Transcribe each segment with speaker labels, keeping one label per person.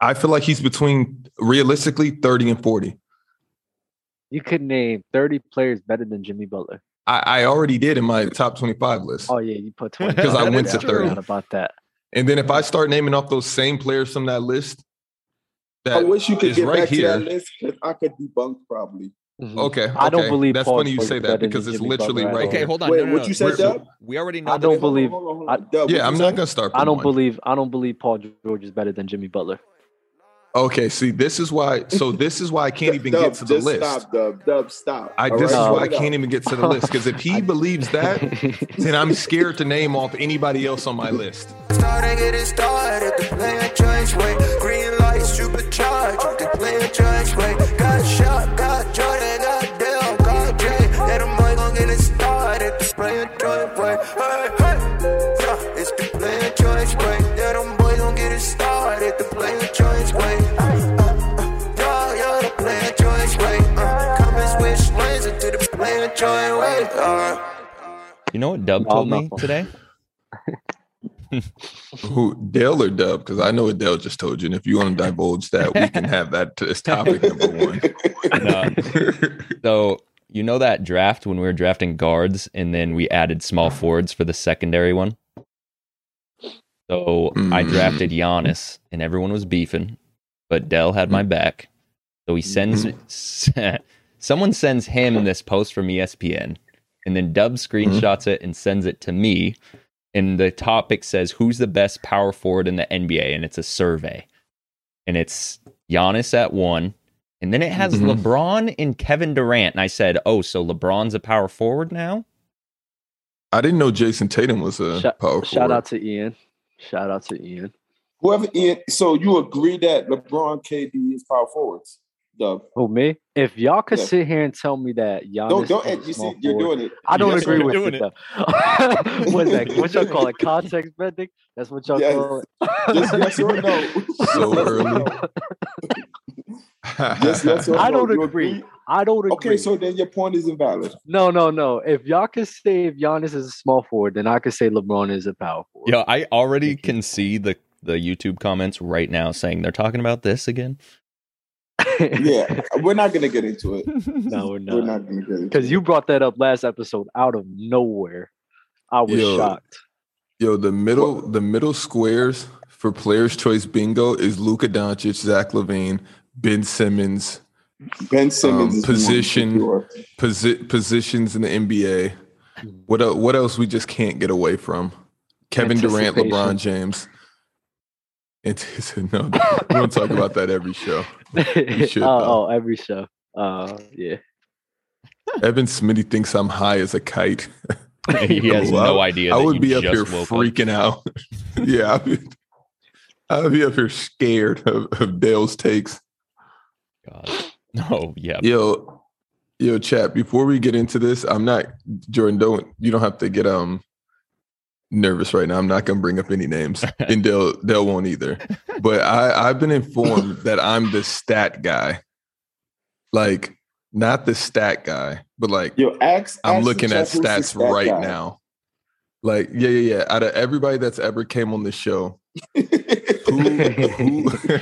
Speaker 1: I feel like he's between realistically 30 and 40.
Speaker 2: You could name 30 players better than Jimmy Butler.
Speaker 1: I, I already did in my top 25 list.
Speaker 2: Oh yeah, you put 20
Speaker 1: Because I went to
Speaker 2: Yeah, forgot
Speaker 1: 30.
Speaker 2: About that,
Speaker 1: And then if I start naming off those same players from that list, that
Speaker 3: I wish you could
Speaker 1: is
Speaker 3: get
Speaker 1: right
Speaker 3: back
Speaker 1: here.
Speaker 3: to that list because I could debunk probably.
Speaker 2: Mm-hmm.
Speaker 1: okay,
Speaker 2: I don't
Speaker 1: okay.
Speaker 2: believe
Speaker 1: that's
Speaker 2: Paul
Speaker 1: funny you
Speaker 2: George
Speaker 1: say
Speaker 2: better
Speaker 1: that
Speaker 2: than
Speaker 1: because it's
Speaker 2: Jimmy
Speaker 1: literally
Speaker 2: Butler at
Speaker 1: right
Speaker 2: all.
Speaker 4: Okay,
Speaker 1: here.
Speaker 4: hold on.
Speaker 3: Wait,
Speaker 4: no, no,
Speaker 3: what
Speaker 4: no.
Speaker 3: you said,
Speaker 4: We're-
Speaker 3: Dub?
Speaker 4: We already know.
Speaker 2: I
Speaker 4: that
Speaker 2: don't
Speaker 4: it's-
Speaker 2: believe-
Speaker 3: Hold on, hold on, hold
Speaker 2: I-
Speaker 3: on. Dub,
Speaker 1: Yeah,
Speaker 3: what
Speaker 1: I'm
Speaker 3: you
Speaker 1: not
Speaker 3: said?
Speaker 1: gonna start.
Speaker 2: I
Speaker 1: with
Speaker 2: don't
Speaker 1: one.
Speaker 2: believe I don't believe Paul George is better than Jimmy Butler.
Speaker 1: Okay, see, this is why. So this is why I can't even
Speaker 3: Dub,
Speaker 1: get to the
Speaker 3: just
Speaker 1: list.
Speaker 3: Stop, Dub. Dub, stop.
Speaker 1: I
Speaker 3: All
Speaker 1: this
Speaker 2: right,
Speaker 1: is
Speaker 2: no.
Speaker 1: why I can't even get to the list because if he believes that, then I'm scared to name off anybody else on my list.
Speaker 5: Starting get it started, the player choice way. Green light, supercharged, the player choice way. Got shot, got Jordan, got Dell, got Jay. Let them boy gon' get it started, the player choice way. Hey, hey, yeah, it's the player choice way. Let them boy gon' get it started, the player choice way. Hey, uh, uh, yeah, yeah, the player choice way. Uh, come and switch lanes into the player choice way. Uh.
Speaker 4: You know what Dub
Speaker 2: No,
Speaker 4: told
Speaker 2: I'm
Speaker 4: me
Speaker 2: not.
Speaker 4: today?
Speaker 1: Who Dell or Dub? Because I know what Dell just told you, and if you want to divulge that, we can have that as topic number one.
Speaker 4: No. So you know that draft when we were drafting guards, and then we added small forwards for the secondary one. So I
Speaker 3: Hmm.
Speaker 1: Mm.
Speaker 4: drafted Giannis, and everyone was beefing, but Dell had my back. So he sends
Speaker 3: Hmm.
Speaker 4: someone sends him this post from E ESPN, and then Dub screenshots it and sends it to me. And the topic says, "Who's the best power forward in the NBA?" And it's a survey, and it's Giannis at one, and then it has
Speaker 1: Mhm.
Speaker 4: LeBron and Kevin Durant. And I said, "Oh, so LeBron's a power forward now?"
Speaker 1: I didn't know Jason Tatum was a
Speaker 2: Shout-
Speaker 1: power
Speaker 2: Shout
Speaker 1: forward.
Speaker 2: out to Ian. Shout out to Ian.
Speaker 3: Whoever. Ian, so you agree that LeBron, KD is power forwards, Dub?
Speaker 2: Who me? Oh, If y'all could
Speaker 3: Yeah.
Speaker 2: sit here and tell me that Giannis,
Speaker 3: Don't don't.
Speaker 2: is a
Speaker 3: You see,
Speaker 2: small
Speaker 3: you're
Speaker 2: forward,
Speaker 3: doing it.
Speaker 2: I don't
Speaker 4: That's
Speaker 2: agree
Speaker 4: what
Speaker 2: with
Speaker 4: you're
Speaker 2: it.
Speaker 4: doing
Speaker 2: though. What's that? What y'all call it? Context bending? That's what y'all
Speaker 3: Yes.
Speaker 2: call it.
Speaker 3: Just yes or no.
Speaker 1: So
Speaker 3: Yes or
Speaker 1: early.
Speaker 3: no. Yes, yes or
Speaker 2: I
Speaker 3: no.
Speaker 2: don't
Speaker 3: You
Speaker 2: agree. I don't agree.
Speaker 3: Okay, so then your point is invalid.
Speaker 2: no, no, no. If y'all could say if Giannis is a small forward, then I could say LeBron is a power forward.
Speaker 4: Yeah, I already can see the the YouTube comments right now saying they're talking about this again.
Speaker 3: Yeah, we're not gonna get into it.
Speaker 2: no, we're
Speaker 3: We're
Speaker 2: not.
Speaker 3: not gonna get into it.
Speaker 2: Because you brought that up last episode out of nowhere. I was
Speaker 1: Yo.
Speaker 2: shocked.
Speaker 1: Yo, the middle the middle squares for players choice bingo is Luka Doncic, Zach Levine, Ben Simmons,
Speaker 3: Ben Simmons
Speaker 1: um,
Speaker 3: is one for
Speaker 1: position-
Speaker 3: sure.
Speaker 1: posi- positions in the NBA. What el- what else we just can't get away from? Kevin Durant, LeBron James. It's, no, we don't talk about that every show. should,
Speaker 2: oh,
Speaker 1: though.
Speaker 2: oh, every show. Uh, yeah.
Speaker 1: Evan Smitty thinks I'm high as a kite.
Speaker 4: he has
Speaker 1: Well,
Speaker 4: no idea.
Speaker 1: I
Speaker 4: that
Speaker 1: would
Speaker 4: you
Speaker 1: be up
Speaker 4: just
Speaker 1: here
Speaker 4: woke
Speaker 1: freaking out. yeah, I'd be, I'd be up here scared of, of Dale's takes.
Speaker 4: God. No, yeah.
Speaker 1: Yo, yo, chat. Before we get into this, I'm not Jordan. Don't you don't have to get um nervous right now. I'm not gonna bring up any names, and Dell Dell won't either. But I I've been informed that I'm the stat guy, like not the stat guy, but like
Speaker 3: Yo, ask,
Speaker 1: I'm
Speaker 3: ask
Speaker 1: looking
Speaker 3: the
Speaker 1: at
Speaker 3: chat who's the
Speaker 1: stats
Speaker 3: stat
Speaker 1: right
Speaker 3: guy.
Speaker 1: now. Like yeah yeah yeah. Out of everybody that's ever came on this show, who who,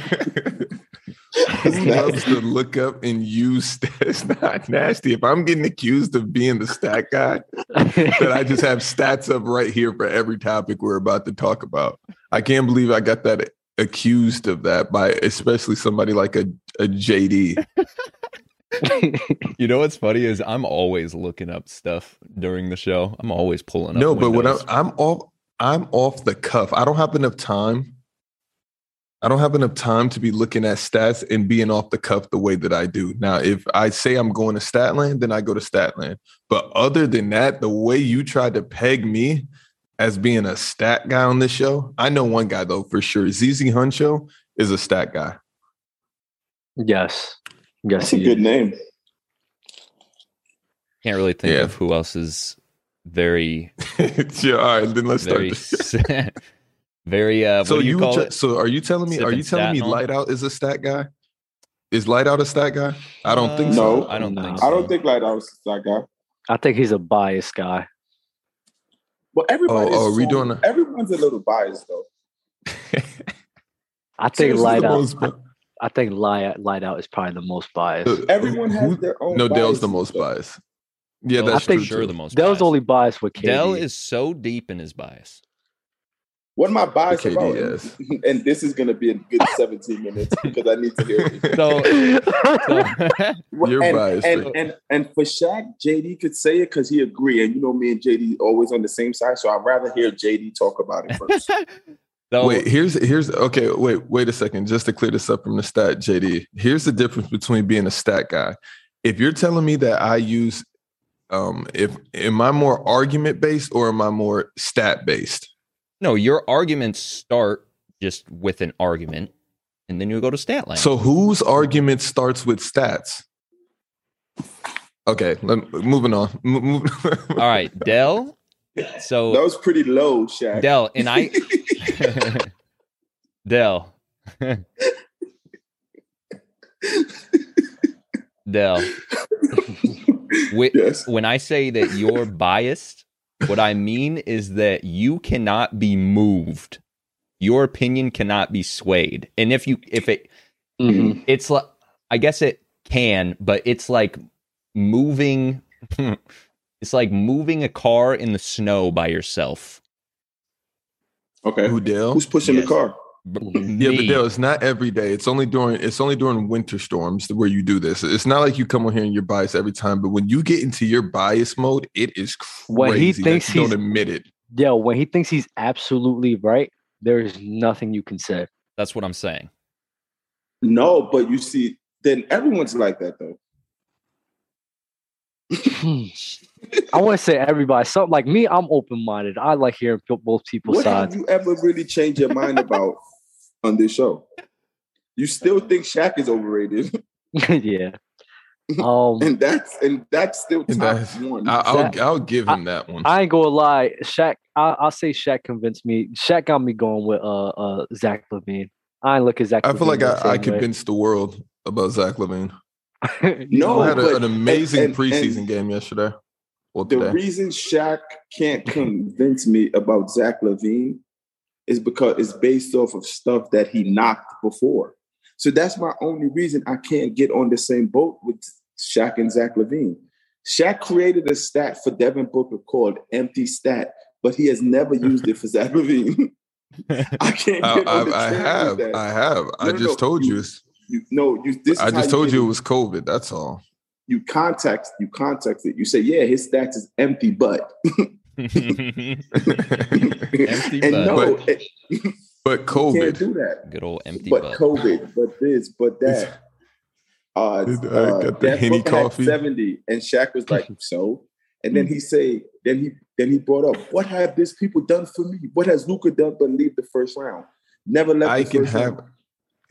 Speaker 1: who loves to look up and use stats? It's not nasty. If I'm getting accused of being the stat guy, that I just have stats up right here for every topic we're about to talk about. I can't believe I got that accused of that by especially somebody like a, a JD.
Speaker 4: You know what's funny is I'm always looking up stuff during the show. I'm always pulling up.
Speaker 1: No, but when I'm,
Speaker 4: windows.
Speaker 1: I'm off, I'm off the cuff. I don't have enough time. I don't have enough time to be looking at stats and being off the cuff the way that I do. Now, if I say I'm going to Statland, then I go to Statland. But other than that, the way you tried to peg me as being a stat guy on this show, I know one guy though for sure. ZZ Huncho is a stat guy.
Speaker 2: yes. Yes.
Speaker 3: That's a
Speaker 2: he
Speaker 3: good
Speaker 2: is.
Speaker 3: name.
Speaker 4: can't really think
Speaker 1: Yeah.
Speaker 4: of who else is very,
Speaker 1: yeah, all right, then let's start.
Speaker 4: very,
Speaker 1: the show.
Speaker 4: very. Uh, what
Speaker 1: so
Speaker 4: do you,
Speaker 1: you,
Speaker 4: call
Speaker 1: ju-
Speaker 4: it?
Speaker 1: so are you telling me are
Speaker 4: Sipping
Speaker 1: you telling me
Speaker 4: statin on?
Speaker 1: light out is a stat guy? Is light out a stat guy? I don't think so.
Speaker 3: No.
Speaker 4: I don't think. So.
Speaker 3: I don't think like that was the stat guy.
Speaker 2: I think he's a biased guy.
Speaker 3: But everybody.
Speaker 1: oh,
Speaker 3: is
Speaker 1: we
Speaker 3: so-
Speaker 1: doing a-
Speaker 3: Everyone's a little biased though.
Speaker 2: I think
Speaker 3: Seriously,
Speaker 2: light
Speaker 3: the
Speaker 2: out.
Speaker 1: most-
Speaker 2: I think light light out is probably the most biased.
Speaker 3: Everyone has
Speaker 1: Who-
Speaker 3: their own.
Speaker 1: No, Dell's the most
Speaker 3: biases, though.
Speaker 1: biased. Yeah,
Speaker 4: Dell's
Speaker 1: that's
Speaker 4: for
Speaker 2: think-
Speaker 1: true.
Speaker 4: sure
Speaker 1: too.
Speaker 4: the most.
Speaker 2: Dell's
Speaker 4: biased.
Speaker 2: only biased with KD.
Speaker 4: Dell is so deep in his bias.
Speaker 3: What am I biased
Speaker 1: KD,
Speaker 3: about?
Speaker 1: yes.
Speaker 3: And this is going to be a good 17 minutes because I need to hear it.
Speaker 4: So,
Speaker 2: Mm-hmm.
Speaker 4: so
Speaker 1: You're
Speaker 3: and,
Speaker 1: biased,
Speaker 3: And,
Speaker 1: Vic.
Speaker 3: and and for Shaq, JD could say it because he agree. And you know me and JD always on the same side, so I'd rather hear JD talk about it first.
Speaker 4: so
Speaker 1: Wait, here's here's okay. Wait, wait a second. Just to clear this up from the stat, JD. Here's the difference between being a stat guy. If you're telling me that I use, um, if am I more argument based or am I more stat based?
Speaker 4: no, your arguments start just with an argument, and then you go to stat line.
Speaker 1: So whose argument starts with stats? Okay, let, moving on. Mo- mo-
Speaker 4: all right, Dell. So
Speaker 3: that was pretty low, Shaq.
Speaker 4: Dell and I. Dell. Dell. Wi-
Speaker 3: yes.
Speaker 4: When I say that you're biased, what I mean is that you cannot be moved. Your opinion cannot be swayed. And if you if it
Speaker 2: Mhm.
Speaker 4: it's like I guess it can, but it's like moving it's like moving a car in the snow by yourself.
Speaker 3: Okay.
Speaker 1: Who Dell?
Speaker 3: Who's pushing
Speaker 4: Yes.
Speaker 3: the car?
Speaker 4: B-
Speaker 1: Yeah, but
Speaker 4: me.
Speaker 1: Dale, it's not every day. It's only during it's only during winter storms where you do this. It's not like you come on here and you're biased every time. But when you get into your bias mode, it is crazy.
Speaker 2: When he
Speaker 1: that
Speaker 2: thinks
Speaker 1: you don't
Speaker 2: he's-
Speaker 1: admit it.
Speaker 2: Yo, when he thinks he's absolutely right, there is nothing you can say.
Speaker 4: That's what I'm saying.
Speaker 3: No, but you see, then everyone's like that though.
Speaker 2: I want to say everybody. Something like me, I'm open minded. I like hearing pe- both people's
Speaker 3: what
Speaker 2: sides.
Speaker 3: have you ever really changed your mind about on this show? You still think Shaq is overrated,
Speaker 2: yeah. Um,
Speaker 3: and that's and that's still
Speaker 1: And
Speaker 3: top
Speaker 1: that's-
Speaker 3: one.
Speaker 1: I, I'll
Speaker 2: That-
Speaker 1: I'll give him that one.
Speaker 2: I ain't gonna lie, Shaq. I, I'll say Shaq convinced me. Shaq got me going with uh uh Zach Levine. I ain't look at Zach.
Speaker 1: I feel like
Speaker 2: Levine the
Speaker 1: I, I
Speaker 2: same way.
Speaker 1: convinced the world about Zach Levine.
Speaker 3: No,
Speaker 2: Oh,
Speaker 1: I had a,
Speaker 3: but-
Speaker 1: an amazing
Speaker 3: and- and-
Speaker 1: preseason game yesterday. Well,
Speaker 3: The
Speaker 1: today.
Speaker 3: reason Shaq can't convince me about Zach Levine is because it's based off of stuff that he knocked before. So that's my only reason I can't get on the same boat with Shaq and Zach Levine. Shaq created a stat for Devin Booker called empty stat, but he has never used it for Zach Levine. I can't get
Speaker 1: I,
Speaker 3: on the
Speaker 1: I, I
Speaker 3: train
Speaker 1: have,
Speaker 3: with that.
Speaker 1: I have. I
Speaker 3: No, no,
Speaker 1: just
Speaker 3: no.
Speaker 1: told you.
Speaker 3: You-
Speaker 1: it's-
Speaker 3: you, no, you this is
Speaker 1: I
Speaker 3: how
Speaker 1: just told
Speaker 3: get
Speaker 1: you it
Speaker 3: it.
Speaker 1: was COVID. That's all.
Speaker 3: you context, you context it. You say, yeah, his stats is empty, but
Speaker 4: Good
Speaker 3: empty and
Speaker 4: butt.
Speaker 3: no,
Speaker 1: But-
Speaker 3: it-
Speaker 1: But
Speaker 3: You can't
Speaker 1: COVID.
Speaker 3: do that.
Speaker 4: old empty
Speaker 3: but
Speaker 4: butt.
Speaker 3: COVID, but this, but that. Uh,
Speaker 1: Dude, I
Speaker 3: uh,
Speaker 1: got the
Speaker 3: Devin
Speaker 1: Henny
Speaker 3: Booker had
Speaker 1: coffee. Mm.
Speaker 3: Seventy, and Shaq was like, "So," and then he say, then he then he brought up, "What have these people done for me? What has Luca done but leave the first round? Never left.
Speaker 1: I
Speaker 3: the
Speaker 1: can
Speaker 3: first
Speaker 1: have.
Speaker 3: round.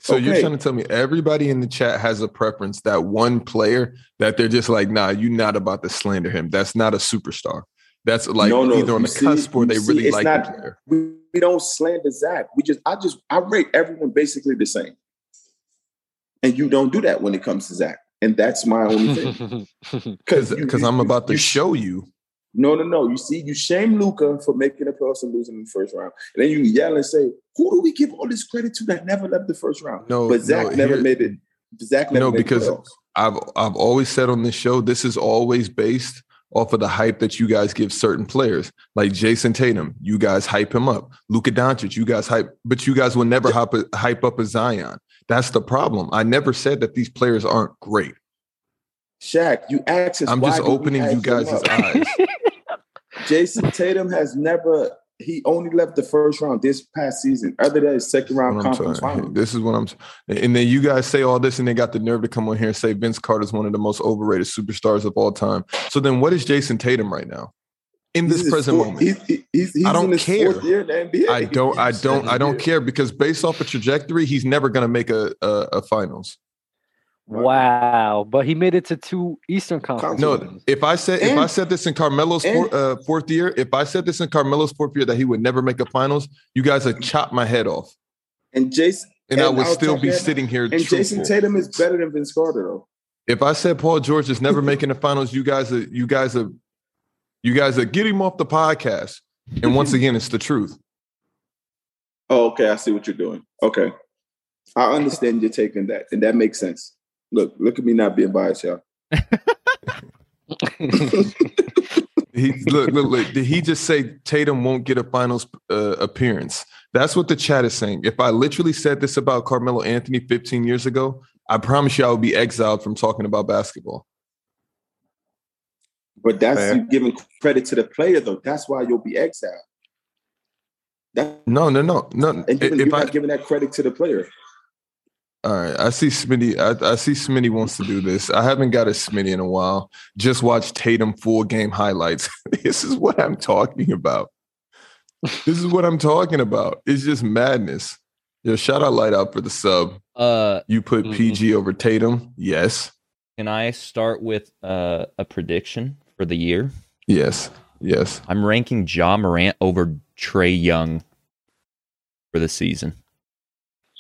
Speaker 1: So you're
Speaker 3: Okay.
Speaker 1: trying to tell me everybody in the chat has a preference that one player that they're just like, nah, you're not about to slander him. That's not a superstar. That's like
Speaker 3: No, no,
Speaker 1: either on
Speaker 3: you
Speaker 1: the
Speaker 3: see-
Speaker 1: cusp or
Speaker 3: you
Speaker 1: they
Speaker 3: see,
Speaker 1: really
Speaker 3: it's
Speaker 1: like
Speaker 3: not-
Speaker 1: the player.
Speaker 3: We, we don't slander Zach. We just, I just, I rate everyone basically the same. And you don't do that when it comes to Zach, and that's my only thing.
Speaker 1: Because
Speaker 3: you-
Speaker 1: because
Speaker 3: you-
Speaker 1: I'm
Speaker 3: you-
Speaker 1: about to
Speaker 3: you-
Speaker 1: show you.
Speaker 3: No, no, no. You see, you shame Luca for making the playoffs and losing in the first round. And then you yell and say, Who do we give all this credit to that never left the first round?
Speaker 1: No,
Speaker 3: but Zach
Speaker 1: no,
Speaker 3: never
Speaker 1: here-
Speaker 3: made it. Zach never
Speaker 1: No,
Speaker 3: made
Speaker 1: because-
Speaker 3: the playoffs.
Speaker 1: I've I've always said on this show, this is always based off of the hype that you guys give certain players. Like Jason Tatum, you guys hype him up. Luka Doncic, you guys hype, but you guys will never hype, hype up a Zion. That's the problem. I never said that these players aren't great.
Speaker 3: Shaq, you asked us.
Speaker 1: I'm
Speaker 3: why
Speaker 1: just
Speaker 3: do we
Speaker 1: opening
Speaker 3: ask
Speaker 1: you
Speaker 3: him
Speaker 1: guys'
Speaker 3: up?
Speaker 1: eyes.
Speaker 3: Jason Tatum has never, he only left the first round this past season, other than his second round
Speaker 1: What I'm
Speaker 3: conference
Speaker 1: saying.
Speaker 3: final.
Speaker 1: This is what I'm and then you guys say all this and they got the nerve to come on here and say Vince Carter's one of the most overrated superstars of all time. So then what is Jason Tatum right now? In
Speaker 3: He's
Speaker 1: this
Speaker 3: his
Speaker 1: present
Speaker 3: fourth-
Speaker 1: moment.
Speaker 3: He's, he- he's, he's
Speaker 1: I don't
Speaker 3: in his
Speaker 1: care.
Speaker 3: fourth year in the NBA.
Speaker 1: I don't, I
Speaker 3: He's
Speaker 1: don't, I don't
Speaker 3: seventh year.
Speaker 1: care because based off a trajectory, he's never going to make a, a, a finals.
Speaker 2: wow, but he made it to two Eastern Conference.
Speaker 1: No,
Speaker 2: finals.
Speaker 1: if I said, if
Speaker 3: And-
Speaker 1: I said this in Carmelo's four,
Speaker 3: and-
Speaker 1: uh, fourth year, if I said this in Carmelo's fourth year that he would never make a finals, you guys would chop my head off,
Speaker 3: And Jason
Speaker 1: and, I
Speaker 3: And
Speaker 1: would
Speaker 3: I'll
Speaker 1: still
Speaker 3: talk
Speaker 1: be
Speaker 3: that-
Speaker 1: sitting here.
Speaker 3: and Jason
Speaker 1: truthful.
Speaker 3: Tatum is better than Vince Carter though.
Speaker 1: If I said Paul George is never making the finals, you guys are, you guys are, you guys are get him off the podcast. And once again, it's the truth.
Speaker 3: Oh, okay. I see what you're doing. Okay. I understand you're taking that, and that makes sense. Look, look at me not being biased, y'all.
Speaker 1: He look, look, look. Did he just say Tatum won't get a finals uh, appearance? That's what the chat is saying. If I literally said this about Carmelo Anthony 15 years ago, I promise you I would be exiled from talking about basketball.
Speaker 3: But that's
Speaker 1: Fair.
Speaker 3: you giving credit to the player, though. That's why you'll be exiled. That
Speaker 1: No, no, no, no.
Speaker 3: and you're,
Speaker 1: If
Speaker 3: you're
Speaker 1: I,
Speaker 3: not giving that credit to the player.
Speaker 1: all right, I see Smitty. I, I see Smitty wants to do this. I haven't got a Smitty in a while. Just watch Tatum full game highlights. this is what I'm talking about. This is what I'm talking about. It's just madness. Yo, shout out Light Out for the sub.
Speaker 4: Uh,
Speaker 1: You put
Speaker 2: Mhm.
Speaker 1: PG over Tatum? Yes.
Speaker 4: can I start with uh, a prediction for the year?
Speaker 1: Yes. Yes.
Speaker 4: I'm ranking Ja Morant over Trey Young for the season.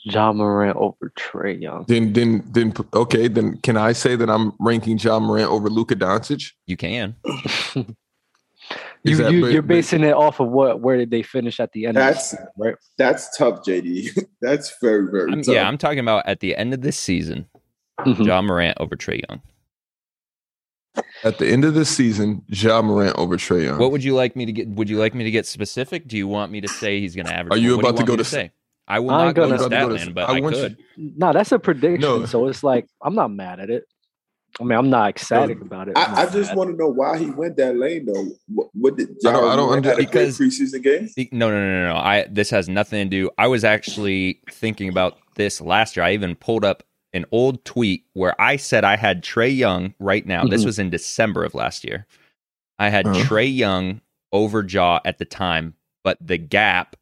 Speaker 2: John Morant over Trey Young.
Speaker 1: Then then then okay, then can I say that I'm ranking John Morant over Luka Doncic?
Speaker 4: You can.
Speaker 1: Is
Speaker 2: You,
Speaker 1: that
Speaker 2: you
Speaker 1: ba-
Speaker 2: you're basing it off of what? Where did they finish at the end? of the
Speaker 3: That's
Speaker 2: season, right.
Speaker 3: that's tough, JD. that's very very
Speaker 4: I'm,
Speaker 3: tough.
Speaker 4: yeah, I'm talking about at the end of this season,
Speaker 1: Mm-hmm.
Speaker 2: Mhm.
Speaker 4: Ja Morant over Trey Young.
Speaker 1: At the end of the season, John Morant over Trey Young.
Speaker 4: What would you like me to get? Would you like me to get specific? Do you want me to say he's going to average?
Speaker 1: Are you
Speaker 4: what do
Speaker 1: about to
Speaker 4: want
Speaker 1: go
Speaker 4: me
Speaker 1: to s-
Speaker 4: say? I will
Speaker 2: I'm
Speaker 4: not go to
Speaker 2: gonna-
Speaker 1: I'm about to go to
Speaker 4: Statland,
Speaker 1: s-
Speaker 4: but
Speaker 1: I
Speaker 4: I,
Speaker 1: want
Speaker 4: could.
Speaker 2: No, that's a prediction.
Speaker 1: No.
Speaker 2: So it's like I'm not mad at it. I mean, I'm not ecstatic about it. I'm
Speaker 3: I, I
Speaker 2: not
Speaker 3: just
Speaker 2: mad.
Speaker 3: want to know why he went that lane though. What, what did
Speaker 1: I don't- I don't
Speaker 3: Morant
Speaker 1: under-
Speaker 3: had a great
Speaker 4: because-
Speaker 3: preseason game?
Speaker 4: See, E, No, no, no, no, no. I this has nothing to do. I was actually thinking about this last year. I even pulled up an old tweet where I said I had Trey Young right now. This
Speaker 2: Mhm.
Speaker 4: was in December of last year. I had
Speaker 1: Mm-hmm. Uh-huh.
Speaker 4: Trey Young over Jaw at the time, but the gap.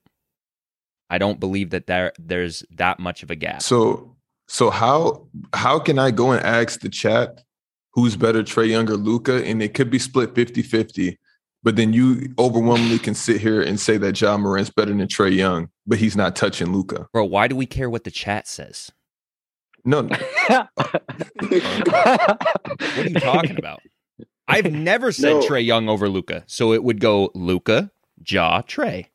Speaker 4: I don't believe that there there's that much of a gap.
Speaker 1: So so how how can I go and ask the chat who's better, Trey Young or Luca? And it could be split 50-50, but then you overwhelmingly can sit here and say that John Morant's better than Trey Young, but he's not touching Luca.
Speaker 4: Bro, why do we care what the chat says?
Speaker 1: No,
Speaker 4: What are you talking about? I've never said
Speaker 3: No.
Speaker 4: Trey Young over Luca, so it would go Luca, Jaw, Trey.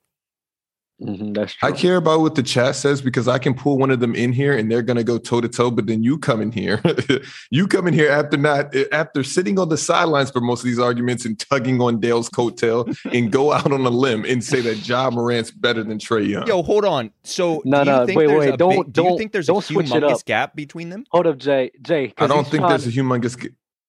Speaker 2: Mhm, that's true.
Speaker 1: I care about what the chat says because I can pull one of them in here and they're gonna go toe to toe. But then you come in here, you come in here after not after sitting on the sidelines for most of these arguments and tugging on Dale's coattail and go out on a limb and say that John Morant's better than Trey Young.
Speaker 4: Yo, hold on. So
Speaker 2: No,
Speaker 4: do you
Speaker 2: no,
Speaker 4: think
Speaker 2: wait,
Speaker 4: there's
Speaker 2: wait,
Speaker 4: a
Speaker 2: don't-
Speaker 4: big, do you
Speaker 2: don't-
Speaker 4: think there's a
Speaker 2: don't switch it
Speaker 4: humongous
Speaker 2: up.
Speaker 4: gap between them?
Speaker 2: Hold up, Jay. Jay, 'cause
Speaker 1: I don't
Speaker 2: he's
Speaker 1: think
Speaker 2: trying,
Speaker 1: there's a humongous. g-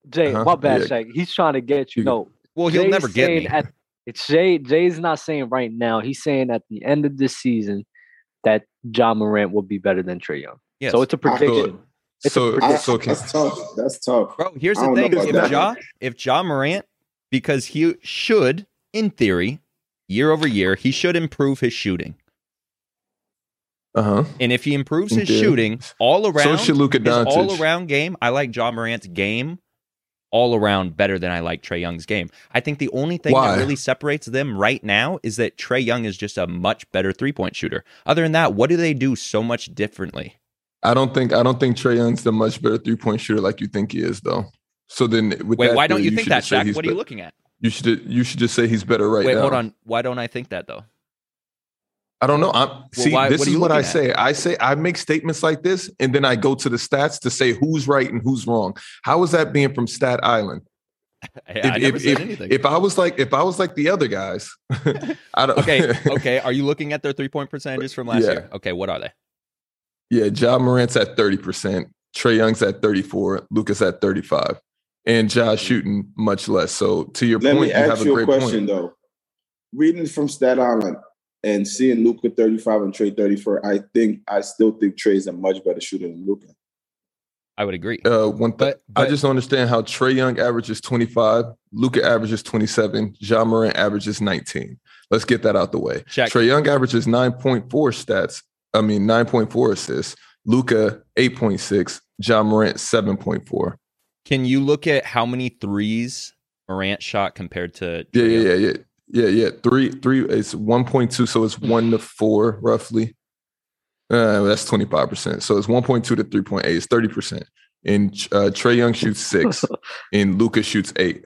Speaker 2: Jay.
Speaker 1: uh-huh,
Speaker 2: My bad,
Speaker 1: yeah.
Speaker 2: Jay. He's trying to get you.
Speaker 1: You-
Speaker 2: No,
Speaker 4: Well, he'll
Speaker 2: Jay's
Speaker 4: never get
Speaker 2: saying
Speaker 4: me.
Speaker 2: At, it's Jay. Jay's not saying right now. He's saying at the end of this season that John Morant will be better than Trey Young.
Speaker 4: Yes.
Speaker 2: So it's a prediction. It's a
Speaker 1: So
Speaker 3: I-
Speaker 1: so can,
Speaker 3: That's tough. That's tough.
Speaker 4: Bro, here's
Speaker 3: I
Speaker 4: the
Speaker 1: Oh,
Speaker 3: don't know
Speaker 4: thing.
Speaker 3: about
Speaker 4: If
Speaker 3: that.
Speaker 4: Ja, if Ja Morant, because he should, in theory, year over year, he should improve his shooting.
Speaker 1: uh huh.
Speaker 4: And if he improves
Speaker 1: In
Speaker 4: his
Speaker 1: theory.
Speaker 4: shooting all
Speaker 1: So
Speaker 4: around,
Speaker 1: should Luka
Speaker 4: his all
Speaker 1: Doncic.
Speaker 4: around game, I like John Morant's game all around better than I like Trey Young's game. I think the only thing
Speaker 1: Why?
Speaker 4: that really separates them right now is that Trey Young is just a much better three point shooter. Other than that, what do they do so much differently?
Speaker 1: I don't think I don't think Trey Young's the much better three point shooter like you think he is though. So then, with
Speaker 4: Wait,
Speaker 1: that
Speaker 4: why don't
Speaker 1: theory,
Speaker 4: you think
Speaker 1: should
Speaker 4: that,
Speaker 1: just say
Speaker 4: Zach?
Speaker 1: he's
Speaker 4: What are you
Speaker 1: be-
Speaker 4: looking at?
Speaker 1: You should you should just say he's better right
Speaker 4: Wait,
Speaker 1: now.
Speaker 4: hold on. Why don't I think that though?
Speaker 1: I don't know. I'm see.
Speaker 4: why-
Speaker 1: this
Speaker 4: what are
Speaker 1: is
Speaker 4: you
Speaker 1: what I
Speaker 4: looking at?
Speaker 1: say. I say I make statements like this, and then I go to the stats to say who's right and who's wrong. How is that being from Stat Island?
Speaker 4: I, I never said
Speaker 1: if,
Speaker 4: anything.
Speaker 1: if I was like, if I was like the other guys, I don't.
Speaker 4: okay, okay. Are you looking at their three point percentages from last
Speaker 1: Yeah.
Speaker 4: year? Okay, what are they?
Speaker 1: yeah, John Morant's at thirty percent. Trey Young's at thirty-four. Lucas at thirty-five, and
Speaker 4: Mm-hmm.
Speaker 1: Josh shooting much less. So to your
Speaker 3: Let
Speaker 1: point,
Speaker 3: me
Speaker 1: you have
Speaker 3: ask
Speaker 1: a
Speaker 3: you a
Speaker 1: great
Speaker 3: question
Speaker 1: point.
Speaker 3: though. Reading from Staten Island and seeing Luca 35 and Trey 34, I think I still think Trey's a much better shooter than Luca.
Speaker 4: I would agree.
Speaker 1: Uh, one thing
Speaker 4: But, but
Speaker 1: I just don't understand how Trey Young averages twenty-five, Luca averages twenty-seven, John Morant averages nineteen. Let's get that out the way.
Speaker 4: check.
Speaker 1: Trey Young averages 9.4 stats. I mean, 9.4 assists. Luca, 8.6. John Morant, 7.4.
Speaker 4: Can you look at how many threes Morant shot compared to?
Speaker 1: Yeah,
Speaker 4: Trae Young?
Speaker 1: yeah, yeah, yeah. Yeah, yeah. Three, three, it's 1.2. So it's one to four, roughly. Uh, that's 25%. So it's 1.2 to 3.8. It's 30%. And uh, Trey Young shoots six, and Luca shoots eight.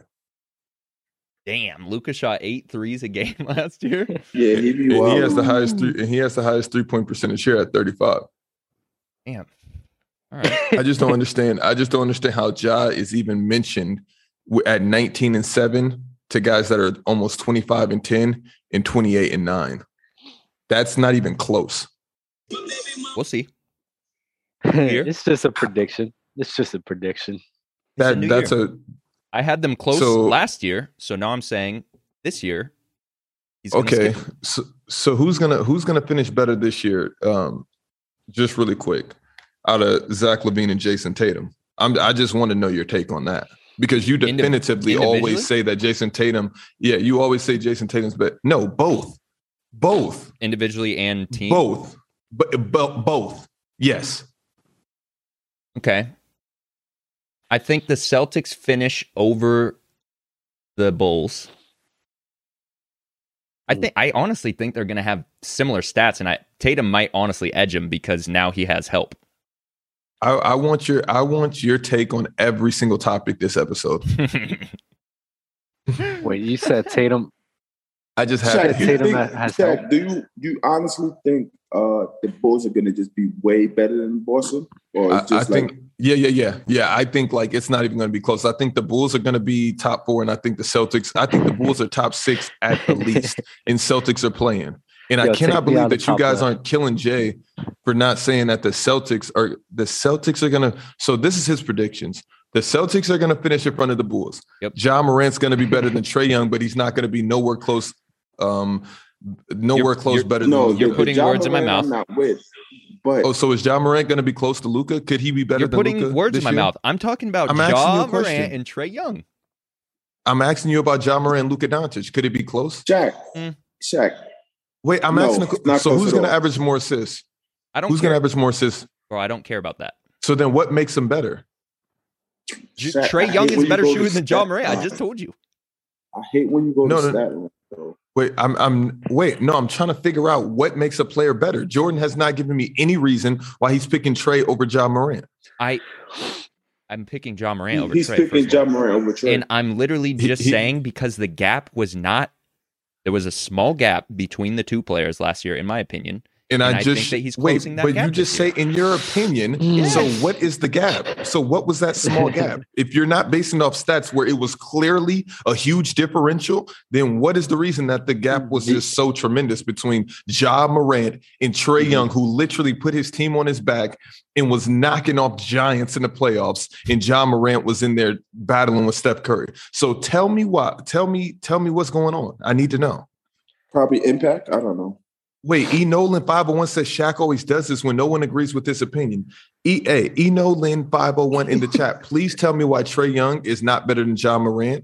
Speaker 4: Damn, Luca shot eight threes a game last year.
Speaker 3: Yeah, he be
Speaker 1: And he
Speaker 3: wild.
Speaker 1: has the highest three, and he has the highest three point percentage here at 35.
Speaker 4: Damn. All right.
Speaker 1: I just don't understand. I just don't understand how Ja is even mentioned w- at 19 and 7 to guys that are almost 25 and 10 and 28 and 9. That's not even close.
Speaker 4: We'll see. Here?
Speaker 2: it's just a prediction. It's just a prediction.
Speaker 4: It's a
Speaker 1: That
Speaker 4: new
Speaker 1: that's
Speaker 4: year.
Speaker 1: a
Speaker 4: I had them close
Speaker 1: So-
Speaker 4: last year, so now I'm saying this year. He's gonna
Speaker 1: okay.
Speaker 4: skip-
Speaker 1: So, so who's gonna who's gonna finish better this year? Um, just really quick, out of Zach Levine and Jason Tatum. I'm, I just want to know your take on that because you
Speaker 4: Indiv-
Speaker 1: definitively
Speaker 4: individually?
Speaker 1: always say that Jason Tatum. Yeah, you always say Jason Tatum's better. No, both, both,
Speaker 4: individually and team.
Speaker 1: both, but bo- both. Yes,
Speaker 4: Okay. I think the Celtics finish over the Bulls. I think I honestly think they're going to have similar stats, and I Tatum might honestly edge him because now he has help.
Speaker 1: I, I want your I want your take on every single topic this episode.
Speaker 2: Wait, you said Tatum?
Speaker 1: I just have
Speaker 2: Shaq
Speaker 1: it
Speaker 3: Shaq, do you
Speaker 1: here.
Speaker 2: Tatum
Speaker 3: think-
Speaker 2: has
Speaker 3: Shaq,
Speaker 2: help.
Speaker 3: do you do you honestly think uh, the Bulls are going to just be way better than Boston, or
Speaker 1: I,
Speaker 3: it's
Speaker 1: I
Speaker 3: just like
Speaker 1: think yeah, yeah, yeah, yeah. I think like it's not even going to be close. I think the Bulls are going to be top four, and I think the Celtics. I think the Bulls are top six at the least, and Celtics are playing. And
Speaker 2: Yo,
Speaker 1: I
Speaker 2: take me
Speaker 1: cannot
Speaker 2: out
Speaker 1: believe
Speaker 2: of the
Speaker 1: that you
Speaker 2: top
Speaker 1: guys
Speaker 2: left.
Speaker 1: aren't killing Jay for not saying that the Celtics are the Celtics are going to. So this is his predictions. The Celtics are going to finish in front of the Bulls.
Speaker 4: Yep.
Speaker 1: John Morant's going to be better than Trey Young, but he's not going to be nowhere close. Um, nowhere close
Speaker 4: you're-
Speaker 1: better.
Speaker 3: no,
Speaker 1: than
Speaker 4: you're
Speaker 3: the-
Speaker 1: Luka.
Speaker 4: putting
Speaker 3: Ja
Speaker 4: words in my
Speaker 3: Morant I'm
Speaker 4: mouth.
Speaker 3: not with, but
Speaker 1: Oh, so is John Morant going to be close to Luca? Could he be better
Speaker 4: You're
Speaker 1: than
Speaker 4: putting
Speaker 1: Luka
Speaker 4: words in
Speaker 1: this
Speaker 4: my
Speaker 1: year?
Speaker 4: mouth. I'm talking about
Speaker 1: I'm asking you
Speaker 4: Ja
Speaker 1: a question.
Speaker 4: Morant and Trey Young.
Speaker 1: I'm asking you about John Moran, Luka Doncic. Could it be close?
Speaker 3: Shaq,
Speaker 4: Mm.
Speaker 3: Shaq,
Speaker 1: Wait, I'm
Speaker 3: No,
Speaker 1: asking.
Speaker 3: it's
Speaker 1: A,
Speaker 3: not
Speaker 1: so
Speaker 3: close
Speaker 1: who's
Speaker 3: at
Speaker 1: going to
Speaker 3: all.
Speaker 1: average more assists?
Speaker 4: I don't
Speaker 1: Who's
Speaker 4: care.
Speaker 1: going to average more assists?
Speaker 4: Bro, I don't care about that.
Speaker 1: So then, what makes him better?
Speaker 4: J-
Speaker 3: Shaq, I
Speaker 4: Trey
Speaker 3: hate
Speaker 4: Young
Speaker 3: when
Speaker 4: is a
Speaker 3: you
Speaker 4: better
Speaker 3: go to
Speaker 4: shooter than Ja
Speaker 3: stat
Speaker 4: Morant. I
Speaker 3: line.
Speaker 4: just told you.
Speaker 3: I hate when you go
Speaker 1: No,
Speaker 3: to
Speaker 1: no.
Speaker 3: stat line, bro.
Speaker 1: Wait, I'm, I'm, wait, no, I'm trying to figure out what makes a player better. Jordan has not given me any reason why he's picking Trey over John Moran.
Speaker 4: I I'm picking Ja Morant
Speaker 3: He-
Speaker 4: over
Speaker 3: he's
Speaker 4: Trey.
Speaker 3: picking
Speaker 4: first of all.
Speaker 3: John Morant over Trey.
Speaker 4: And I'm literally
Speaker 1: He-
Speaker 4: just
Speaker 1: he-
Speaker 4: saying because the gap was not there was a small gap between the two players last year, in my opinion.
Speaker 1: And,
Speaker 4: And
Speaker 1: I
Speaker 4: I
Speaker 1: just
Speaker 4: think that he's
Speaker 1: wait,
Speaker 4: closing that
Speaker 1: but
Speaker 4: gap
Speaker 1: you
Speaker 4: this
Speaker 1: just
Speaker 4: year.
Speaker 1: say in your opinion.
Speaker 2: Yes.
Speaker 1: So what is the gap? So what was that small gap? If you're not basing off stats where it was clearly a huge differential, then what is the reason that the gap was just so tremendous between Ja Morant and Trey
Speaker 4: Mm-hmm.
Speaker 1: Young, who literally put his team on his back and was knocking off giants in the playoffs, and Ja Morant was in there battling with Steph Curry. So tell me why. Tell me. Tell me what's going on. I need to know.
Speaker 3: Probably impact. I don't know.
Speaker 1: Wait, E. Nolan 501 says Shaq always does this when no one agrees with this opinion. EA, E. Nolan 501 in the chat. Please tell me why Trey Young is not better than John Morant.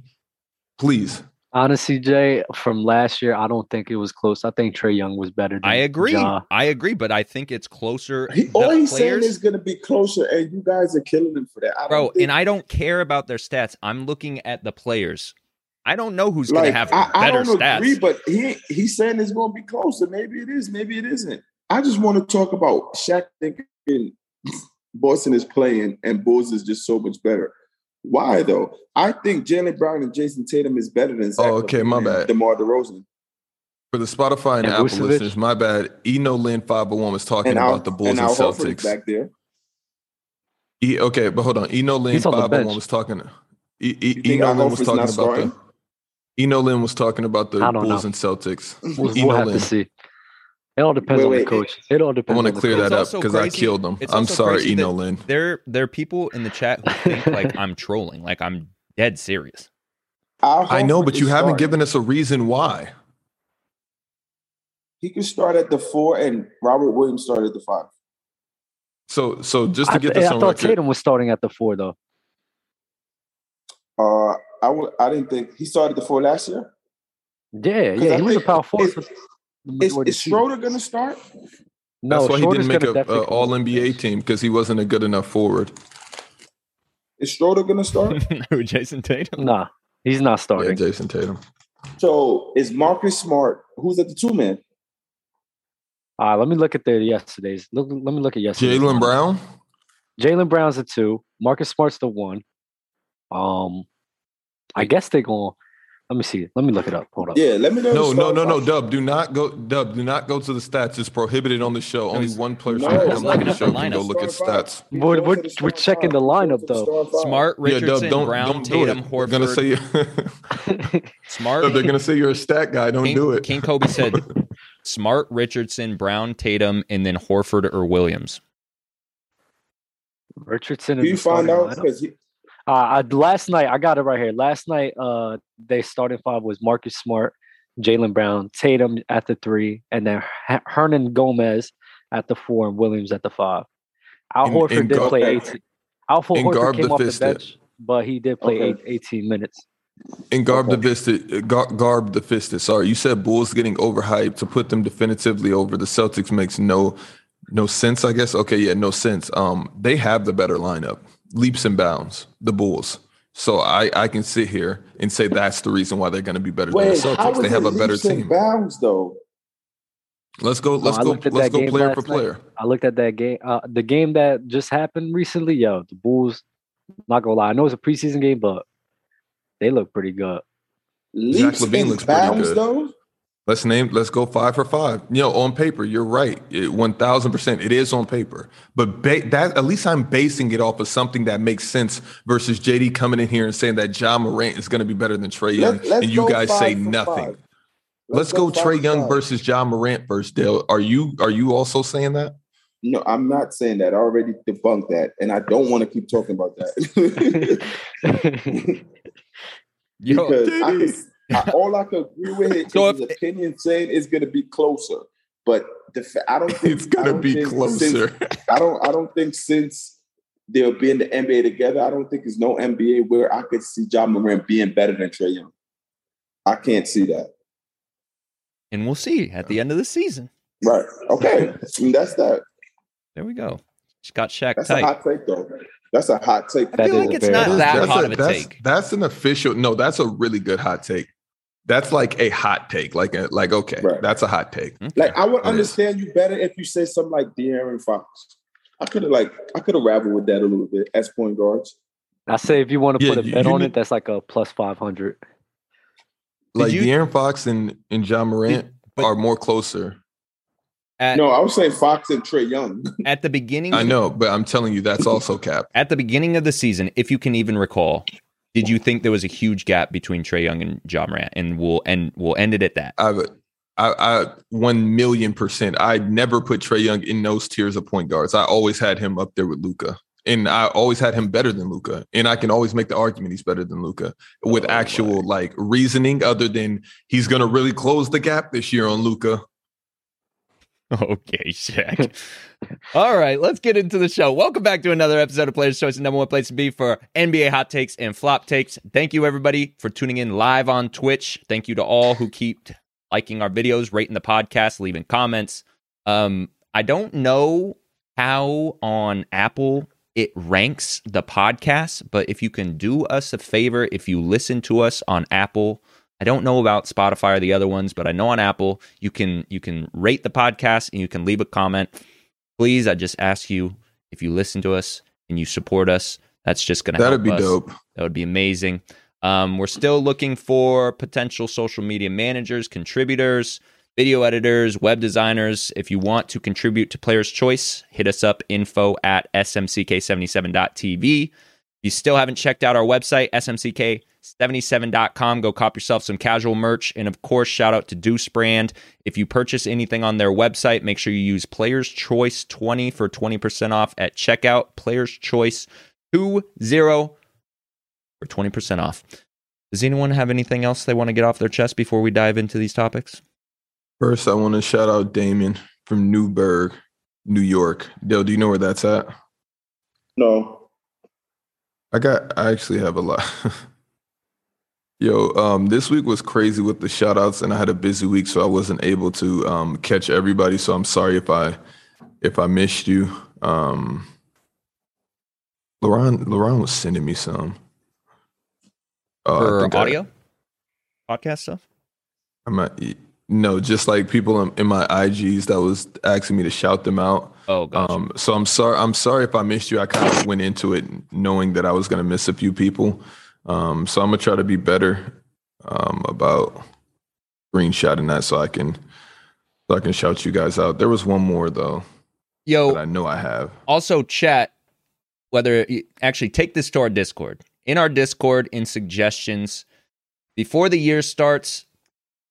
Speaker 1: Please.
Speaker 2: Honestly, Jay, from last year, I don't think it was close. I think Trey Young was better. Than
Speaker 4: I agree.
Speaker 2: Ja.
Speaker 4: I agree, but I think it's closer.
Speaker 3: He,
Speaker 4: the
Speaker 3: all he's saying
Speaker 4: players-
Speaker 3: is going to be closer, and you guys are killing him for that, I
Speaker 4: bro,
Speaker 3: don't think-
Speaker 4: and I don't care about their stats. I'm looking at the players. I don't know who's gonna
Speaker 3: like
Speaker 4: have
Speaker 3: I, I
Speaker 4: better
Speaker 3: don't
Speaker 4: stats.
Speaker 3: agree, but he he's saying it's going to be closer. Maybe it is. Maybe it isn't. I just want to talk about Shaq thinking Boston is playing and Bulls is just so much better. Why though? I think Jalen Brown and Jason Tatum is better than. Zach
Speaker 1: Oh, okay,
Speaker 3: LaVine
Speaker 1: my
Speaker 3: and
Speaker 1: bad.
Speaker 3: DeMar DeRozan
Speaker 1: For the Spotify and,
Speaker 2: And
Speaker 1: Apple
Speaker 2: Vucevic?
Speaker 1: listeners, my bad. E. Nolan 501 was talking
Speaker 3: and
Speaker 1: about
Speaker 3: Al-
Speaker 1: the Bulls and,
Speaker 3: and Al Horford is
Speaker 1: Celtics.
Speaker 3: back there.
Speaker 1: E, okay, but hold on. E. Nolan
Speaker 2: He's on the
Speaker 1: 501
Speaker 2: bench.
Speaker 1: was talking. E,
Speaker 3: You
Speaker 1: e, e.
Speaker 3: think Al
Speaker 1: Nolan was
Speaker 3: Horford's
Speaker 1: talking
Speaker 3: not
Speaker 1: about
Speaker 3: starting?
Speaker 1: the. E. Nolan was talking about the
Speaker 2: I don't
Speaker 1: Bulls
Speaker 2: know.
Speaker 1: and Celtics.
Speaker 2: We'll,
Speaker 1: E.
Speaker 2: we'll have to
Speaker 1: Nolan.
Speaker 2: see. It all depends
Speaker 3: Wait,
Speaker 2: on the
Speaker 3: wait,
Speaker 2: coach. It all
Speaker 1: I
Speaker 2: depends.
Speaker 1: want to
Speaker 2: on the
Speaker 1: clear
Speaker 2: coach.
Speaker 1: that up
Speaker 4: also
Speaker 1: because I
Speaker 4: crazy-
Speaker 1: killed him.
Speaker 4: it's
Speaker 1: I'm
Speaker 4: also
Speaker 1: sorry,
Speaker 4: crazy
Speaker 1: E.
Speaker 4: that-
Speaker 1: Nolan.
Speaker 4: There there are people in the chat who think like I'm trolling, like I'm dead serious.
Speaker 3: Al
Speaker 1: I know,
Speaker 3: Horford
Speaker 1: but you
Speaker 3: is
Speaker 1: haven't
Speaker 3: starting.
Speaker 1: given us a reason why.
Speaker 3: He could start at the four, and Robert Williams started at the five.
Speaker 1: So, so just
Speaker 2: Mm, I,
Speaker 1: to get
Speaker 2: th-
Speaker 1: this
Speaker 2: I
Speaker 1: on
Speaker 2: thought
Speaker 1: record,
Speaker 2: Tatum was starting at the four though.
Speaker 3: Uh, I w- I didn't think he started the four last year.
Speaker 2: Yeah,
Speaker 3: 'Cause
Speaker 2: yeah,
Speaker 3: I
Speaker 2: he was a
Speaker 3: think
Speaker 2: power forward.
Speaker 3: it-
Speaker 2: for the
Speaker 3: Is,
Speaker 2: majority
Speaker 3: is
Speaker 2: of the season.
Speaker 3: Schroeder going to start?
Speaker 2: No,
Speaker 1: that's why he didn't
Speaker 2: Schroeder's
Speaker 1: make
Speaker 2: gonna
Speaker 1: a, a
Speaker 2: definitely come
Speaker 1: All
Speaker 2: off the
Speaker 1: NBA
Speaker 2: bench.
Speaker 1: team because he wasn't a good enough forward.
Speaker 3: Is Schroeder going to start?
Speaker 4: Who Jason Tatum?
Speaker 2: Nah, he's not
Speaker 1: Yeah,
Speaker 2: starting.
Speaker 1: uh, Jason Tatum.
Speaker 3: so is Marcus Smart? Who's at the two man?
Speaker 2: All right, let me look at their yesterday's. Look, let me look at yesterday's.
Speaker 1: Jalen Brown.
Speaker 2: Jalen Brown's a two. Marcus Smart's the one. Um, I
Speaker 4: Wait.
Speaker 2: guess they're going. Let me see. Let me look it up. Hold up.
Speaker 3: Yeah, let me know.
Speaker 1: No,
Speaker 3: the
Speaker 1: no,
Speaker 3: starting
Speaker 1: no, no,
Speaker 3: lineup.
Speaker 1: Dub. Do not go, Dub. Do not go to the stats. It's prohibited on the show. Only
Speaker 4: he's-
Speaker 1: one person
Speaker 3: No,
Speaker 4: he's
Speaker 1: on
Speaker 4: looking
Speaker 1: the
Speaker 4: at the
Speaker 1: show can go
Speaker 4: lineup.
Speaker 1: look at
Speaker 3: Starting
Speaker 1: stats.
Speaker 3: five. He
Speaker 2: We're-
Speaker 3: goes
Speaker 2: we're-
Speaker 3: to
Speaker 2: we're
Speaker 3: the starting
Speaker 2: checking the
Speaker 3: five. He
Speaker 2: lineup,
Speaker 3: goes to the
Speaker 2: though.
Speaker 3: starting five.
Speaker 4: Smart, Richardson,
Speaker 1: yeah, Dub. Don't
Speaker 4: Brown,
Speaker 1: don't do
Speaker 4: Tatum,
Speaker 1: it. They're
Speaker 4: Horford.
Speaker 1: gonna say you.
Speaker 4: Smart.
Speaker 1: Dub, they're gonna say you're a stat guy. Don't
Speaker 4: King,
Speaker 1: do it.
Speaker 4: King Kobe said, "Smart, Richardson, Brown, Tatum, and then Horford or Williams."
Speaker 2: Richardson.
Speaker 3: Do
Speaker 2: in
Speaker 3: you
Speaker 2: the
Speaker 3: find
Speaker 2: starting
Speaker 3: out?
Speaker 2: lineup.
Speaker 3: 'Cause he-
Speaker 2: Uh, I, last night I got it right here. Last night, uh, they started five was Marcus Smart, Jalen Brown, Tatum at the three, and then H- Hernan Gomez at the four, and Williams at the five. Al
Speaker 1: And-
Speaker 2: Horford
Speaker 1: and
Speaker 2: did
Speaker 1: Gar-
Speaker 2: play eighteen. Al Fo-
Speaker 1: and
Speaker 2: Horford
Speaker 1: Garb
Speaker 2: came off the
Speaker 1: defisted.
Speaker 2: bench, but he did play
Speaker 3: Okay.
Speaker 2: eight, 18 minutes.
Speaker 1: And Garb the Fisted, Gar, Garb the Fisted. Sorry, you said Bulls getting overhyped to put them definitively over the Celtics makes no no sense. I guess okay, yeah, no sense. Um, they have the better lineup, leaps and bounds. The Bulls. So I I can sit here and say that's the reason why they're going to be better
Speaker 3: Wait,
Speaker 1: than the
Speaker 3: how
Speaker 1: Celtics. They
Speaker 3: is
Speaker 1: have
Speaker 3: it
Speaker 1: a better
Speaker 3: leaps and
Speaker 1: team.
Speaker 3: Bounds though.
Speaker 1: Let's go. Let's
Speaker 2: Oh, I
Speaker 1: go.
Speaker 2: looked at
Speaker 1: Let's
Speaker 2: that
Speaker 1: go
Speaker 2: game
Speaker 1: player for
Speaker 2: last night.
Speaker 1: player.
Speaker 2: I looked at that game, uh, the game that just happened recently. Yo, the Bulls. Not gonna lie, I know it's a preseason game, but they look pretty good.
Speaker 3: Leaps
Speaker 1: Levine
Speaker 3: and
Speaker 1: looks pretty
Speaker 3: bounds
Speaker 1: good.
Speaker 3: though.
Speaker 1: Let's name. Let's go five for five. You know, on paper, you're right. One thousand percent, it is on paper. But ba- that at least I'm basing it off of something that makes sense versus JD coming in here and saying that John Morant is going to be better than Trey Young,
Speaker 3: Let- let's
Speaker 1: and you
Speaker 3: go
Speaker 1: guys
Speaker 3: five
Speaker 1: say
Speaker 3: for
Speaker 1: nothing.
Speaker 3: five.
Speaker 1: Let's, go,
Speaker 3: five
Speaker 1: Trey
Speaker 3: for
Speaker 1: Young
Speaker 3: five.
Speaker 1: versus John Morant first. Dale, are you are you also saying that?
Speaker 3: No, I'm not saying that. I already debunked that, and I don't want to keep talking about that. because I could, I, all I could agree with it
Speaker 4: So
Speaker 3: is
Speaker 4: if-
Speaker 3: his opinion saying it's going to be closer. But the fa- I don't think
Speaker 1: It's
Speaker 3: I
Speaker 1: going to
Speaker 3: don't
Speaker 1: be
Speaker 3: think
Speaker 1: closer.
Speaker 3: Since, I don't. I don't think since they'll be in the NBA together, I don't think there's no NBA where I could see John Morant being better than Trey Young. I can't see that.
Speaker 4: and we'll see at the end of the season.
Speaker 3: Right. Okay. And that's that.
Speaker 4: There we go. Just got Shaq
Speaker 3: That's
Speaker 4: tight.
Speaker 3: a hot take, though. That's a hot take.
Speaker 2: That
Speaker 4: I feel
Speaker 2: is
Speaker 4: like
Speaker 2: a
Speaker 4: it's
Speaker 2: very
Speaker 4: not
Speaker 2: hot
Speaker 4: that
Speaker 1: That's
Speaker 4: hot of a
Speaker 1: that's,
Speaker 4: take.
Speaker 1: That's an official. No, that's a really good hot take. That's like a hot take. Like a, like okay,
Speaker 3: Right.
Speaker 1: that's a hot take.
Speaker 3: Like I would
Speaker 1: It is.
Speaker 3: understand you better if you said something like De'Aaron Fox. I could have like I could have raveled with that a little bit as point guards.
Speaker 2: I say if you want to
Speaker 1: Yeah,
Speaker 2: put a
Speaker 1: you-
Speaker 2: bet
Speaker 1: you
Speaker 2: on
Speaker 1: need-
Speaker 2: it, that's like a plus five hundred.
Speaker 4: Did
Speaker 1: Like
Speaker 4: you-
Speaker 1: De'Aaron Fox and and John Morant
Speaker 4: but-
Speaker 1: are more closer.
Speaker 4: At,
Speaker 3: No, I was saying Fox and Trey Young.
Speaker 4: at the beginning,
Speaker 1: I know, but I'm telling you, that's also cap.
Speaker 4: at the beginning of the season, if you can even recall, did you think there was a huge gap between Trey Young and John Morant? And we'll end we'll end it at that.
Speaker 1: I, I, I, one million percent. I never put Trey Young in those tiers of point guards. I always had him up there with Luca, and I always had him better than Luca. And I can always make the argument he's better than Luca with
Speaker 4: Oh,
Speaker 1: actual like reasoning, other than he's gonna really close the gap this year on Luca.
Speaker 4: Okay, Shaq. All right, let's get into the show. Welcome back to another episode of Players' Choice, the number one place to be for NBA hot takes and flop takes. Thank you, everybody, for tuning in live on Twitch. Thank you to all who keep liking our videos, rating the podcast, leaving comments. Um, I don't know how on Apple it ranks the podcast, but if you can do us a favor, if you listen to us on Apple, I don't know about Spotify or the other ones, but I know on Apple you can you can rate the podcast and you can leave a comment. Please, I just ask you if you listen to us and you support us, that's just gonna
Speaker 1: That'd
Speaker 4: help
Speaker 1: be
Speaker 4: us.
Speaker 1: dope.
Speaker 4: That would be amazing. Um, we're still looking for potential social media managers, contributors, video editors, web designers. If you want to contribute to Player's Choice, hit us up info at smck77.tv. If you still haven't checked out our website, smck77.com, go cop yourself some casual merch. And of course, shout out to Deuce Brand. If you purchase anything on their website, make sure you use Player's Choice 20 for 20% off at checkout. Player's Choice 20 for 20% off. Does anyone have anything else they want to get off their chest before we dive into these topics?
Speaker 1: First, I want to shout out Damon from Newburgh, New York. Dale, do you know where that's at?
Speaker 3: No.
Speaker 1: I got I actually have a lot. Yo, um, this week was crazy with the shout outs and I had a busy week, so I wasn't able to um catch everybody. So I'm sorry if I if I missed you. Um Lauren Lauren was sending me some. Uh, I think
Speaker 4: for
Speaker 1: I-
Speaker 4: audio? podcast stuff?
Speaker 1: I, might no, just like people in, in my IGs that was asking me to shout them out.
Speaker 4: Oh, gotcha.
Speaker 1: Um, so I'm sorry. I'm sorry if I missed you. I kind of went into it knowing that I was going to miss a few people. Um, so I'm gonna try to be better um, about screenshotting that so I can so I can shout you guys out. There was one more though that I
Speaker 4: Yo,
Speaker 1: know I have.
Speaker 4: also chat whether actually take this to our Discord. In our Discord, in suggestions, before the year starts,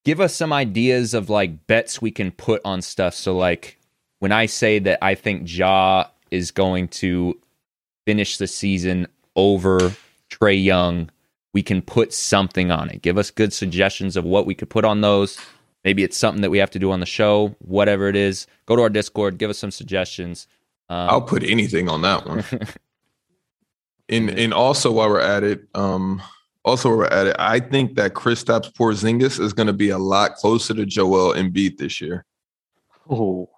Speaker 4: give us some ideas of like bets we can put on stuff. So like when I say that I think Ja is going to finish the season over Trey Young, we can put something on it. Give us good suggestions of what we could put on those. Maybe it's something that we have to do on the show, whatever it is. Go to our Discord, give us some suggestions. Um,
Speaker 1: I'll put anything on that one. and and also while we're at it, um, also while we're at it, I think that Kristaps Porzingis is going to be a lot closer to Joel Embiid this year.
Speaker 2: Oh,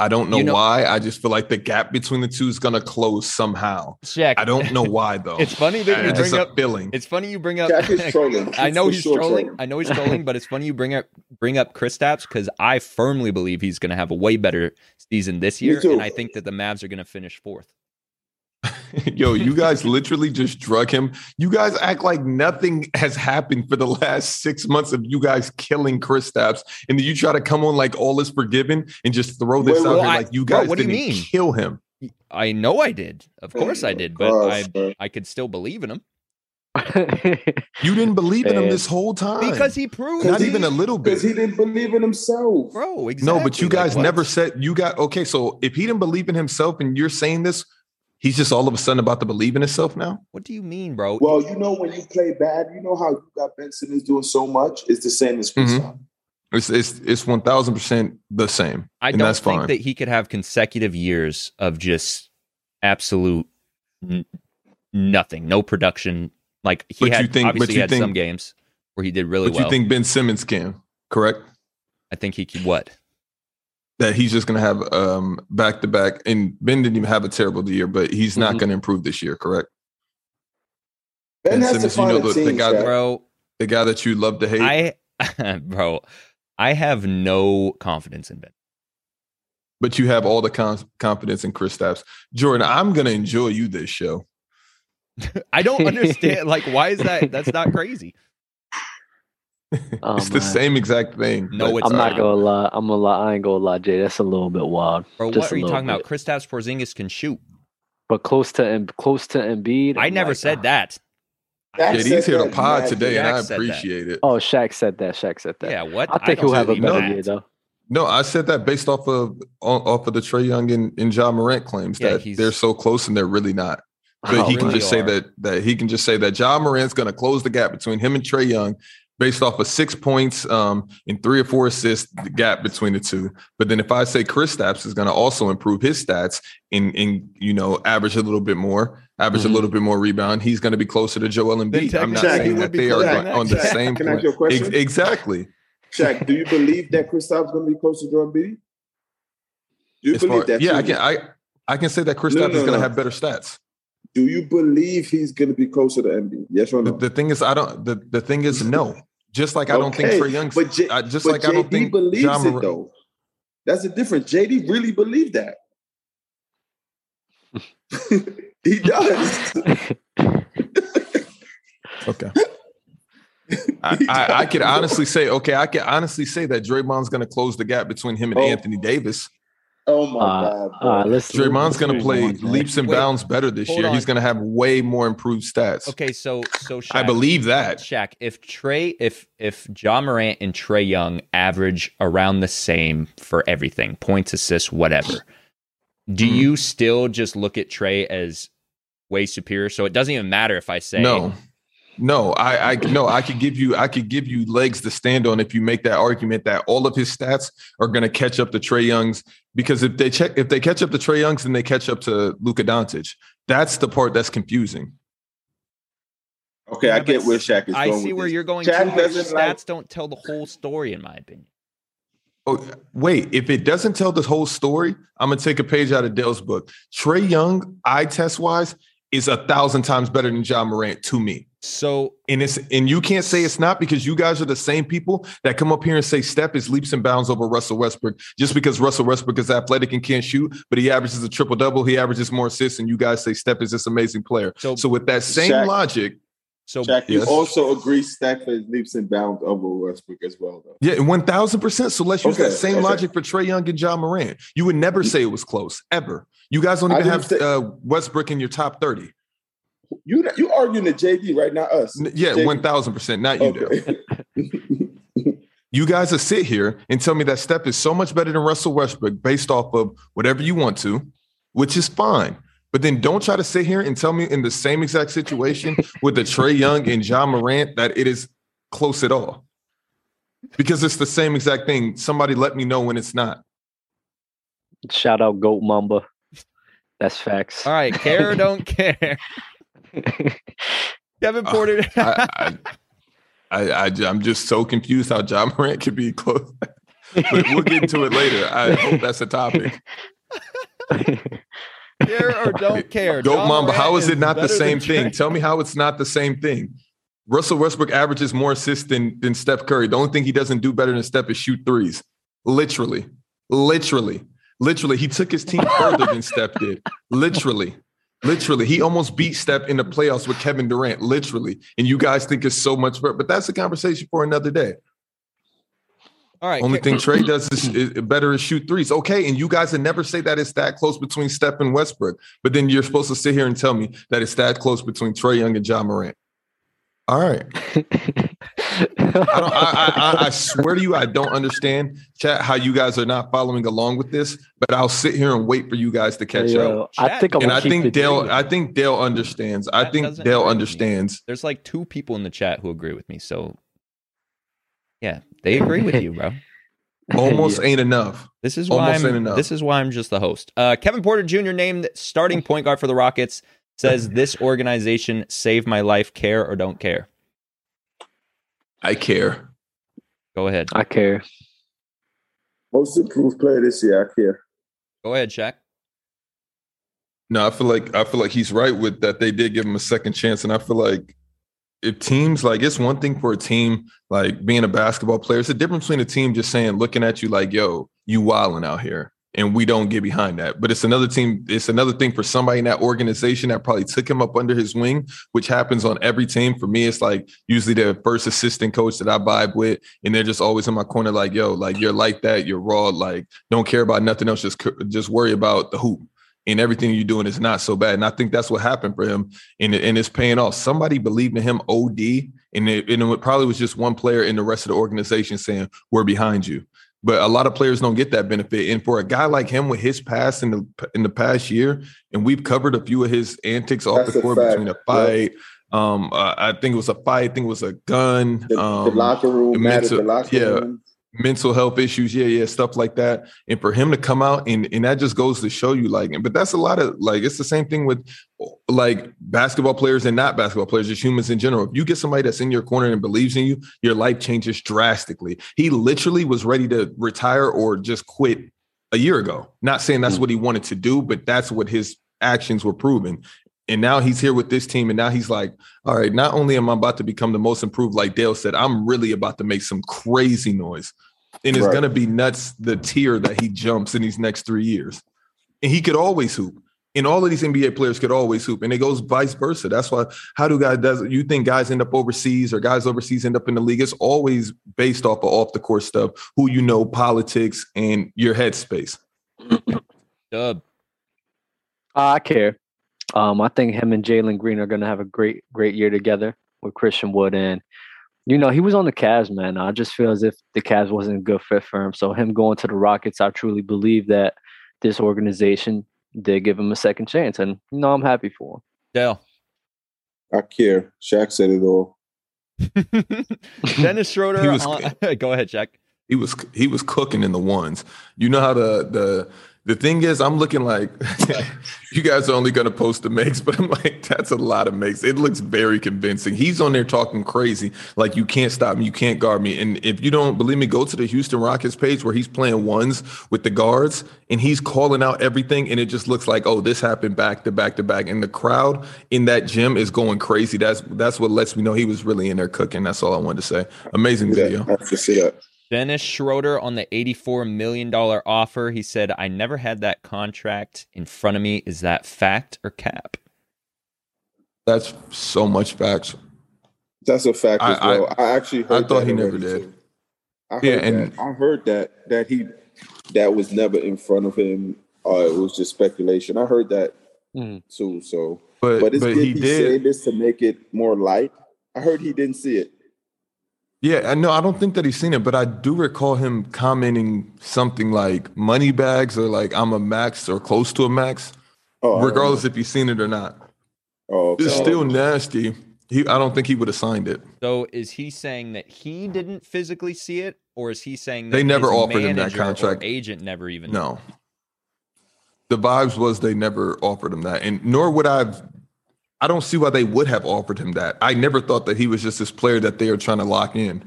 Speaker 1: I don't know,
Speaker 4: You know-
Speaker 1: why. I just feel like the gap between the two is going to close somehow.
Speaker 4: Jack,
Speaker 1: I don't know why though.
Speaker 4: It's funny that you
Speaker 1: it's just
Speaker 4: bring
Speaker 1: a
Speaker 4: up.
Speaker 1: feeling.
Speaker 4: It's funny you bring up.
Speaker 3: Jack is trolling.
Speaker 4: I know
Speaker 3: For
Speaker 4: he's
Speaker 3: sure
Speaker 4: trolling. I know he's trolling, but it's funny you bring up bring up Kristaps because I firmly believe he's going to have a way better season this
Speaker 3: Me
Speaker 4: year,
Speaker 3: too.
Speaker 4: and I think that the Mavs are going to finish fourth.
Speaker 1: Yo, you guys literally just drug him. You guys act like nothing has happened for the last six months of you guys killing Chris Stapps. And then you try to come on like all is forgiven and just throw this
Speaker 3: Wait,
Speaker 1: out
Speaker 3: well,
Speaker 1: here
Speaker 4: I-
Speaker 1: like you
Speaker 4: bro,
Speaker 1: guys
Speaker 4: what do you
Speaker 1: didn't
Speaker 4: mean?
Speaker 1: kill him.
Speaker 4: I know I did, of course I did, but
Speaker 3: Gosh,
Speaker 4: I
Speaker 3: bro.
Speaker 4: I could still believe in him
Speaker 2: Oh,
Speaker 1: You didn't believe in him
Speaker 2: Man.
Speaker 1: this whole time.
Speaker 4: because he proved
Speaker 1: not
Speaker 4: he-
Speaker 1: even a little bit.
Speaker 3: Because he didn't believe in himself.
Speaker 4: bro. Exactly.
Speaker 1: No, but you
Speaker 4: like,
Speaker 1: guys
Speaker 4: what?
Speaker 1: never said you got okay. So if he didn't believe in himself and you're saying this, he's just all of a sudden about to believe in himself now.
Speaker 4: What do you mean, bro?
Speaker 3: Well, you know when you play bad, you know how you got Ben Simmons doing so much. It's the same as Chris.
Speaker 1: Mhm. It's it's it's one thousand percent the same.
Speaker 4: I
Speaker 1: and
Speaker 4: don't
Speaker 1: that's
Speaker 4: think
Speaker 1: fine.
Speaker 4: that he could have consecutive years of just absolute n- nothing, no production. Like he
Speaker 1: But you
Speaker 4: had,
Speaker 1: think- but
Speaker 4: obviously he
Speaker 1: you
Speaker 4: had
Speaker 1: think-
Speaker 4: some games where he did really
Speaker 1: but
Speaker 4: well.
Speaker 1: you think Ben Simmons can, correct?
Speaker 4: I think he could what?
Speaker 1: that he's just going to have um back to back and Ben didn't even have a terrible year but he's not
Speaker 4: Mm-hmm.
Speaker 2: Mhm.
Speaker 1: going to improve this year correct
Speaker 3: Ben
Speaker 1: Ben
Speaker 3: has to
Speaker 1: Simmons, you
Speaker 3: find
Speaker 1: know
Speaker 3: a
Speaker 1: the- the
Speaker 3: team.
Speaker 1: guy-
Speaker 3: Shaq.
Speaker 4: Bro,
Speaker 1: the guy that you love to hate
Speaker 4: I bro, I have no confidence in Ben.
Speaker 1: but you have all the con- confidence in Chris Stapps Jordan I'm going to enjoy you this show
Speaker 4: I don't understand like why is that that's not crazy.
Speaker 2: Oh,
Speaker 1: it's the
Speaker 2: man.
Speaker 1: same exact thing
Speaker 4: No,
Speaker 1: But,
Speaker 4: it's
Speaker 2: I'm not
Speaker 4: Uh,
Speaker 2: gonna lie. I'm gonna lie. I ain't gonna lie, Jay. That's a little bit wild.
Speaker 4: Bro,
Speaker 2: Just
Speaker 4: what
Speaker 2: a
Speaker 4: are you
Speaker 2: little
Speaker 4: talking about?
Speaker 2: bit.
Speaker 4: Kristaps Porzingis can shoot.
Speaker 2: But close to and close to Embiid.
Speaker 4: I
Speaker 2: I'm
Speaker 4: never
Speaker 2: like,
Speaker 4: said
Speaker 2: ah.
Speaker 4: that.
Speaker 3: Shaq
Speaker 1: yeah,
Speaker 3: said
Speaker 1: he's here to
Speaker 3: that
Speaker 1: pod
Speaker 3: mad
Speaker 1: today
Speaker 3: shit.
Speaker 1: and I
Speaker 4: Jack said that.
Speaker 1: appreciate it
Speaker 2: Oh, Shaq said that. Shaq said that.
Speaker 4: Yeah, what?
Speaker 2: I think
Speaker 4: don't
Speaker 2: he'll have a
Speaker 4: see
Speaker 2: better
Speaker 4: that.
Speaker 2: year though.
Speaker 1: no I said that based off of on- off of the Trey Young and, and John Morant claims
Speaker 4: Yeah,
Speaker 1: that
Speaker 4: he's-
Speaker 1: they're so close and they're really not But
Speaker 2: Oh,
Speaker 1: he can
Speaker 2: man.
Speaker 4: really
Speaker 1: just say
Speaker 4: are.
Speaker 1: that that he can just say that John Morant's going to close the gap between him and Trey Young based off of six points um, and three or four assists, the gap between the two. But then if I say Chris Stapps is going to also improve his stats and and you know average a little bit more, average a
Speaker 4: Mm-hmm.
Speaker 2: Mhm.
Speaker 1: little bit more rebound, he's going to be closer to Joel Embiid. I'm not
Speaker 4: technically
Speaker 3: he
Speaker 1: saying
Speaker 3: would
Speaker 1: that
Speaker 4: be
Speaker 1: they are
Speaker 4: closer
Speaker 1: going
Speaker 4: than
Speaker 1: on the
Speaker 4: that.
Speaker 1: same
Speaker 3: Can I ask
Speaker 1: point.
Speaker 3: you a question?
Speaker 1: Ex- exactly.
Speaker 3: Shaq, do you believe that Kristaps going to be close to Joel Embiid? Do you
Speaker 1: As
Speaker 3: believe
Speaker 1: far-
Speaker 3: that?
Speaker 1: yeah, I
Speaker 3: too?
Speaker 1: can I I can say that Chris
Speaker 3: No,
Speaker 1: Stapps
Speaker 3: no,
Speaker 1: is going to
Speaker 3: no.
Speaker 1: have better stats.
Speaker 3: Do you believe he's going to be closer to Embiid? Yes or
Speaker 1: The,
Speaker 3: no?
Speaker 1: the thing is, I don't. The, the thing is, no. Just like I don't
Speaker 3: Okay,
Speaker 1: think Trey Young's.
Speaker 3: but J-
Speaker 1: I, just
Speaker 3: but
Speaker 1: like I don't
Speaker 3: JD
Speaker 1: think
Speaker 3: believes
Speaker 1: Ja Morant-
Speaker 3: it though. That's the difference. JD really believed that. he does.
Speaker 1: Okay. I, I, I could honestly say, okay, I could honestly say that Draymond's going to close the gap between him and
Speaker 3: Oh.
Speaker 1: Anthony Davis.
Speaker 3: Oh my
Speaker 2: Uh,
Speaker 3: god. bro.
Speaker 2: uh, let's.
Speaker 1: Draymond's going to
Speaker 2: let's
Speaker 1: play
Speaker 2: move on, Jay.
Speaker 1: leaps and
Speaker 4: Wait,
Speaker 1: bounds better this
Speaker 4: hold
Speaker 1: year.
Speaker 4: on.
Speaker 1: He's going to have way more improved stats.
Speaker 4: Okay, so so Shaq,
Speaker 1: I believe that.
Speaker 4: Shaq, if Trey, if if John Morant and Trey Young average around the same for everything, points, assists, whatever, do
Speaker 1: Mhm.
Speaker 4: you still just look at Trey as way superior? So it doesn't even matter if I say
Speaker 1: No. No, I, I no, I could give you I could give you legs to stand on if you make that argument that all of his stats are going to catch up to Trey Young's because if they check if they catch up to Trey Young's then they catch up to Luka Doncic. That's the part that's confusing.
Speaker 3: okay, I
Speaker 4: Yeah,
Speaker 3: get
Speaker 4: but
Speaker 3: where Shaq is
Speaker 4: I
Speaker 3: going.
Speaker 4: see
Speaker 3: with
Speaker 4: where
Speaker 3: this.
Speaker 4: you're going.
Speaker 3: Shaq
Speaker 4: to, but your
Speaker 3: doesn't
Speaker 4: stats
Speaker 3: like-
Speaker 4: don't tell the whole story, in my opinion.
Speaker 1: Oh, wait, if it doesn't tell this whole story, I'm gonna take a page out of Dale's book. Trey Young, eye test wise, is a thousand times better than John Morant to me.
Speaker 4: So
Speaker 1: And it's and you can't say it's not because you guys are the same people that come up here and say Steph is leaps and bounds over Russell Westbrook just because Russell Westbrook is athletic and can't shoot, but he averages a triple double, he averages more assists, and you guys say Steph is this amazing player.
Speaker 4: so
Speaker 1: So with that same
Speaker 3: Shaq-
Speaker 1: logic,
Speaker 4: So
Speaker 3: Jack, you
Speaker 1: Yes.
Speaker 3: also agree Stackford is leaps and bounds over Westbrook as well, though.
Speaker 1: Yeah, one thousand percent. So let's use
Speaker 3: Okay,
Speaker 1: that same
Speaker 3: okay.
Speaker 1: logic for Trey Young and John Moran. You would never say it was close ever. You guys don't
Speaker 3: I
Speaker 1: even have
Speaker 3: didn't say-
Speaker 1: uh, Westbrook in your top thirty.
Speaker 3: You you arguing to JD right now, us?
Speaker 1: N- Yeah,
Speaker 3: Jay-
Speaker 1: one thousand percent. Not you. Dale.
Speaker 3: Okay.
Speaker 1: You guys will sit here and tell me that Steph is so much better than Russell Westbrook based off of whatever you want to, which is fine. But then don't try to sit here and tell me in the same exact situation with the Trey Young and John Morant that it is close at all. Because it's the same exact thing. Somebody let me know when it's not.
Speaker 2: Shout out Goat Mamba. That's facts.
Speaker 4: all right, care or don't care. Devin
Speaker 1: Uh,
Speaker 4: Porter.
Speaker 1: I, I, I, I, I'm just so confused how John Morant could be close. But we'll get into it later. I hope that's a topic.
Speaker 4: care or don't care.
Speaker 1: Goat
Speaker 4: John
Speaker 1: Mamba, how
Speaker 4: Morant
Speaker 1: is it not the
Speaker 4: better than
Speaker 1: same
Speaker 4: Trey-
Speaker 1: thing? Tell me how it's not the same thing. Russell Westbrook averages more assists than, than Steph Curry. The only thing he doesn't do better than Steph is shoot threes. Literally. Literally. Literally. He took his team further than Steph did. Literally. Literally. He almost beat Steph in the playoffs with Kevin Durant. Literally. And you guys think it's so much better. But that's a conversation for another day.
Speaker 4: All right.
Speaker 1: Only
Speaker 4: Ka-
Speaker 1: thing Trey does is, is better is shoot threes. Okay, and you guys would never say that it's that close between Steph and Westbrook, but then you're supposed to sit here and tell me that it's that close between Trey Young and John Morant. All right, I, don't, I, I, I, I swear to you, I don't understand, chat, how you guys are not following along with this. But I'll sit here and wait for you guys to catch up.
Speaker 2: Yo, I think I'm
Speaker 1: And
Speaker 2: gonna
Speaker 1: I
Speaker 2: keep
Speaker 1: think
Speaker 2: it
Speaker 1: Dale,
Speaker 2: real.
Speaker 1: I think Dale understands. I
Speaker 4: That
Speaker 1: think
Speaker 4: doesn't
Speaker 1: Dale
Speaker 4: agree with me.
Speaker 1: understands.
Speaker 4: There's like two people in the chat who agree with me. So, yeah, they agree with you, bro.
Speaker 1: Almost ain't enough.
Speaker 4: This is why
Speaker 1: Almost
Speaker 4: I'm,
Speaker 1: ain't enough.
Speaker 4: this is why I'm just the host. Uh, Kevin Porter Jr. named starting point guard for the Rockets says this organization saved my life. Care or don't care.
Speaker 1: I care.
Speaker 4: Go ahead.
Speaker 2: I care.
Speaker 3: Most improved player this year, I care.
Speaker 4: Go ahead, Shaq.
Speaker 1: No, I feel like I feel like he's right with that. They did give him a second chance, and I feel like if teams like it's one thing for a team like being a basketball player, it's a difference between a team just saying looking at you like, "Yo, you wilding out here," and we don't get behind that. But it's another team. It's another thing for somebody in that organization that probably took him up under his wing, which happens on every team. For me, it's like usually the first assistant coach that I vibe with, and they're just always in my corner, like, "Yo, like you're like that. You're raw. Like don't care about nothing else. Just just worry about the hoop." and everything you're doing is not so bad. And I think that's what happened for him, and, it- and it's paying off. Somebody believed in him, OD, and it, and it probably was just one player in the rest of the organization saying, "We're behind you." But a lot of players don't get that benefit. And for a guy like him with his past in the in the past year, and we've covered a few of his antics off
Speaker 3: That's
Speaker 1: the
Speaker 3: a
Speaker 1: court
Speaker 3: fact,
Speaker 1: between a fight. Um, uh, I think it was a fight. I think it was a gun.
Speaker 3: The,
Speaker 1: um,
Speaker 3: the locker
Speaker 1: the
Speaker 3: room matters. The
Speaker 1: mental-
Speaker 3: locker
Speaker 1: yeah.
Speaker 3: room.
Speaker 1: mental health issues, yeah, yeah, stuff like that. And for him to come out and and that just goes to show you, like, but that's a lot of like it's the same thing with like basketball players and not basketball players, just humans in general. If you get somebody that's in your corner and believes in you, your life changes drastically. He literally was ready to retire or just quit a year ago. Not saying that's what he wanted to do, but that's what his actions were proving. And now he's here with this team, and now he's like, all right, not only am I about to become the most improved, like Dale said, I'm really about to make some crazy noise. And it's
Speaker 3: Right.
Speaker 1: going to be nuts the tier that he jumps in these next three years. And he could always hoop. And all of these NBA players could always hoop. And it goes vice versa. That's why, how do guys, does you think guys end up overseas or guys overseas end up in the league? It's always based off of off the court stuff, who you know, politics, and your headspace.
Speaker 4: Dub.
Speaker 2: Uh, I care. Um, I think him and Jalen Green are going to have a great, great year together with Christian Wood. And, you know, he was on the Cavs, man. I just feel as if the Cavs wasn't a good fit for him. So, him going to the Rockets, I truly believe that this organization did give him a second chance. And, you know, I'm happy for him.
Speaker 4: Dell.
Speaker 3: I care. Shaq said it all.
Speaker 4: Dennis Schroeder.
Speaker 1: He was-
Speaker 4: on- go ahead, Shaq.
Speaker 1: He was he was cooking in the ones. You know how the the the thing is, I'm looking like you guys are only gonna post the makes, but I'm like, that's a lot of makes. It looks very convincing. He's on there talking crazy, like you can't stop me, you can't guard me. And if you don't believe me, go to the Houston Rockets page where he's playing ones with the guards and he's calling out everything, and it just looks like, oh, this happened back to back to back. And the crowd in that gym is going crazy. That's that's what lets me know he was really in there cooking. That's all I wanted to say. Amazing video.
Speaker 3: I have to say that.
Speaker 4: Dennis Schroeder on the $84 million offer. He said, I never had that contract in front of me. Is that fact or cap?
Speaker 1: That's so much facts.
Speaker 3: That's a fact
Speaker 1: I-
Speaker 3: as well. I, actually heard
Speaker 1: I thought
Speaker 3: that
Speaker 1: he never
Speaker 3: already,
Speaker 1: did.
Speaker 3: too. I heard
Speaker 1: Yeah, and-
Speaker 3: that. I heard that that he that was never in front of him. Uh, it was just speculation. I heard that
Speaker 1: Mm.
Speaker 2: Mhm.
Speaker 3: too. So,
Speaker 1: But
Speaker 3: but,
Speaker 1: but,
Speaker 3: it's did
Speaker 1: he
Speaker 3: he, say
Speaker 1: did.
Speaker 3: this to make it more light? I heard he didn't see it.
Speaker 1: Yeah, I know. I don't think that he's seen it, but I do recall him commenting something like "money bags" or like "I'm a max" or close to a max,
Speaker 3: Oh, I don't
Speaker 1: regardless if he's seen it or not.
Speaker 3: know. Oh, okay.
Speaker 1: It's still nasty. He, I don't think he would have signed it.
Speaker 4: So is he saying that he didn't physically see it, or is he saying that
Speaker 1: They never
Speaker 4: his
Speaker 1: offered him that
Speaker 4: manager or
Speaker 1: contract.
Speaker 4: Agent never even.
Speaker 1: No. The vibes was they never offered him that. And nor would I've I don't see why they would have offered him that. I never thought that he was just this player that they are trying to lock in.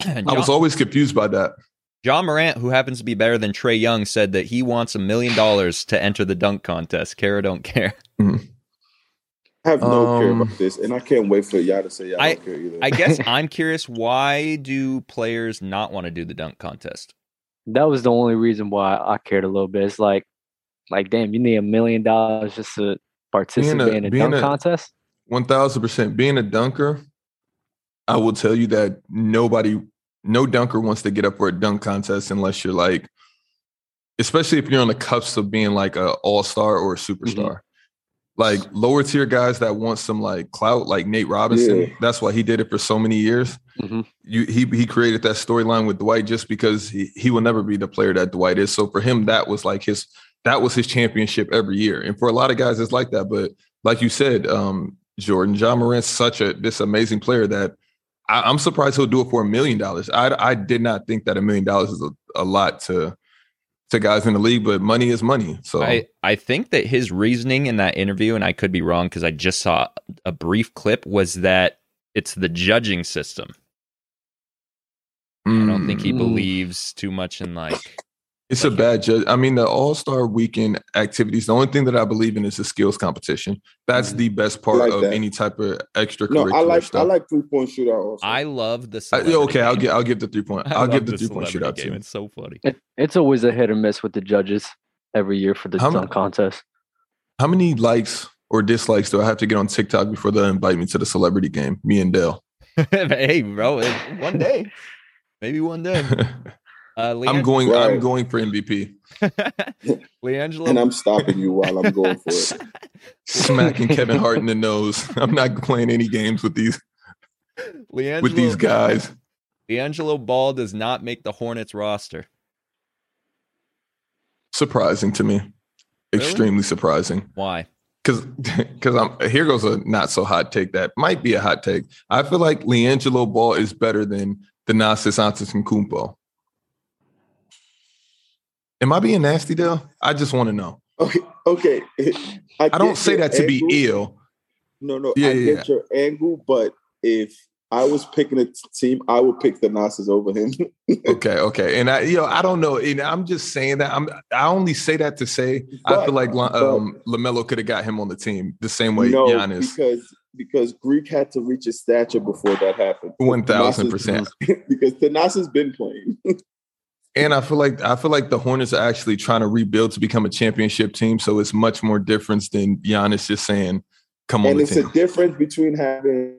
Speaker 4: John,
Speaker 1: I was always confused by that.
Speaker 4: John Morant, who happens to be better than Trey Young, said that he wants a million dollars to enter the dunk contest. Care or don't care.
Speaker 3: I have no care
Speaker 1: Um,
Speaker 3: about this, and I can't wait for y'all to say y'all
Speaker 4: I-
Speaker 3: don't care either.
Speaker 4: I guess I'm curious. Why do players not want to do the dunk contest?
Speaker 2: That was the only reason why I cared a little bit. It's like, like, damn, you need a million dollars just to participate in a
Speaker 1: being
Speaker 2: dunk
Speaker 1: a-
Speaker 2: contest.
Speaker 1: One thousand percent. Being a dunker, I will tell you that nobody, no dunker wants to get up for a dunk contest unless you're like, especially if you're on the cusp of being like a all star or a superstar. Like lower tier guys that want some like clout, like Nate Robinson.
Speaker 3: Yeah.
Speaker 1: That's why he did it for so many years.
Speaker 2: Mhm.
Speaker 1: You, he he created that storyline with Dwight just because he, he will never be the player that Dwight is. So for him, that was like his that was his championship every year. And for a lot of guys, it's like that. But like you said, um, Jordan, John Morant's such a this amazing player that I, I'm surprised he'll do it for a million dollars. I I did not think that a million dollars is a, a lot to to guys in the league, but money is money. So
Speaker 4: I, I think that his reasoning in that interview, and I could be wrong because I just saw a brief clip, was that it's the judging system. I don't think he
Speaker 2: Mm.
Speaker 4: believes too much in like.
Speaker 1: It's a bad judge. I mean, the All Star Weekend activities. The only thing that I believe in is the skills competition.
Speaker 4: Mm.
Speaker 1: That's the best part
Speaker 3: like
Speaker 1: of
Speaker 3: that.
Speaker 1: any type of extracurricular
Speaker 3: no, I like
Speaker 1: stuff.
Speaker 3: I like three point shooter. Also,
Speaker 4: I love the.
Speaker 1: I- yeah, okay, I'll get
Speaker 4: celebrity game.
Speaker 1: I'll give the three point.
Speaker 4: I
Speaker 1: I'll
Speaker 4: love
Speaker 1: give the three point
Speaker 4: celebrity
Speaker 1: shootout to
Speaker 4: game.
Speaker 1: you.
Speaker 4: It's so funny.
Speaker 2: It, it's always a hit or miss with the judges every year for the
Speaker 1: How mu-
Speaker 2: dunk contest.
Speaker 1: How many likes or dislikes do I have to get on TikTok before they invite me to the celebrity game? Me and Dale.
Speaker 4: hey, bro, it- one day, maybe one day. Uh,
Speaker 1: I'm
Speaker 4: Leang-
Speaker 1: going. I'm
Speaker 3: Right.
Speaker 1: going for MVP.
Speaker 4: Leangelo,
Speaker 3: and I'm stopping you while I'm going for it.
Speaker 1: Smacking Kevin Hart in the nose. I'm not playing any games with these
Speaker 4: Leangelo,
Speaker 1: with these guys.
Speaker 4: Leangelo Ball does not make the Hornets roster.
Speaker 1: Surprising to me.
Speaker 4: Really?
Speaker 1: Extremely surprising.
Speaker 4: Why?
Speaker 1: because because I'm here goes a not so hot take that might be a hot take. I feel like Leangelo Ball is better than Thanasis Antetokounmpo. Am I being nasty, Dale? I just want to know.
Speaker 3: Okay, okay.
Speaker 1: I don't say that to be
Speaker 3: ill.
Speaker 1: ill.
Speaker 3: No, no,
Speaker 1: Yeah,
Speaker 3: I
Speaker 1: yeah,
Speaker 3: get your angle, but if I was picking a t- team, I would pick the Nasas over him.
Speaker 1: Okay, okay. And I, you know, I don't know. And I'm just saying that. I'm. I only say that to say I feel like Lon- um, Lamelo could have got him on the team the same way
Speaker 3: no,
Speaker 1: Giannis.
Speaker 3: because because Greek had to reach his stature before that happened.
Speaker 1: One thousand percent.
Speaker 3: Because Tanasa's been playing.
Speaker 1: And I feel like I feel like the Hornets are actually trying to rebuild to become a championship team. So it's much more difference than Giannis just saying, "Come on
Speaker 3: and
Speaker 1: the
Speaker 3: it's
Speaker 1: team."
Speaker 3: a difference between having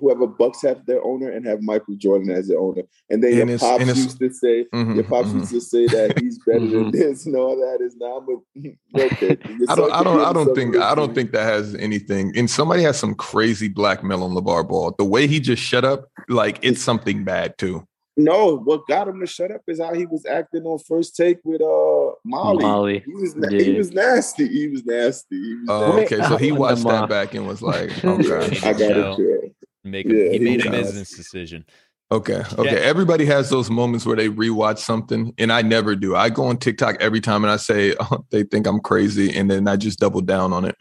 Speaker 3: whoever Bucks have their owner and have Michael Jordan as their owner. And then
Speaker 1: And
Speaker 3: your
Speaker 1: it's-
Speaker 3: pops
Speaker 1: and it's-
Speaker 3: used to say
Speaker 1: Mhm,
Speaker 3: your pops
Speaker 1: mhm.
Speaker 3: used to say that he's better than
Speaker 2: Mhm.
Speaker 3: this and all that is now but okay. your
Speaker 1: I
Speaker 3: son
Speaker 1: don't. I
Speaker 3: could
Speaker 1: don't.
Speaker 3: be on
Speaker 1: I
Speaker 3: the
Speaker 1: don't think. I don't
Speaker 3: Celtics.
Speaker 1: think that has anything. And somebody has some crazy blackmail on LeVar Ball. The way he just shut up, like it's something bad too.
Speaker 3: No, what got him to shut up is how he was acting on first take with uh Molly.
Speaker 2: Molly,
Speaker 3: He was na- he
Speaker 2: yeah.
Speaker 3: was nasty. He was nasty. He was
Speaker 1: Oh,
Speaker 2: Wait,
Speaker 1: okay, so he
Speaker 2: uh,
Speaker 1: watched
Speaker 2: Lamar.
Speaker 1: that back and was like,
Speaker 3: nasty.
Speaker 1: "Okay,
Speaker 4: Okay.
Speaker 3: I got
Speaker 4: Yeah.
Speaker 3: it. Trey.
Speaker 4: Make
Speaker 3: Yeah,
Speaker 4: a, he
Speaker 3: he
Speaker 4: made a
Speaker 3: does.
Speaker 4: business decision.
Speaker 1: okay, okay." Everybody has those moments where they rewatch something, and I never do. I go on TikTok every time and I say, oh, "They think I'm crazy," and then I just double down on it.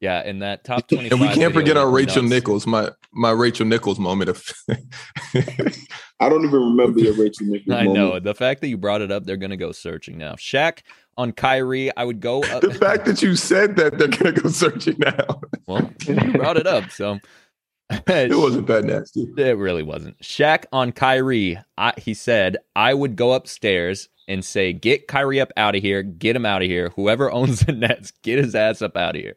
Speaker 4: Yeah, and that top twenty.
Speaker 1: And we can't forget our Rachel Nichols, my my Rachel Nichols moment of
Speaker 3: I don't even remember your Rachel Nichols
Speaker 4: I
Speaker 3: moment.
Speaker 4: know the fact that you brought it up. They're gonna go searching now. Shaq on Kyrie. I would go. Up,
Speaker 1: the fact that you said that they're gonna go searching now.
Speaker 4: well, you brought it up, so
Speaker 1: It wasn't that nasty.
Speaker 4: It really wasn't. Shaq on Kyrie. I, he said, I would go upstairs and say, get Kyrie up out of here. Get him out of here. Whoever owns the Nets, get his ass up out of here.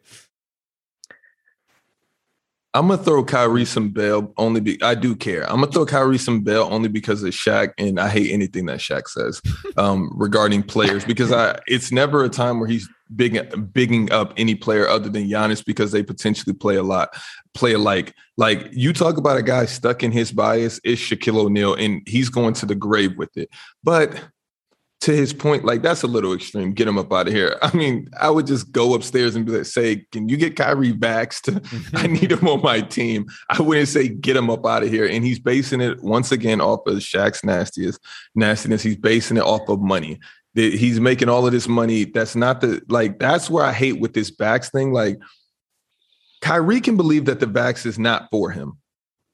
Speaker 1: I'm gonna throw Kyrie some bail only be I do care. I'm gonna throw Kyrie some bail only because of Shaq, and I hate anything that Shaq says um, regarding players because I it's never a time where he's big bigging up any player other than Giannis because they potentially play a lot play alike. Like you talk about a guy stuck in his bias, it's Shaquille O'Neal, and he's going to the grave with it. But to his point, like that's a little extreme. Get him up out of here. I mean, I would just go upstairs and be like, say, can you get Kyrie vaxxed? I need him on my team. I wouldn't say get him up out of here. And he's basing it once again off of Shaq's nastiest nastiness. He's basing it off of money. That He's making all of this money. That's not the like that's where I hate with this vax thing. Like Kyrie can believe that the vax is not for him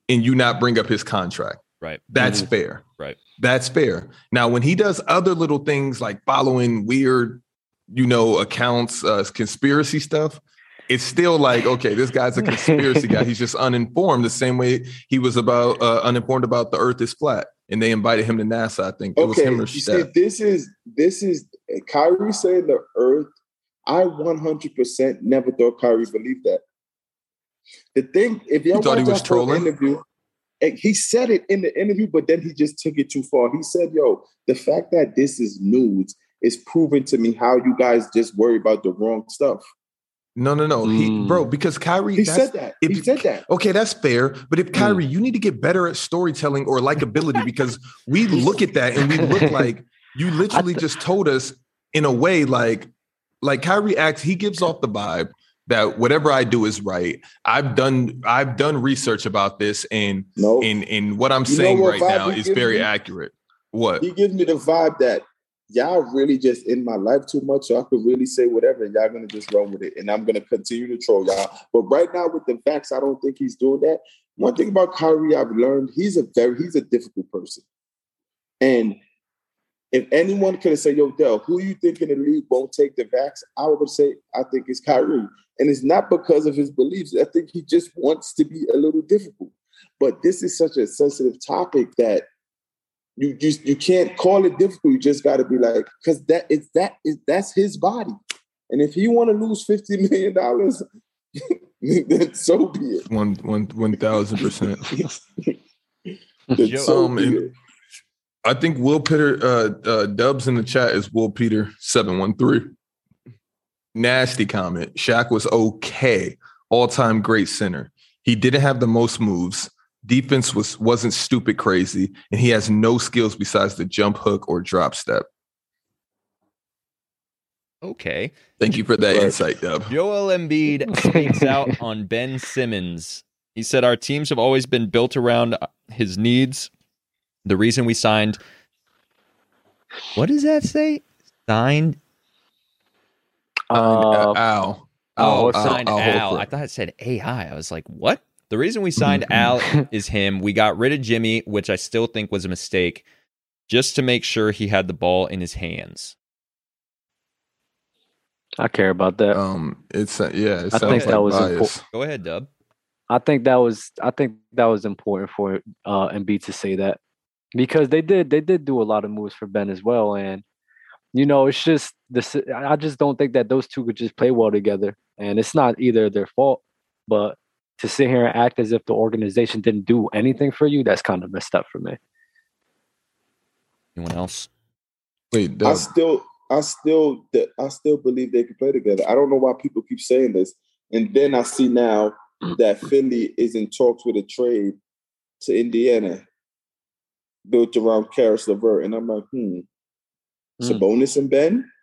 Speaker 1: and you not bring up his contract.
Speaker 4: Right.
Speaker 1: That's
Speaker 3: Mm-hmm.
Speaker 1: fair.
Speaker 4: Right.
Speaker 1: That's fair. Now, when he does other little things like following weird, you know, accounts, uh, conspiracy stuff, it's still like, okay, this guy's a conspiracy guy. He's just uninformed, the same way he was about uh, uninformed about the Earth is flat, and they invited him to NASA. I think it was
Speaker 3: Okay,
Speaker 1: him or
Speaker 3: you see,
Speaker 1: Steph.
Speaker 3: this is this is Kyrie saying the Earth. I 100% never thought Kyrie believed that. The thing, if y'all
Speaker 1: You thought he
Speaker 3: watch
Speaker 1: was
Speaker 3: that whole
Speaker 1: trolling?
Speaker 3: interview, and he said it in the interview, but then he just took it too far. He said, "Yo, the fact that this is nudes is proving to me how you guys just worry about the wrong stuff."
Speaker 1: No, no, no, he
Speaker 2: Mm.
Speaker 1: bro, because Kyrie.
Speaker 3: He
Speaker 1: that's-
Speaker 3: said that.
Speaker 1: if
Speaker 3: he
Speaker 1: you-
Speaker 3: said that.
Speaker 1: Okay, that's fair. But if
Speaker 3: Hmm.
Speaker 1: Kyrie, you need to get better at storytelling or likability because we look at that and we look like you literally just told us in a way like like Kyrie acts, he gives off the vibe that whatever I do is right. I've done I've done research about this and
Speaker 3: No,
Speaker 1: and and what I'm
Speaker 3: You know
Speaker 1: saying
Speaker 3: what
Speaker 1: right
Speaker 3: vibe
Speaker 1: now
Speaker 3: he
Speaker 1: is
Speaker 3: gives
Speaker 1: very
Speaker 3: me?
Speaker 1: accurate. What?
Speaker 3: he gives me the vibe that y'all really just in my life too much, so I could really say whatever, and y'all gonna just run with it, and I'm gonna continue to troll y'all. But right now, with the facts, I don't think he's doing that. One thing about Kyrie, I've learned he's a very he's a difficult person, and if anyone could have said, "Yo, Dell, who you think in the league won't take the vax?" I would say I think it's Kyrie, and it's not because of his beliefs. I think he just wants to be a little difficult. But this is such a sensitive topic that you just you can't call it difficult. You just got to be like, because that is that is that's his body, and if he want to lose fifty million dollars, then so be it.
Speaker 1: One one one thousand percent.
Speaker 3: Then
Speaker 4: Yo,
Speaker 3: so
Speaker 1: um,
Speaker 3: be
Speaker 1: and-
Speaker 3: it.
Speaker 1: I think Will Peter uh, uh, Dubs in the chat is Will Peter seven one three. Nasty comment. Shaq was okay, all time great center. He didn't have the most moves. Defense was wasn't stupid crazy, and he has no skills besides the jump hook or drop step.
Speaker 4: Okay.
Speaker 1: Thank you for that
Speaker 3: Right.
Speaker 1: insight, Dub.
Speaker 4: Joel Embiid speaks out on Ben Simmons. He said, Our teams have always been built around uh, his needs. The reason we signed. What does that say? Signed.
Speaker 2: Uh,
Speaker 1: ow.
Speaker 2: oh,
Speaker 1: Ow,
Speaker 2: it's
Speaker 1: ow,
Speaker 4: signed
Speaker 1: ow,
Speaker 4: Al.
Speaker 1: Horford.
Speaker 4: I thought it said AI. I was like, What? The reason we signed Al is him. We got rid of Jimmy, which I still think was a mistake, just to make sure he had the ball in his hands.
Speaker 2: I care about that.
Speaker 1: um, it's uh, yeah. It
Speaker 2: I
Speaker 1: sounds
Speaker 2: think
Speaker 1: like
Speaker 2: that was
Speaker 1: bias.
Speaker 2: important.
Speaker 4: Go ahead, Dub.
Speaker 2: I think that was I think that was important for uh Embiid to say that because they did they did do a lot of moves for Ben as well, and you know it's just this I I just don't think that those two could just play well together, and it's not either their fault, but to sit here and act as if the organization didn't do anything for you that's kind of messed up for me.
Speaker 4: Anyone else?
Speaker 1: Wait,
Speaker 3: I
Speaker 1: Dub.
Speaker 3: still, I still, th- I still believe they can play together. I don't know why people keep saying this. And then I see now that
Speaker 1: Mm.
Speaker 3: Philly is in talks with a trade to Indiana, built around Karis LeVert, and I'm like, hmm,
Speaker 1: Mm.
Speaker 3: Sabonis and Ben,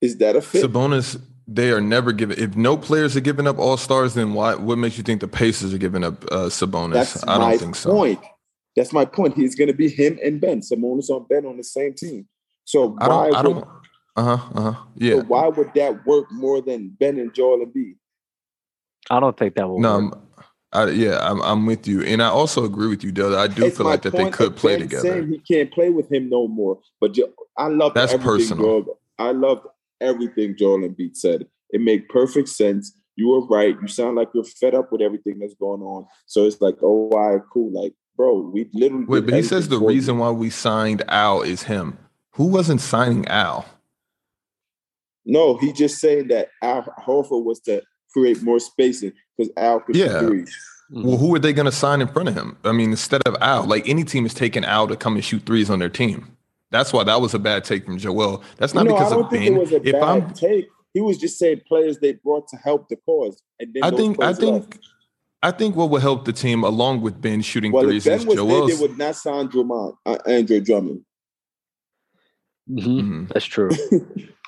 Speaker 3: is that a fit?
Speaker 1: Sabonis, they are never giving. If no players are giving up All Stars, then why? What makes you think the Pacers are giving up uh, Sabonis?
Speaker 3: That's
Speaker 1: I
Speaker 3: my
Speaker 1: don't think so.
Speaker 3: point. That's my point. He's going to be him and Ben. Sabonis on Ben on the same team. So why
Speaker 1: I don't. I
Speaker 3: would,
Speaker 1: don't. Uh huh. Uh huh. Yeah.
Speaker 3: so why would that work more than Ben and Joel Embiid?
Speaker 2: I don't think that will.
Speaker 1: No. um,
Speaker 2: work.
Speaker 1: I'm, I, yeah, I'm, I'm with you, and I also agree with you, Dell. I do
Speaker 3: It's
Speaker 1: feel
Speaker 3: my
Speaker 1: like that they
Speaker 3: point
Speaker 1: could
Speaker 3: of
Speaker 1: play
Speaker 3: Ben
Speaker 1: together.
Speaker 3: Saying he can't play with him no more. But Jo- I love
Speaker 1: That's
Speaker 3: everything
Speaker 1: personal.
Speaker 3: Joel. I loved everything Joel Embiid said. It made perfect sense. You were right. You sound like you're fed up with everything that's going on. So it's like, oh, all right, cool. Like, bro, we literally.
Speaker 1: Wait,
Speaker 3: did
Speaker 1: but he says
Speaker 3: everything
Speaker 1: the
Speaker 3: for you.
Speaker 1: reason why we signed Al is him. Who wasn't signing Al?
Speaker 3: No, he just saying that Al Horford was the create more spacing because Al could
Speaker 1: Yeah.
Speaker 3: shoot
Speaker 1: Well,
Speaker 3: Mm-hmm.
Speaker 1: who are they going to sign in front of him? I mean, instead of Al, like any team is taking Al to come and shoot threes on their team. That's why that was a bad take from Joel. That's not
Speaker 3: no,
Speaker 1: because
Speaker 3: I don't
Speaker 1: of
Speaker 3: think
Speaker 1: Bane.
Speaker 3: it was a
Speaker 1: if
Speaker 3: bad
Speaker 1: I'm,
Speaker 3: take. He was just saying players they brought to help the cause, and then
Speaker 1: I
Speaker 3: those
Speaker 1: think, I
Speaker 3: players
Speaker 1: think,
Speaker 3: left.
Speaker 1: I think what will help the team along with Ben shooting
Speaker 3: Well, if
Speaker 1: threes
Speaker 3: Ben
Speaker 1: is
Speaker 3: was
Speaker 1: Joel's.
Speaker 3: there, they would not sign Drummond, uh, Andrew Drummond.
Speaker 2: Mhm.
Speaker 1: Mhm.
Speaker 2: That's true.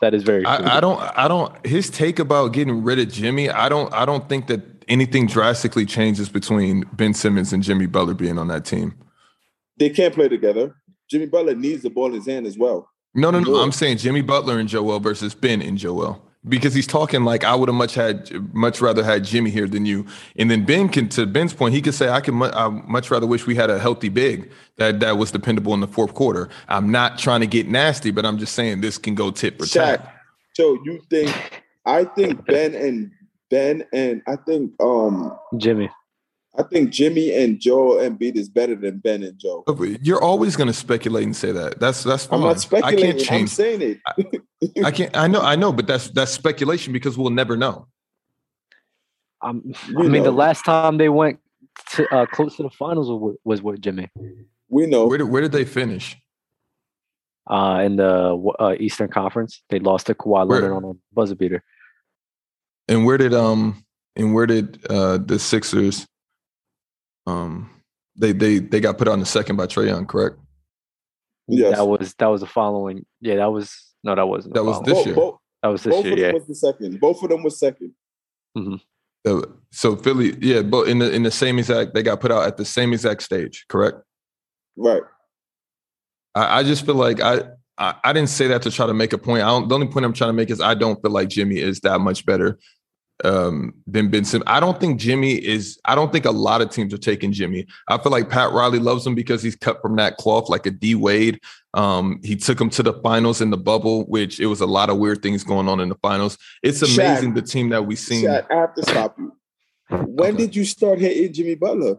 Speaker 2: that is very true.
Speaker 1: I, I don't I don't his take about getting rid of Jimmy, I don't I don't think that anything drastically changes between Ben Simmons and Jimmy Butler being on that team.
Speaker 3: They can't play together. Jimmy Butler needs the ball in his hand as well.
Speaker 1: No, no, no.
Speaker 3: Yeah.
Speaker 1: I'm saying Jimmy Butler and Joel versus Ben and Joel. Because he's talking like I would have much had much rather had Jimmy here than you, and then Ben can to Ben's point he could say I can mu- I much rather wish we had a healthy big that that was dependable in the fourth quarter. I'm not trying to get nasty, but I'm just saying this can go tit for
Speaker 3: Shaq,
Speaker 1: tat.
Speaker 3: so you think? I think Ben and Ben and I think um
Speaker 2: Jimmy.
Speaker 3: I think Jimmy and Joel Embiid is better than Ben and Joe.
Speaker 1: You're always going to speculate and say that. That's that's fine.
Speaker 3: I'm not speculating.
Speaker 1: I can't change
Speaker 3: I'm saying it.
Speaker 1: I can't. I know. I know. But that's that's speculation because we'll never know.
Speaker 2: I'm,
Speaker 3: You
Speaker 2: I mean,
Speaker 3: know.
Speaker 2: the last time they went to, uh, close to the finals was, with- was with Jimmy
Speaker 3: We know.
Speaker 1: Where did where did they finish?
Speaker 2: uh, in the uh, Eastern Conference. They lost to Kawhi
Speaker 1: Where?
Speaker 2: Leonard on a buzzer beater.
Speaker 1: And where did um and where did uh the Sixers um they they they got put on the second by Trae Young, correct?
Speaker 3: Yes.
Speaker 2: That was that was the following. Yeah, that was no, that wasn't. the
Speaker 1: That was
Speaker 2: following.
Speaker 1: this
Speaker 3: Bo-
Speaker 1: year.
Speaker 3: bo-
Speaker 2: that was this
Speaker 3: both
Speaker 2: year.
Speaker 3: of them
Speaker 2: Yeah,
Speaker 3: was the second. Both of them was second.
Speaker 1: Uh, So Philly, yeah, but in the in the same exact they got put out at the same exact stage, correct?
Speaker 3: Right.
Speaker 1: I, I just feel like I, I I didn't say that to try to make a point. I don't, the only point I'm trying to make is I don't feel like Jimmy is that much better um, than Ben Simmons. I don't think Jimmy is. I don't think a lot of teams are taking Jimmy. I feel like Pat Riley loves him because he's cut from that cloth like a D Wade. Um, he took him to the finals in the bubble, which it was a lot of weird things going on in the finals. It's
Speaker 3: Shaq.
Speaker 1: amazing the team that we've seen.
Speaker 3: Shaq, I have to stop you. When
Speaker 1: Okay.
Speaker 3: did you start hating Jimmy Butler?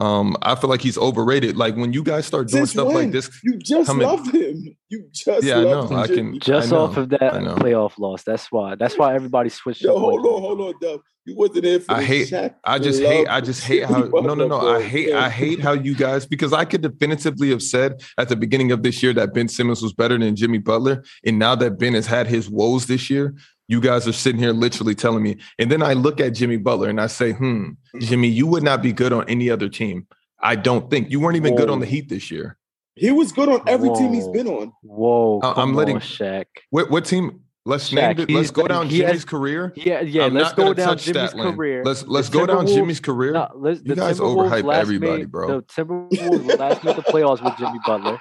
Speaker 1: Um, I feel like he's overrated. Like when you guys start doing
Speaker 3: Since
Speaker 1: stuff
Speaker 3: when?
Speaker 1: like this,
Speaker 3: You just
Speaker 1: Come in.
Speaker 3: loved him. You just
Speaker 1: yeah, I know.
Speaker 3: loved him.
Speaker 1: I
Speaker 3: Jimmy.
Speaker 1: can
Speaker 2: just
Speaker 1: I
Speaker 2: off
Speaker 1: know.
Speaker 2: of that
Speaker 1: I know.
Speaker 2: playoff loss. That's why. That's why everybody switched.
Speaker 3: Yo,
Speaker 2: up
Speaker 3: hold on, hold on, Dub. You wasn't there for
Speaker 1: I
Speaker 3: this.
Speaker 1: hate-
Speaker 3: Shaq
Speaker 1: I just hate. I
Speaker 3: loved
Speaker 1: just hate
Speaker 3: Jimmy
Speaker 1: how. No, no,
Speaker 3: Butler,
Speaker 1: no.
Speaker 3: bro.
Speaker 1: I hate. I hate how you guys because I could definitively have said at the beginning of this year that Ben Simmons was better than Jimmy Butler, and now that Ben has had his woes this year, you guys are sitting here literally telling me. And then I look at Jimmy Butler and I say, "Hmm, Jimmy, you would not be good on any other team. I don't think you weren't even good on the
Speaker 2: Whoa.
Speaker 1: Heat this year.
Speaker 3: He was good on every team he's
Speaker 2: Whoa.
Speaker 3: been on.
Speaker 2: Whoa,
Speaker 1: I- I'm
Speaker 2: come
Speaker 1: letting-
Speaker 2: on, Shaq.
Speaker 1: What, what team? Let's
Speaker 2: Shaq,
Speaker 1: name it.
Speaker 2: he's-
Speaker 1: Let's go down
Speaker 2: he has-
Speaker 1: Jimmy's career.
Speaker 2: Yeah, yeah.
Speaker 1: I'm not
Speaker 2: let's
Speaker 1: gonna
Speaker 2: go down
Speaker 1: touch
Speaker 2: Jimmy's
Speaker 1: Statland.
Speaker 2: career.
Speaker 1: Let's let's go down
Speaker 2: Timberwolves-
Speaker 1: Jimmy's career.
Speaker 2: No, let's,
Speaker 1: You guys
Speaker 2: Timberwolves
Speaker 1: overhype
Speaker 2: last
Speaker 1: everybody,
Speaker 2: made-
Speaker 1: bro.
Speaker 2: The Timberwolves last made the playoffs with Jimmy Butler.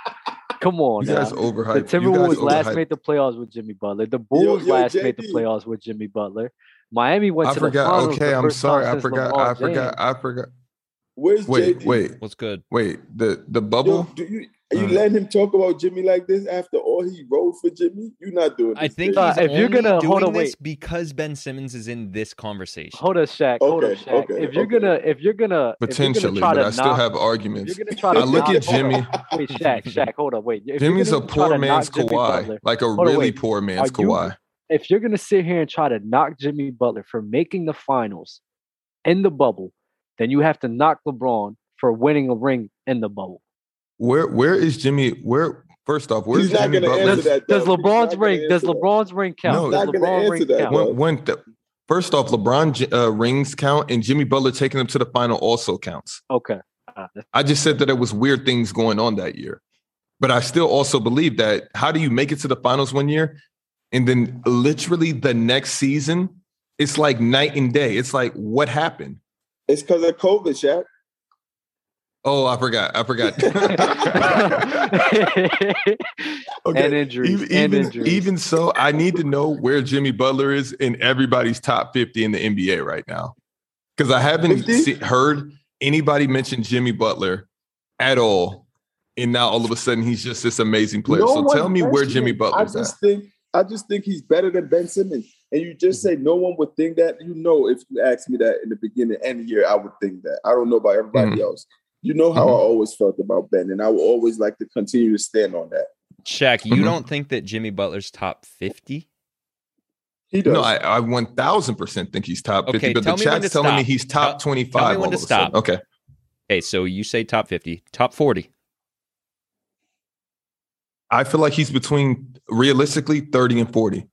Speaker 2: Come on,
Speaker 1: you guys
Speaker 2: now. The
Speaker 1: overhyped. you guys
Speaker 2: Timberwolves last
Speaker 1: overhyped.
Speaker 2: made the playoffs with Jimmy Butler. The Bulls
Speaker 3: yo,
Speaker 2: last made the
Speaker 3: JD.
Speaker 2: playoffs with Jimmy Butler. Miami went
Speaker 1: I
Speaker 2: to the
Speaker 1: forgot.
Speaker 2: finals.
Speaker 1: Okay,
Speaker 2: the
Speaker 1: I'm
Speaker 2: first time
Speaker 1: sorry. I
Speaker 2: since
Speaker 1: forgot.
Speaker 2: LeBron
Speaker 1: I forgot.
Speaker 2: James.
Speaker 1: I forgot.
Speaker 3: Where's
Speaker 1: Wait,
Speaker 3: JD?
Speaker 1: wait,
Speaker 4: What's good?
Speaker 1: wait. The the
Speaker 3: Yo,
Speaker 1: bubble.
Speaker 3: do you are you
Speaker 1: Mm.
Speaker 3: letting him talk about Jimmy like this after all he wrote for Jimmy? You're not doing. This
Speaker 4: I think
Speaker 3: JD.
Speaker 2: Uh,
Speaker 4: he's
Speaker 2: if you're
Speaker 4: only
Speaker 2: gonna-
Speaker 4: doing
Speaker 2: hold on,
Speaker 4: this
Speaker 2: wait.
Speaker 4: because Ben Simmons is in this conversation.
Speaker 2: Hold up, Shaq. Hold up,
Speaker 3: Okay,
Speaker 2: Shaq.
Speaker 3: okay,
Speaker 2: if you're
Speaker 3: okay.
Speaker 2: gonna, if you're gonna, if you're gonna
Speaker 1: Potentially,
Speaker 2: try
Speaker 1: but
Speaker 2: to
Speaker 1: I still
Speaker 2: knock-
Speaker 1: have
Speaker 2: if
Speaker 1: arguments.
Speaker 2: You're gonna try to
Speaker 1: I look
Speaker 2: knock-
Speaker 1: at
Speaker 2: hold on.
Speaker 1: Jimmy.
Speaker 2: Wait, Shaq, Shaq, hold up, wait. If you're
Speaker 1: Jimmy's a
Speaker 2: gonna try
Speaker 1: poor
Speaker 2: to knock
Speaker 1: man's
Speaker 2: Jimmy
Speaker 1: Kawhi,
Speaker 2: Butler-
Speaker 1: like a
Speaker 2: on,
Speaker 1: really
Speaker 2: wait.
Speaker 1: poor man's
Speaker 2: Are you-
Speaker 1: Kawhi.
Speaker 2: if you're gonna sit here and try to knock Jimmy Butler for making the finals in the bubble, then you have to knock LeBron for winning a ring in the bubble.
Speaker 1: Where where is Jimmy? Where first off, where's
Speaker 3: He's not
Speaker 1: Jimmy
Speaker 3: gonna
Speaker 1: Butler?
Speaker 3: answer
Speaker 2: Does,
Speaker 3: that,
Speaker 2: does
Speaker 3: though. He's not
Speaker 2: LeBron's
Speaker 3: gonna
Speaker 2: ring? Does
Speaker 3: answer that.
Speaker 2: LeBron's ring count?
Speaker 1: He's
Speaker 2: Does
Speaker 3: not gonna
Speaker 2: LeBron's
Speaker 3: answer
Speaker 2: ring
Speaker 3: that,
Speaker 2: count?
Speaker 3: bro.
Speaker 1: When, when the, first off, LeBron J- uh, rings count, and Jimmy Butler taking them to the final also counts.
Speaker 2: Okay. Uh, that's-
Speaker 1: I just said that there was weird things going on that year. But I still also believe that how do you make it to the finals one year and then literally the next season, it's like night and day. It's like what happened?
Speaker 3: It's because of COVID, Shaq.
Speaker 1: Oh, I forgot. I forgot. Okay.
Speaker 2: Ah. And injuries.
Speaker 1: Even,
Speaker 2: and
Speaker 1: even-
Speaker 2: injuries.
Speaker 1: even so, I need to know where Jimmy Butler is in everybody's top 50 in the NBA right now. Because I haven't
Speaker 3: 50?
Speaker 1: se- heard anybody mention Jimmy Butler at all. And now all of a sudden he's just this amazing player.
Speaker 3: No
Speaker 1: so
Speaker 3: one's
Speaker 1: tell me where
Speaker 3: mentioning
Speaker 1: Jimmy
Speaker 3: him.
Speaker 1: Butler's
Speaker 3: I
Speaker 1: at.
Speaker 3: just think I just think he's better than Ben Simmons. And you just
Speaker 1: Mm-hmm.
Speaker 3: say no one would think that. You know, if you asked me that in the beginning and year, I would think that. I don't know about everybody
Speaker 1: Mm-hmm.
Speaker 3: else. You know how I always felt about Ben, and I will always like to continue to stand on that.
Speaker 4: Shaq, you
Speaker 1: Mhm.
Speaker 4: don't think that Jimmy Butler's top 50?
Speaker 3: He does.
Speaker 1: No, I, I 1000% think he's top 50,
Speaker 4: Okay,
Speaker 1: but
Speaker 4: tell
Speaker 1: the
Speaker 4: me when
Speaker 1: chat's
Speaker 4: to
Speaker 1: telling me
Speaker 4: stop.
Speaker 1: he's top
Speaker 4: Tell-
Speaker 1: 25.
Speaker 4: tell me when
Speaker 1: all
Speaker 4: to
Speaker 1: of a sudden.
Speaker 4: stop.
Speaker 1: Okay.
Speaker 4: Okay, so you say top 50, top 40.
Speaker 1: I feel like he's between realistically 30 and 40.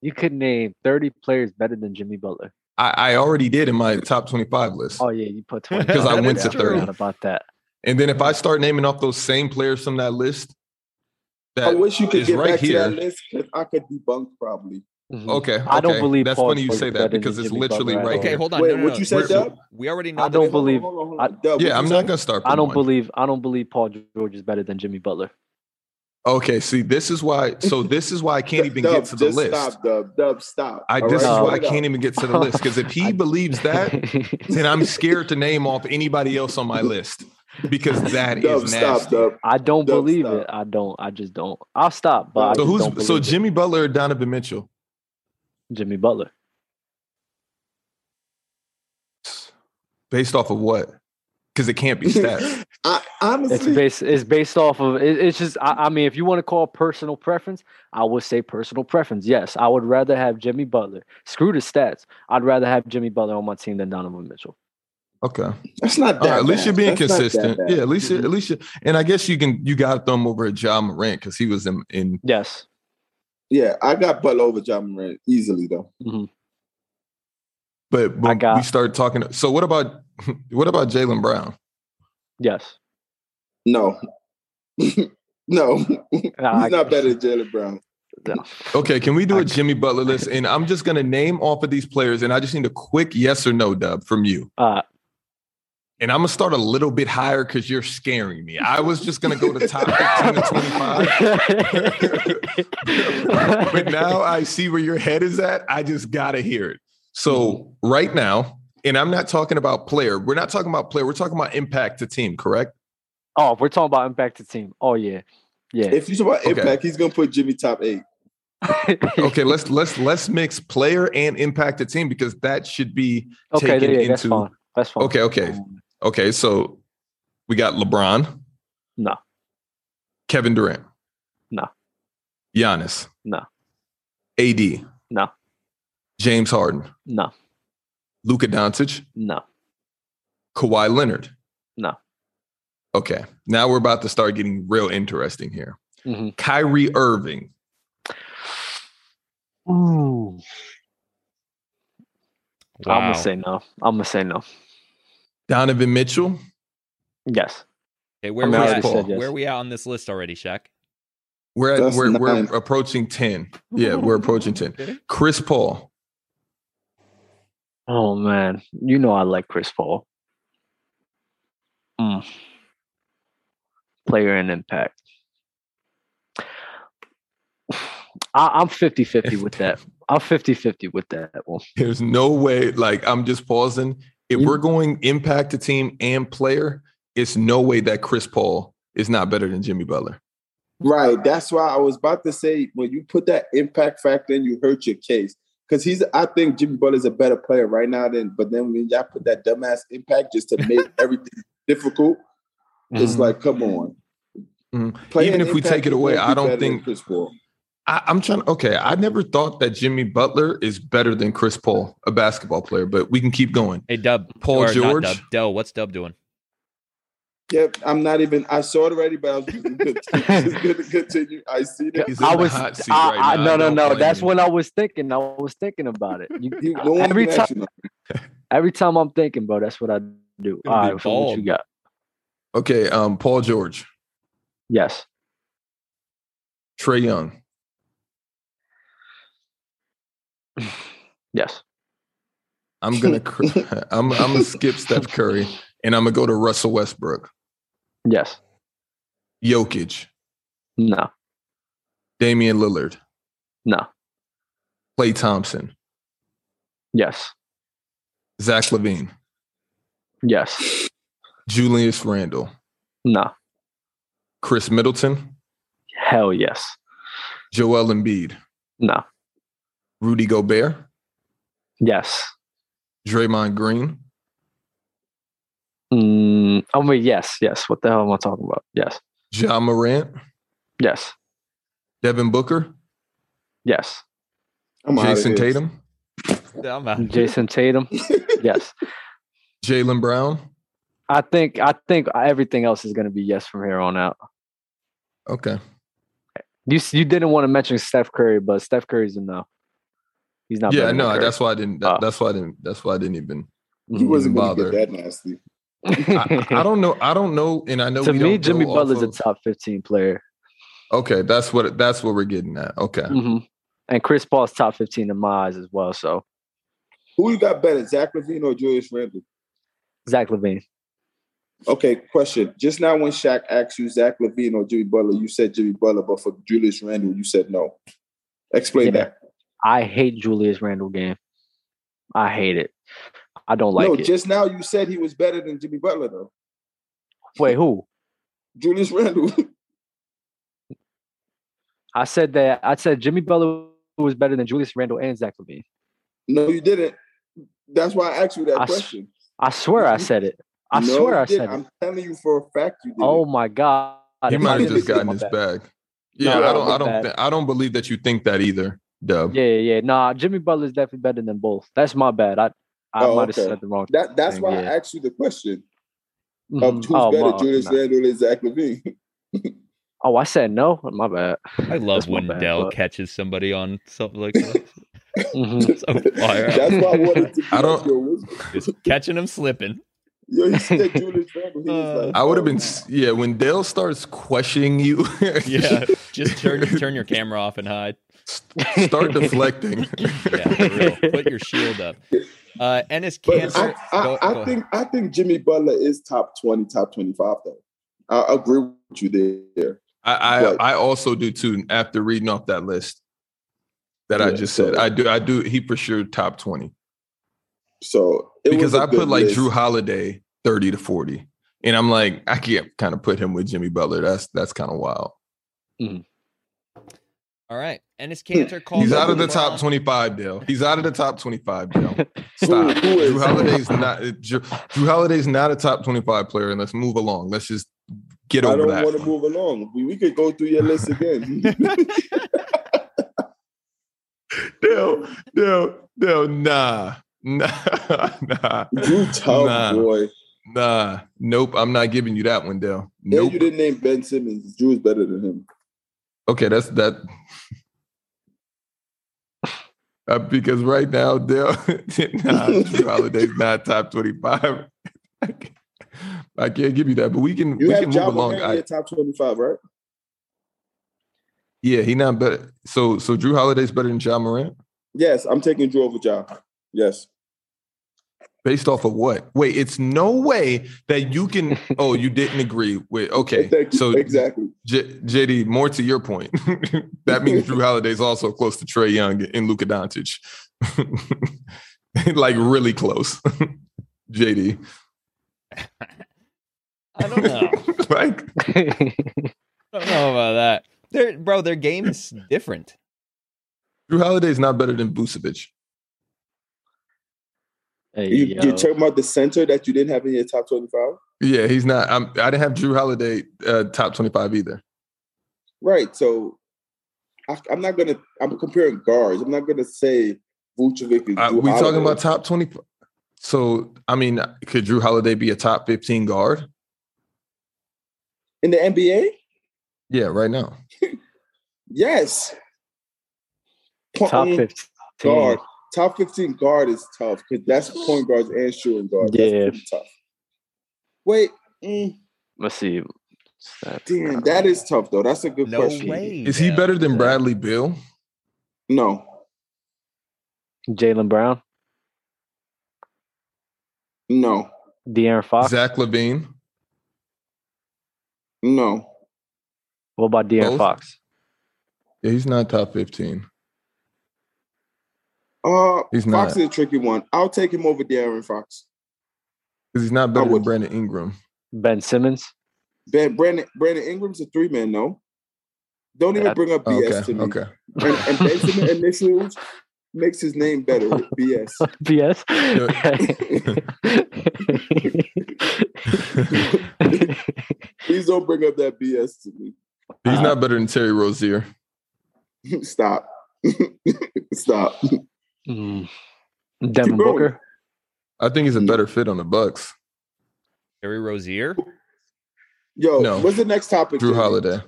Speaker 2: You could name 30 players better than Jimmy Butler.
Speaker 1: I, I already did in my top 25 list.
Speaker 2: Oh, yeah, you put 20.
Speaker 1: 'Cause I
Speaker 2: Yeah,
Speaker 1: went to
Speaker 2: I forgot
Speaker 1: 30.
Speaker 2: about that.
Speaker 1: And then if I start naming off those same players from that list,
Speaker 3: I
Speaker 1: that
Speaker 3: wish you could
Speaker 1: is
Speaker 3: get
Speaker 1: right
Speaker 3: back to
Speaker 1: here.
Speaker 3: that list because I could debunk probably.
Speaker 2: Mhm.
Speaker 1: Okay,
Speaker 2: I don't
Speaker 1: okay.
Speaker 2: believe
Speaker 1: That's
Speaker 2: Paul
Speaker 1: funny you
Speaker 2: George
Speaker 1: say
Speaker 2: is
Speaker 1: that
Speaker 2: better than
Speaker 1: because it's
Speaker 2: Jimmy
Speaker 1: literally
Speaker 2: Butler at
Speaker 1: right
Speaker 2: all.
Speaker 4: Okay,
Speaker 1: here.
Speaker 4: hold on.
Speaker 3: Wait,
Speaker 4: no, no,
Speaker 3: what
Speaker 4: no.
Speaker 3: you said,
Speaker 4: We're-
Speaker 3: Dub?
Speaker 4: We already know.
Speaker 2: I
Speaker 4: that-
Speaker 2: don't believe-
Speaker 3: Hold on, hold on, hold
Speaker 2: I-
Speaker 3: on. Dub,
Speaker 1: Yeah,
Speaker 3: what
Speaker 1: I'm
Speaker 3: you
Speaker 1: not
Speaker 3: say?
Speaker 1: gonna start. From
Speaker 2: I don't
Speaker 1: one.
Speaker 2: believe I don't believe Paul George is better than Jimmy Butler.
Speaker 1: Okay, see, this is why. So this is why I can't even
Speaker 3: Dub,
Speaker 1: get to the
Speaker 3: just
Speaker 1: list.
Speaker 3: Stop, Dub. Dub, stop.
Speaker 1: I,
Speaker 3: all
Speaker 1: this
Speaker 3: right?
Speaker 1: is why
Speaker 2: No.
Speaker 1: I can't even get to the list because if he
Speaker 2: I-
Speaker 1: believes that, then I'm scared to name off anybody else on my list because that is
Speaker 3: Dub,
Speaker 1: nasty.
Speaker 3: stop, Dub.
Speaker 2: I don't
Speaker 3: Don't
Speaker 2: believe
Speaker 3: stop.
Speaker 2: it. I don't. I just don't. I'll stop. But I
Speaker 1: So
Speaker 2: just don't
Speaker 1: who's
Speaker 2: believe
Speaker 1: so
Speaker 2: it.
Speaker 1: Jimmy Butler or Donovan Mitchell?
Speaker 2: Jimmy Butler?
Speaker 1: Based off of what? Because it can't be stats.
Speaker 3: I
Speaker 2: It's
Speaker 3: honestly,
Speaker 2: based. It's based off of. It, it's just. I, I mean, if you want to call it personal preference, I would say personal preference. Yes, I would rather have Jimmy Butler. Screw the stats. I'd rather have Jimmy Butler on my team than Donovan Mitchell.
Speaker 1: Okay. All
Speaker 3: that's not that.
Speaker 1: right. Uh, At least
Speaker 3: bad.
Speaker 1: you're being
Speaker 3: That's not that
Speaker 1: consistent.
Speaker 3: bad. Mm-hmm.
Speaker 1: Yeah. At least you're,
Speaker 2: Mhm.
Speaker 1: at least you and I guess you can you got them over at John Morant because he was in, in
Speaker 2: Yes.
Speaker 3: Yeah, I got Butler over John Morant easily though.
Speaker 1: but, but
Speaker 2: got-
Speaker 1: we started talking. So what about what about Jalen Brown?
Speaker 2: Yes.
Speaker 3: No, no, he's
Speaker 2: I-
Speaker 3: not better than Jalen Brown.
Speaker 1: Okay, can we do
Speaker 2: I-
Speaker 1: a Jimmy Butler list? And I'm just gonna name off of these players, and I just need a quick yes or no dub from you.
Speaker 2: Uh,
Speaker 1: And I'm gonna start a little bit higher because you're scaring me. I was just gonna go to top 15 to 25, but now I see where your head is at. I just gotta hear it. So
Speaker 2: Mm-hmm.
Speaker 1: right now, and I'm not talking about player. We're not talking about player. We're talking about impact to team. Correct?
Speaker 2: oh, if we're talking about impact to team. Oh yeah, yeah.
Speaker 3: If you talk about
Speaker 1: Okay.
Speaker 3: impact, he's gonna put Jimmy top eight.
Speaker 1: Okay. let's let's let's mix player and impact to team because that should be
Speaker 2: okay,
Speaker 1: taken
Speaker 2: yeah, that's
Speaker 1: into-
Speaker 2: fine. That's fine.
Speaker 1: okay. Okay.
Speaker 2: Um,
Speaker 1: Okay, so we got LeBron.
Speaker 2: No.
Speaker 1: Kevin Durant.
Speaker 2: No.
Speaker 1: Giannis.
Speaker 2: No.
Speaker 1: AD.
Speaker 2: No.
Speaker 1: James Harden.
Speaker 2: no,
Speaker 1: Luka Doncic.
Speaker 2: no.
Speaker 1: Kawhi Leonard.
Speaker 2: No.
Speaker 1: Okay, now we're about to start getting real interesting here.
Speaker 2: Mhm.
Speaker 1: Kyrie Irving.
Speaker 2: Ooh. I'm
Speaker 4: Wow.
Speaker 2: gonna say no. I'm gonna say no.
Speaker 1: Donovan Mitchell.
Speaker 2: Yes.
Speaker 4: Okay, where,
Speaker 2: I
Speaker 4: are
Speaker 2: mean,
Speaker 1: I
Speaker 4: we
Speaker 1: already
Speaker 4: at?
Speaker 1: said
Speaker 2: yes.
Speaker 4: where are we at on this list already, Shaq?
Speaker 1: We're at,
Speaker 3: That's
Speaker 1: we're, we're
Speaker 3: nine.
Speaker 1: approaching 10. Yeah, we're approaching 10. Chris Paul.
Speaker 2: Oh man, you know I like Chris Paul.
Speaker 1: Hmm.
Speaker 2: Mm. Player and impact. I, I'm 50 50 with that. I'm 50 50 with that one.
Speaker 1: There's no way. Like I'm just pausing. If
Speaker 2: You-
Speaker 1: we're going impact to team and player, it's no way that Chris Paul is not better than Jimmy Butler.
Speaker 3: Right. That's why I was about to say when you put that impact factor in, you hurt your case. Because he's, I think Jimmy Butler's a better player right now than, but then when y'all put that dumbass impact just to make everything difficult, it's
Speaker 2: Mm-hmm.
Speaker 3: like, come on.
Speaker 1: Mhm.
Speaker 3: Player
Speaker 1: Even if we
Speaker 3: impact,
Speaker 1: take it
Speaker 3: you
Speaker 1: away,
Speaker 3: can't
Speaker 1: I
Speaker 3: be
Speaker 1: don't
Speaker 3: better than
Speaker 1: think-
Speaker 3: Chris Paul.
Speaker 1: I, I'm trying. Okay, I never thought that Jimmy Butler is better than Chris Paul, a basketball player. But we can keep going.
Speaker 4: Hey, Dub.
Speaker 1: Paul
Speaker 4: or not
Speaker 1: George?
Speaker 4: Dub, Dell, what's Dub doing?
Speaker 3: Yep, I'm not even. I saw it already, but I was just going to continue. I see that.
Speaker 1: He's in
Speaker 2: I
Speaker 1: the
Speaker 2: was
Speaker 1: hot seat
Speaker 2: I,
Speaker 1: right
Speaker 2: I,
Speaker 1: now.
Speaker 2: no
Speaker 1: I
Speaker 2: no
Speaker 1: don't
Speaker 2: no.
Speaker 1: blame
Speaker 2: That's
Speaker 1: you.
Speaker 2: what I was thinking. I was thinking about it. You,
Speaker 3: You, no one
Speaker 2: Every
Speaker 3: can
Speaker 2: time-
Speaker 3: ask you nothing.
Speaker 2: every time I'm thinking, bro, that's what I do.
Speaker 4: be
Speaker 2: All right, so what
Speaker 4: bald.
Speaker 2: you got?
Speaker 1: Okay, um, Paul George,
Speaker 2: Yes.
Speaker 1: Trey Young,
Speaker 2: Yes.
Speaker 1: I'm gonna cr- I'm I'm gonna skip Steph Curry and I'm gonna go to Russell Westbrook,
Speaker 2: Yes.
Speaker 1: Jokic,
Speaker 2: No.
Speaker 1: Damian Lillard,
Speaker 2: No.
Speaker 1: Clay Thompson,
Speaker 2: Yes.
Speaker 1: Zach Levine.
Speaker 2: Yes.
Speaker 1: Julius Randle,
Speaker 2: No.
Speaker 1: Chris Middleton,
Speaker 2: Hell yes.
Speaker 1: Joel Embiid,
Speaker 2: No.
Speaker 1: Rudy Gobert,
Speaker 2: Yes.
Speaker 1: Draymond Green,
Speaker 2: Mm, I mean, yes, yes. What the hell am I talking about? Yes,
Speaker 1: John Morant,
Speaker 2: yes,
Speaker 1: Devin Booker,
Speaker 2: yes,
Speaker 3: I'm outta
Speaker 1: Jason
Speaker 3: here.
Speaker 1: Tatum,
Speaker 4: I'm out.
Speaker 2: Jason Tatum. yes.
Speaker 1: Jalen Brown.
Speaker 2: I think I think everything else is going to be yes from here on out.
Speaker 1: Okay.
Speaker 2: You s- you didn't want to mention Steph Curry, but Steph Curry's enough. He's not.
Speaker 1: yeah,
Speaker 2: better than
Speaker 1: no,
Speaker 2: Curry.
Speaker 1: that's why I didn't. that-
Speaker 2: Oh.
Speaker 1: That's why I didn't. That's why I didn't even.
Speaker 3: He
Speaker 2: Mm-hmm.
Speaker 3: wasn't
Speaker 1: even
Speaker 3: going to
Speaker 1: bother.
Speaker 3: get that nasty.
Speaker 1: I, I don't know. I don't know, and I know.
Speaker 2: to
Speaker 1: we
Speaker 2: me,
Speaker 1: don't go
Speaker 2: Jimmy
Speaker 1: off
Speaker 2: Butler's
Speaker 1: of-
Speaker 2: a top fifteen player,
Speaker 1: Okay, that's what that's what we're getting at. Okay,
Speaker 2: hmm and Chris Paul's top fifteen in my eyes as well. So
Speaker 3: Who you got better, Zach Levine or Julius Randle?
Speaker 2: Zach Levine,
Speaker 3: Okay, question. Just now when Shaq asked you Zach Levine or Jimmy Butler, you said Jimmy Butler, but for Julius Randle, you said no. Explain
Speaker 2: Yeah.
Speaker 3: that.
Speaker 2: I hate Julius Randle game. I hate it. I don't like
Speaker 3: no,
Speaker 2: it.
Speaker 3: just now you said he was better than Jimmy Butler, though.
Speaker 2: Wait, who?
Speaker 3: Julius Randle.
Speaker 2: I said that. I said Jimmy Butler was better than Julius Randle and Zach Levine.
Speaker 3: no, you didn't. That's why I asked you that
Speaker 2: I s-
Speaker 3: question.
Speaker 2: I swear I said it. I
Speaker 3: No,
Speaker 2: swear
Speaker 3: you
Speaker 2: I said
Speaker 3: didn't.
Speaker 2: it.
Speaker 3: I'm telling you for a fact you did.
Speaker 2: Oh my god!
Speaker 1: he
Speaker 2: If
Speaker 1: might
Speaker 2: I
Speaker 1: have
Speaker 3: didn't
Speaker 1: just
Speaker 3: see
Speaker 1: gotten
Speaker 2: my
Speaker 1: his
Speaker 2: bad.
Speaker 1: bag. Yeah,
Speaker 2: No,
Speaker 1: I don't.
Speaker 2: my
Speaker 1: I don't.
Speaker 2: bad.
Speaker 1: Th- I don't believe that you think that either, Dub.
Speaker 2: Yeah, yeah, yeah. Nah, Jimmy Butler's definitely better than both. That's my bad. I I
Speaker 3: Oh,
Speaker 2: might have
Speaker 3: okay.
Speaker 2: said the wrong.
Speaker 3: That, that's why
Speaker 2: Yeah.
Speaker 3: I asked you the question of
Speaker 2: Mhm.
Speaker 3: who's
Speaker 1: Oh,
Speaker 3: better,
Speaker 2: my-
Speaker 3: Julius
Speaker 2: nah.
Speaker 3: Randle and Zach Levine.
Speaker 2: Oh, I said no. My bad.
Speaker 4: I love
Speaker 2: That's my
Speaker 4: when
Speaker 2: bad,
Speaker 4: Dell
Speaker 2: but-
Speaker 4: catches somebody on something like that.
Speaker 2: Mhm.
Speaker 4: So fire.
Speaker 3: That's why I wanted to. Be
Speaker 1: Oh, I don't-
Speaker 3: like your wisdom.
Speaker 4: Just catching him slipping.
Speaker 3: Yo, he said Julius Randle. He was like,
Speaker 1: I would have
Speaker 3: oh,
Speaker 1: been. s- Yeah, when Dale starts questioning you,
Speaker 4: Yeah, just turn turn your camera off and hide.
Speaker 1: start deflecting.
Speaker 4: Yeah, for real. Put your shield up. Uh, Ennis
Speaker 3: But
Speaker 4: Cancer.
Speaker 3: I, I,
Speaker 4: go-
Speaker 3: I
Speaker 4: go
Speaker 3: think I think Jimmy Butler is top twenty, top twenty five though. I agree with you there.
Speaker 1: I, I,
Speaker 3: Right.
Speaker 1: I also do too. After reading off that list that I
Speaker 3: Yeah,
Speaker 1: just
Speaker 3: so-
Speaker 1: said, I do. I do. He for sure top twenty
Speaker 3: So it was
Speaker 1: because
Speaker 3: a
Speaker 1: I
Speaker 3: good
Speaker 1: put like
Speaker 3: list.
Speaker 1: Drew Holiday thirty to forty, and I'm like, I can't kind of put him with Jimmy Butler. That's that's kind of wild.
Speaker 4: All right, Ennis
Speaker 3: Hmm.
Speaker 4: Cantor calls.
Speaker 1: He's out
Speaker 4: up
Speaker 1: of the
Speaker 4: LeBron.
Speaker 3: uh,
Speaker 1: top 25, Dale. He's out of the top 25, Dale.
Speaker 3: Who-
Speaker 1: Stop.
Speaker 3: who is-
Speaker 1: Drew Holiday's not uh, Drew, Drew Holiday's not a top 25 player, and let's move along. Let's just get
Speaker 3: I
Speaker 1: over
Speaker 3: don't
Speaker 1: that.
Speaker 3: want to
Speaker 1: one.
Speaker 3: move along. We, we could go through your list again.
Speaker 1: Dale, Dale, Dale, nah. Nah, nah,
Speaker 3: Drew tough
Speaker 1: Nah.
Speaker 3: boy.
Speaker 1: nah. Nope, I'm not giving you that one, Dale.
Speaker 3: Yeah,
Speaker 1: Nope.
Speaker 3: you didn't name Ben Simmons. Drew is better than him.
Speaker 1: Okay, that's that. Uh, because right now, Dale, nah, Drew Holiday's not top 25. I can't- I can't give you that, but we can
Speaker 3: You
Speaker 1: we
Speaker 3: have
Speaker 1: can move
Speaker 3: John
Speaker 1: along.
Speaker 3: Moran
Speaker 1: I-
Speaker 3: in your top twenty five, right?
Speaker 1: yeah, he not better. So so Drew Holiday's better than John Morant
Speaker 3: Yes, I'm taking Drew over John. Yes.
Speaker 1: based off of what? Wait, it's no way that you can. Oh, you didn't agree with. Okay,
Speaker 3: Thank you.
Speaker 1: so
Speaker 3: exactly.
Speaker 1: J- JD, more to your point, that means Drew Holiday's also close to Trey Young and Luka Doncic, like really close. JD,
Speaker 4: I don't know.
Speaker 1: like
Speaker 4: I don't know about that. They're, bro, their game is different.
Speaker 1: Drew Holiday's not better than Vucevic.
Speaker 2: Hey,
Speaker 3: You,
Speaker 2: yo.
Speaker 3: you're talking about the center that you didn't have in your top twenty five,
Speaker 1: Yeah, he's not. I'm, I didn't have Drew Holiday uh, top twenty five either.
Speaker 3: right? So I, I'm not gonna. I'm comparing guards. I'm not gonna say Vucevic. and
Speaker 1: Uh,
Speaker 3: Drew
Speaker 1: we talking
Speaker 3: Holiday.
Speaker 1: about top twenty. So I mean, could Drew Holiday be a top fifteen guard?
Speaker 3: in the NBA?
Speaker 1: Yeah, right now.
Speaker 3: Yes.
Speaker 2: top
Speaker 3: Point
Speaker 2: fifteen.
Speaker 3: guard. Top 15 guard is tough because that's point guards and shooting guards. That's
Speaker 2: Yeah.
Speaker 3: pretty tough. Wait, mm,
Speaker 2: Let's see. Stats.
Speaker 3: damn, that is tough though. That's a good
Speaker 4: No
Speaker 3: question.
Speaker 4: way.
Speaker 1: Is he
Speaker 4: Dell.
Speaker 1: better than Bradley Bill?
Speaker 3: No.
Speaker 2: Jalen Brown,
Speaker 3: No.
Speaker 2: De'Aaron
Speaker 3: Uh,
Speaker 2: Fox.
Speaker 1: Zach Levine?
Speaker 3: No.
Speaker 2: what about De'Aaron
Speaker 1: Both?
Speaker 2: Fox?
Speaker 1: Yeah, he's not top fifteen.
Speaker 3: Uh
Speaker 1: He's not
Speaker 3: Fox is a tricky one. I'll take him over Darren Fox.
Speaker 1: because he's not better than
Speaker 3: would-
Speaker 1: Brandon Ingram.
Speaker 2: Ben Simmons.
Speaker 3: Ben, Brandon Brandon Ingram's a three man, no. Don't even
Speaker 2: Yeah.
Speaker 3: bring up
Speaker 1: Oh,
Speaker 3: BS
Speaker 1: okay,
Speaker 3: to me.
Speaker 1: okay.
Speaker 3: And, and Benjamin initials makes his name better with BS.
Speaker 2: BS.
Speaker 3: Please don't bring up that BS to me.
Speaker 1: He's not better than Terry Rozier.
Speaker 3: Stop. Stop.
Speaker 2: Mm. Devin
Speaker 3: going.
Speaker 2: Booker.
Speaker 1: I think he's a better fit on the Bucks.
Speaker 4: Terry Rozier.
Speaker 3: Yo,
Speaker 1: No.
Speaker 3: what's the next topic?
Speaker 1: Drew
Speaker 3: Jimmy?
Speaker 1: Holiday.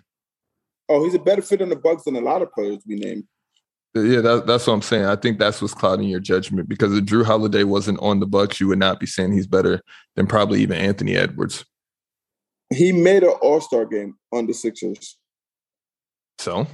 Speaker 3: Oh, he's a better fit on the Bucks than a lot of players we named.
Speaker 1: Yeah, that, that's what I'm saying. I think that's what's clouding your judgment because if Drew Holiday wasn't on the Bucks, you would not be saying he's better than probably even Anthony Edwards.
Speaker 3: He made an All Star game on the Sixers.
Speaker 1: So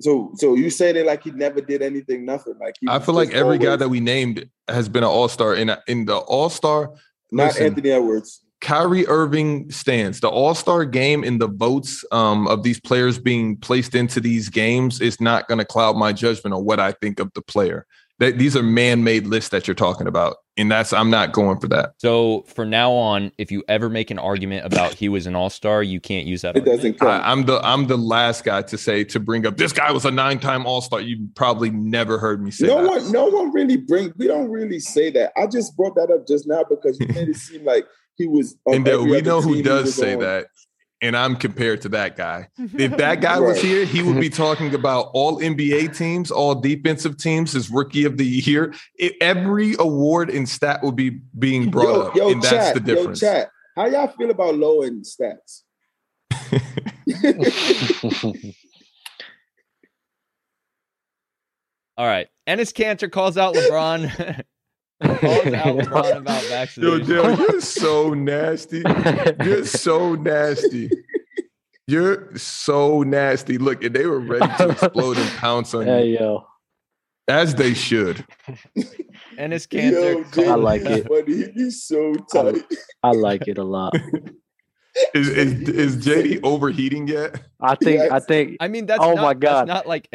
Speaker 3: So, so you saying it like he never did anything, nothing? Like he
Speaker 1: I
Speaker 3: was
Speaker 1: feel like
Speaker 3: just
Speaker 1: every guy
Speaker 3: always-
Speaker 1: that we named has been an All Star, and in the All Star,
Speaker 3: not
Speaker 1: listen.
Speaker 3: Anthony Edwards.
Speaker 1: Kyrie Irving stands. The All Star game and the votes um, of these players being placed into these games is not going to cloud my judgment on what I think of the player. That these are man made lists that you're talking about, and that's I'm not going for that.
Speaker 4: So from now on, if you ever make an argument about he was an all star, you can't use that.
Speaker 3: It
Speaker 4: argument.
Speaker 3: doesn't count.
Speaker 1: I, I'm the I'm the last guy to say to bring up this guy was a nine time All Star. You probably never heard me say
Speaker 3: no
Speaker 1: that.
Speaker 3: one, no one really bring. We don't really say that. I just brought that up just now because you made it seem like he was. on
Speaker 1: and then
Speaker 3: Oh, every
Speaker 1: we
Speaker 3: other
Speaker 1: know
Speaker 3: team
Speaker 1: who
Speaker 3: he
Speaker 1: does
Speaker 3: was
Speaker 1: say
Speaker 3: on.
Speaker 1: that, and I'm compared to that guy. If that guy was
Speaker 3: Right.
Speaker 1: here, he would be talking about all NBA teams, all defensive teams, his rookie of the year. It- every award and stat would be being brought
Speaker 3: Yo,
Speaker 1: up,
Speaker 3: yo,
Speaker 1: and
Speaker 3: chat,
Speaker 1: that's the
Speaker 3: yo,
Speaker 1: difference.
Speaker 3: chat. How y'all feel about low end stats?
Speaker 4: All right. Ennis Cantor calls out LeBron. calls out LeBron about
Speaker 1: Yo,
Speaker 4: vaccination.
Speaker 1: Dale, you're so nasty. You're so nasty. You're so nasty. Look, and they were ready to explode and pounce on you,
Speaker 2: Hey yo,
Speaker 1: as they should.
Speaker 4: Ennis Cantor.
Speaker 3: Yo,
Speaker 4: calls-
Speaker 2: I like
Speaker 3: Jimmy,
Speaker 2: it.
Speaker 3: Buddy, he's so
Speaker 2: I
Speaker 3: tight.
Speaker 2: I like it a lot.
Speaker 1: Is is, is JD overheating yet?
Speaker 2: I think I
Speaker 3: Yes.
Speaker 2: think
Speaker 4: I mean, that's
Speaker 2: Oh
Speaker 4: not,
Speaker 2: my God.
Speaker 4: That's not like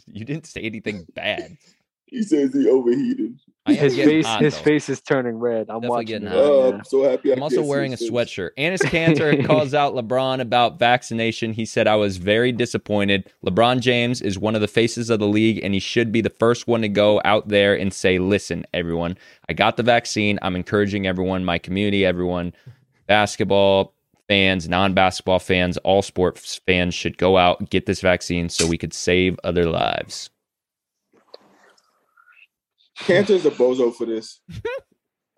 Speaker 4: you didn't say anything bad.
Speaker 3: He says he overheated.
Speaker 4: I am
Speaker 2: his
Speaker 4: getting
Speaker 2: face
Speaker 4: hot,
Speaker 2: his
Speaker 4: though.
Speaker 2: face is turning red. I'm
Speaker 4: Definitely
Speaker 2: watching.
Speaker 4: getting
Speaker 2: it
Speaker 4: hot.
Speaker 3: Oh,
Speaker 2: right
Speaker 3: I'm so happy. I
Speaker 4: I'm also
Speaker 3: can't see
Speaker 4: wearing a
Speaker 3: his face.
Speaker 4: sweatshirt. Anis Cantor calls out LeBron about vaccination. He said, I was very disappointed. LeBron James is one of the faces of the league, and he should be the first one to go out there and say, Listen, everyone, I got the vaccine. I'm encouraging everyone, my community, everyone, basketball fans, non basketball fans, all sports fans should go out, get this vaccine so we could save other lives.
Speaker 3: Cantor's a bozo for this.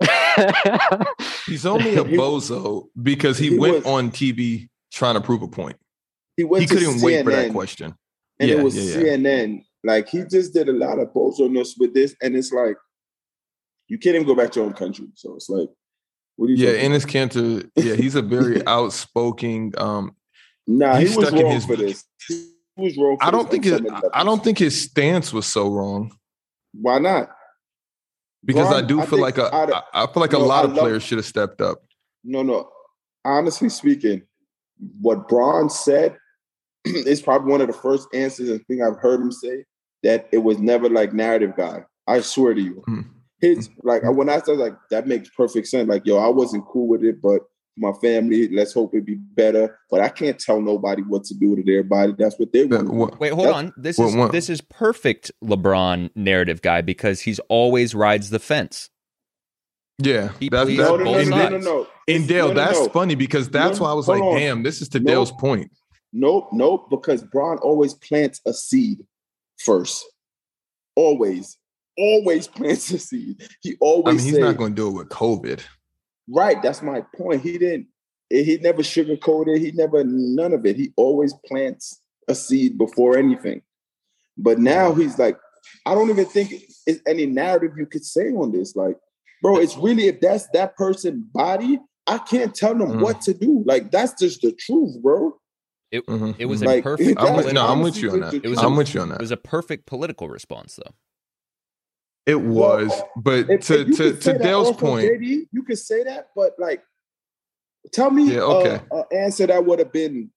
Speaker 2: now.
Speaker 1: He's only a
Speaker 3: He-
Speaker 1: bozo because he,
Speaker 3: he
Speaker 1: went
Speaker 3: was-
Speaker 1: on TV trying to prove a point.
Speaker 3: He went
Speaker 1: He
Speaker 3: to
Speaker 1: couldn't wait for that
Speaker 3: CNN.
Speaker 1: question.
Speaker 3: and
Speaker 1: Yeah,
Speaker 3: it was
Speaker 1: yeah, yeah.
Speaker 3: CNN. Like he just did a lot of bozoness with this, and it's like you can't even go back to your own country. So it's like, what do you?
Speaker 1: Yeah,
Speaker 3: talking
Speaker 1: Ennis Cantor, yeah, he's a very outspoken. Um,
Speaker 3: about? nah, he
Speaker 1: he's
Speaker 3: was
Speaker 1: stuck in
Speaker 3: wrong
Speaker 1: his-
Speaker 3: for this. He was wrong. For
Speaker 1: I
Speaker 3: this
Speaker 1: don't
Speaker 3: on
Speaker 1: think his,
Speaker 3: so many
Speaker 1: I- I
Speaker 3: levels.
Speaker 1: don't think his stance was so wrong
Speaker 3: Why not?
Speaker 1: because
Speaker 3: Bron,
Speaker 1: I do
Speaker 3: I
Speaker 1: feel
Speaker 3: think
Speaker 1: like a
Speaker 3: I'd-
Speaker 1: I I feel like a
Speaker 3: No,
Speaker 1: lot
Speaker 3: I
Speaker 1: of
Speaker 3: love-
Speaker 1: players should have stepped up.
Speaker 3: No, no. Honestly speaking, what Braun said is probably one of the first answers and thing I've heard him say that it was never like narrative guy. I swear to you.
Speaker 1: Mm.
Speaker 3: His like when I said like that makes perfect sense. Like, yo, I wasn't cool with it, but my family, let's hope it be better. But I can't tell nobody what to do to their body. That's what they
Speaker 1: That-
Speaker 3: want.
Speaker 1: what-
Speaker 4: Wait, hold
Speaker 3: That's-
Speaker 4: on. This
Speaker 1: Well,
Speaker 4: is
Speaker 1: one-
Speaker 4: this is perfect LeBron narrative guy because he's always rides the fence.
Speaker 1: yeah,
Speaker 4: He
Speaker 1: that's
Speaker 4: pleads
Speaker 1: that,
Speaker 3: No,
Speaker 4: on
Speaker 3: no, no,
Speaker 4: both
Speaker 1: and,
Speaker 3: no,
Speaker 4: sides.
Speaker 3: no, no.
Speaker 1: and Dale,
Speaker 3: No, no,
Speaker 1: that's
Speaker 3: no.
Speaker 1: funny because that's
Speaker 3: No,
Speaker 1: why I was
Speaker 3: hold
Speaker 1: like,
Speaker 3: on.
Speaker 1: damn, this is to
Speaker 3: No.
Speaker 1: Dale's point.
Speaker 3: Nope, nope, because Braun always plants a seed first. Always. Always plants a seed. He
Speaker 1: I
Speaker 3: always
Speaker 1: mean, he's
Speaker 3: say,
Speaker 1: not going to do it with COVID.
Speaker 3: right, that's my point. He didn't, eh, he never sugarcoated, he never none of it. He always plants a seed before anything. But now
Speaker 1: Mm.
Speaker 3: he's like, I don't even think it's any narrative you could say on this. Like, bro, it's really if that's that person's body, I can't tell them
Speaker 1: Mm.
Speaker 3: what to do. Like, that's just the truth, bro.
Speaker 1: Mhm.
Speaker 4: It was
Speaker 1: Mhm.
Speaker 4: a
Speaker 3: Like,
Speaker 4: perfect.
Speaker 1: I'm with,
Speaker 3: that's
Speaker 1: no, I'm with
Speaker 3: honestly
Speaker 1: you on
Speaker 3: just
Speaker 1: that.
Speaker 3: the
Speaker 4: It was
Speaker 1: I'm
Speaker 4: a-
Speaker 1: with you on that.
Speaker 4: It was a perfect political response, though.
Speaker 1: It was, but
Speaker 3: If-
Speaker 1: to
Speaker 3: if you
Speaker 1: to
Speaker 3: could
Speaker 1: to
Speaker 3: say that
Speaker 1: Dale's
Speaker 3: also,
Speaker 1: point,
Speaker 3: JD, you could say that, but like, tell me
Speaker 1: Yeah, okay.
Speaker 3: uh, a answer that would have been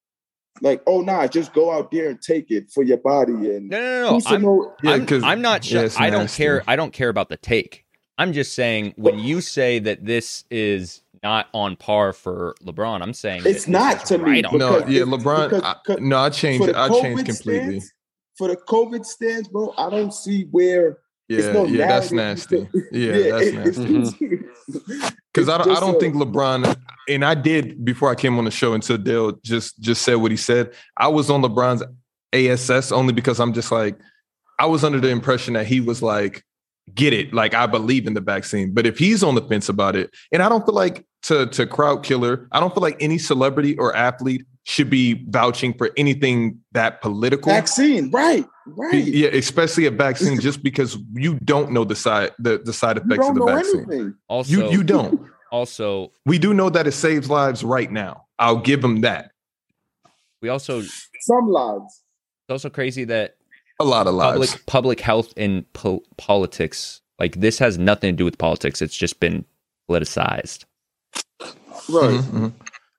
Speaker 3: like, "Oh, nah, just go out there and take it for your body." And
Speaker 4: No, no, no. no.
Speaker 3: who's to
Speaker 4: I'm,
Speaker 3: know-
Speaker 1: Yeah,
Speaker 4: I'm,
Speaker 1: 'cause-
Speaker 4: I'm not.
Speaker 1: yeah,
Speaker 4: Sure.
Speaker 1: it's
Speaker 4: I don't
Speaker 1: nasty.
Speaker 4: care. I don't care about the take. I'm just saying when you say that this is not on par for LeBron, I'm saying that
Speaker 3: It's
Speaker 4: this
Speaker 3: not
Speaker 4: is
Speaker 3: to
Speaker 4: right
Speaker 3: me.
Speaker 4: on
Speaker 1: No,
Speaker 4: par.
Speaker 3: because
Speaker 1: yeah,
Speaker 3: it's-
Speaker 1: LeBron.
Speaker 3: because-
Speaker 1: I-
Speaker 3: because
Speaker 1: no, I changed.
Speaker 3: for the
Speaker 1: I
Speaker 3: COVID
Speaker 1: changed completely.
Speaker 3: stance- for the COVID stance, bro, I don't see where. it's
Speaker 1: yeah,
Speaker 3: no
Speaker 1: yeah, that's
Speaker 3: narrative.
Speaker 1: nasty. Yeah, that's
Speaker 3: it- it's-
Speaker 1: nasty.
Speaker 4: Mm-hmm.
Speaker 3: it's-
Speaker 1: Because I
Speaker 3: it's
Speaker 1: don't, I
Speaker 3: just
Speaker 1: don't
Speaker 3: a-
Speaker 1: think LeBron. And I did before I came on the show until Dale just just said what he said. I was on LeBron's ASS only because I'm just like I was under the impression that he was like, get it, like I believe in the vaccine. But if he's on the fence about it, and I don't feel like to to crowd killer, I don't feel like any celebrity or athlete should be vouching for anything that political.
Speaker 3: Vaccine, right,
Speaker 1: Be-
Speaker 3: right.
Speaker 1: Yeah, especially a vaccine, just because you don't know the side the, the side
Speaker 3: You
Speaker 1: effects of
Speaker 3: don't
Speaker 1: the
Speaker 3: know
Speaker 1: vaccine.
Speaker 3: anything.
Speaker 4: Also,
Speaker 1: you you don't.
Speaker 4: also
Speaker 1: We do know that it saves lives right now. I'll give them that.
Speaker 4: we also it's
Speaker 3: Some lives.
Speaker 4: also crazy that
Speaker 1: A lot of lives.
Speaker 4: public public health and po- politics like this has nothing to do with politics. It's just been politicized.
Speaker 3: Right. Mm-hmm.
Speaker 1: Mhm, mhm.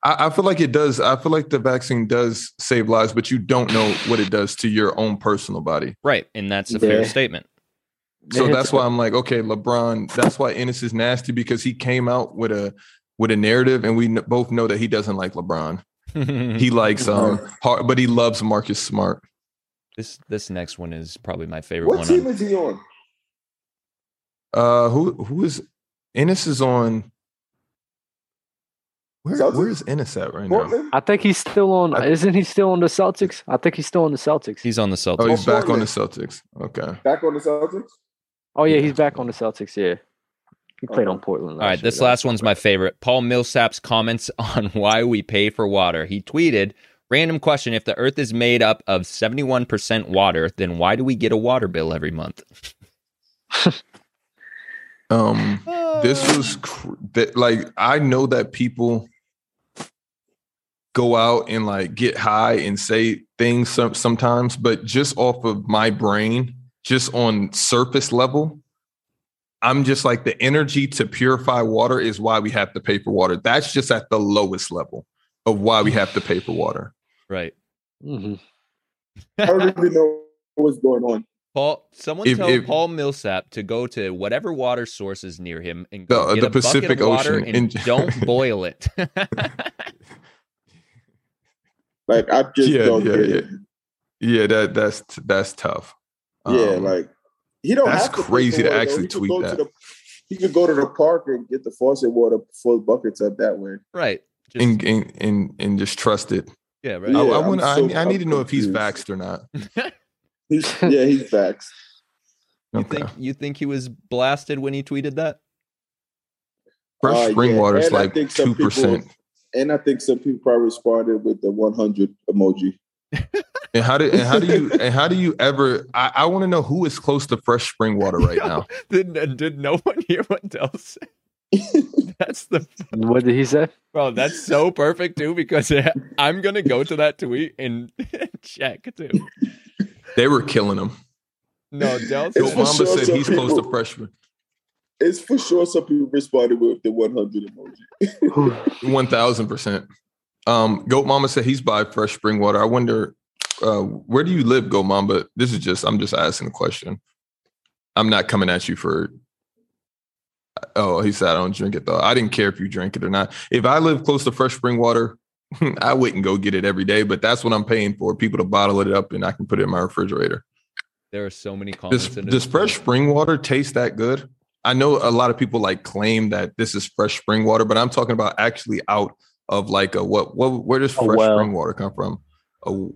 Speaker 1: I, I feel like it does. I feel like the vaccine does save lives, but you don't know what it does to your own personal body.
Speaker 4: Right, and that's a fair
Speaker 2: Yeah.
Speaker 4: statement.
Speaker 1: So
Speaker 2: It
Speaker 1: that's
Speaker 2: hits-
Speaker 1: why I'm like, okay, LeBron. That's why Ennis is nasty because he came out with a with a narrative, and we kn- both know that he doesn't like LeBron. He likes um, hard, but he loves Marcus Smart.
Speaker 4: this this next one is probably my favorite
Speaker 3: What
Speaker 4: one.
Speaker 3: team
Speaker 4: on-
Speaker 3: is he on?
Speaker 1: Uh, who who is Ennis is on? Where
Speaker 3: Celtics?
Speaker 1: where is Ennis at right now?
Speaker 3: Portland?
Speaker 2: I think he's still on.
Speaker 1: I-
Speaker 2: Isn't he still on the Celtics? I think he's still on the Celtics.
Speaker 4: He's on the Celtics.
Speaker 1: Oh, he's back on the
Speaker 3: Portland.
Speaker 1: Celtics. Okay.
Speaker 3: Back on the Celtics?
Speaker 2: Oh yeah, he's back on the Celtics. Yeah, he played on Portland.
Speaker 4: All right, this last one's my favorite. Paul Millsap's comments on why we pay for water. He tweeted, "Random question: If the Earth is made up of seventy-one percent water, then why do we get a water bill every month?"
Speaker 1: Um, this was cr- that like I know that people go out and like get high and say things some, sometimes, but just off of my brain, just on surface level, I'm just like the energy to purify water is why we have to pay for water. That's just at the lowest level of why we have to pay for water.
Speaker 4: Right,
Speaker 2: Mhm.
Speaker 3: I don't even know what's going on.
Speaker 4: Paul. Someone
Speaker 1: If-
Speaker 4: tell
Speaker 1: if-
Speaker 4: Paul Millsap to go to whatever water source is near him and go
Speaker 1: The-
Speaker 4: get
Speaker 1: the
Speaker 4: a bucket of
Speaker 1: Pacific
Speaker 4: water
Speaker 1: Ocean
Speaker 4: and
Speaker 1: in-
Speaker 4: don't boil it.
Speaker 3: Like, I just
Speaker 1: Yeah,
Speaker 3: don't
Speaker 1: yeah,
Speaker 3: get it.
Speaker 1: Yeah, that that's that's tough.
Speaker 3: Yeah,
Speaker 1: Um,
Speaker 3: like he don't.
Speaker 1: that's
Speaker 3: have to pay
Speaker 1: crazy
Speaker 3: for
Speaker 1: to
Speaker 3: it, though.
Speaker 1: actually
Speaker 3: He could
Speaker 1: tweet
Speaker 3: go
Speaker 1: that.
Speaker 3: To the, he could go to the park and get the faucet water full buckets up that way.
Speaker 4: right. Just,
Speaker 1: and and and, and just trust it.
Speaker 4: yeah.
Speaker 1: I-
Speaker 4: Right.
Speaker 1: I,
Speaker 3: I'm
Speaker 1: want. I,
Speaker 3: so-
Speaker 1: I need to
Speaker 3: I'm
Speaker 1: know if he's
Speaker 3: confused.
Speaker 1: vaxxed or not.
Speaker 3: He's, yeah, he's vaxxed.
Speaker 4: You
Speaker 1: Okay.
Speaker 4: think you think he was blasted when he tweeted that?
Speaker 1: Fresh
Speaker 3: Uh,
Speaker 1: spring
Speaker 3: yeah,
Speaker 1: water is
Speaker 3: and I
Speaker 1: like
Speaker 3: think
Speaker 1: two
Speaker 3: some people-
Speaker 1: percent.
Speaker 3: And I think some people probably responded with the 100 emoji.
Speaker 1: And how do and how do you and how do you ever? I, I want to know who is close to fresh spring water right now.
Speaker 4: Did did no one hear what Dell said? That's the
Speaker 2: What did he say?
Speaker 4: Bro, that's so perfect too because I'm gonna go to that tweet and check too.
Speaker 1: They were killing him.
Speaker 4: No, Del
Speaker 1: Yo,
Speaker 3: It's for
Speaker 4: said,
Speaker 1: Mamba
Speaker 3: sure
Speaker 1: said
Speaker 3: some
Speaker 1: he's close to
Speaker 3: people-
Speaker 1: freshman.
Speaker 3: It's for sure some people responded with the 100 emoji.
Speaker 2: Whew.
Speaker 1: One thousand percent. Um, Goat Mama said he's by fresh spring water. I wonder uh, where do you live, Goat Mamba? This is just I'm just asking a question. I'm not coming at you for. Oh, he said I don't drink it though. I didn't care if you drink it or not. If I live close to fresh spring water, I wouldn't go get it every day. But that's what I'm paying for. People to bottle it up and I can put it in my refrigerator.
Speaker 4: there are so many comments.
Speaker 1: Does,
Speaker 4: in
Speaker 1: does
Speaker 4: this
Speaker 1: fresh spring water taste that good? I know a lot of people like claim that this is fresh spring water, but I'm talking about actually out of like a what? What? Where does
Speaker 2: A
Speaker 1: fresh
Speaker 2: well.
Speaker 1: spring water come from? A,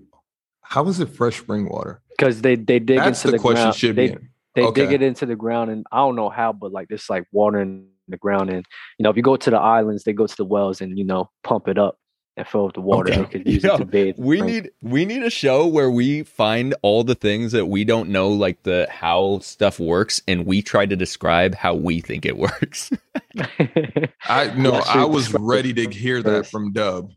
Speaker 1: how is it fresh spring water?
Speaker 2: Because they they dig
Speaker 1: That's
Speaker 2: into
Speaker 1: the,
Speaker 2: the,
Speaker 1: question
Speaker 2: ground.
Speaker 1: should
Speaker 2: they
Speaker 1: be. in.
Speaker 2: they dig
Speaker 1: Okay.
Speaker 2: it into the ground, and I don't know how, but like there's like water in the ground, and you know if you go to the islands, they go to the wells and you know pump it up and fill up the water.
Speaker 1: Okay.
Speaker 2: They could use
Speaker 4: Yo,
Speaker 2: it to bathe. and
Speaker 4: We
Speaker 2: drink.
Speaker 4: need we need a show where we find all the things that we don't know, like the how stuff works, and we try to describe how we think it works.
Speaker 1: I no,
Speaker 2: That
Speaker 1: I
Speaker 2: shit
Speaker 1: was
Speaker 2: described
Speaker 1: ready to hear that
Speaker 2: first.
Speaker 1: from Dub.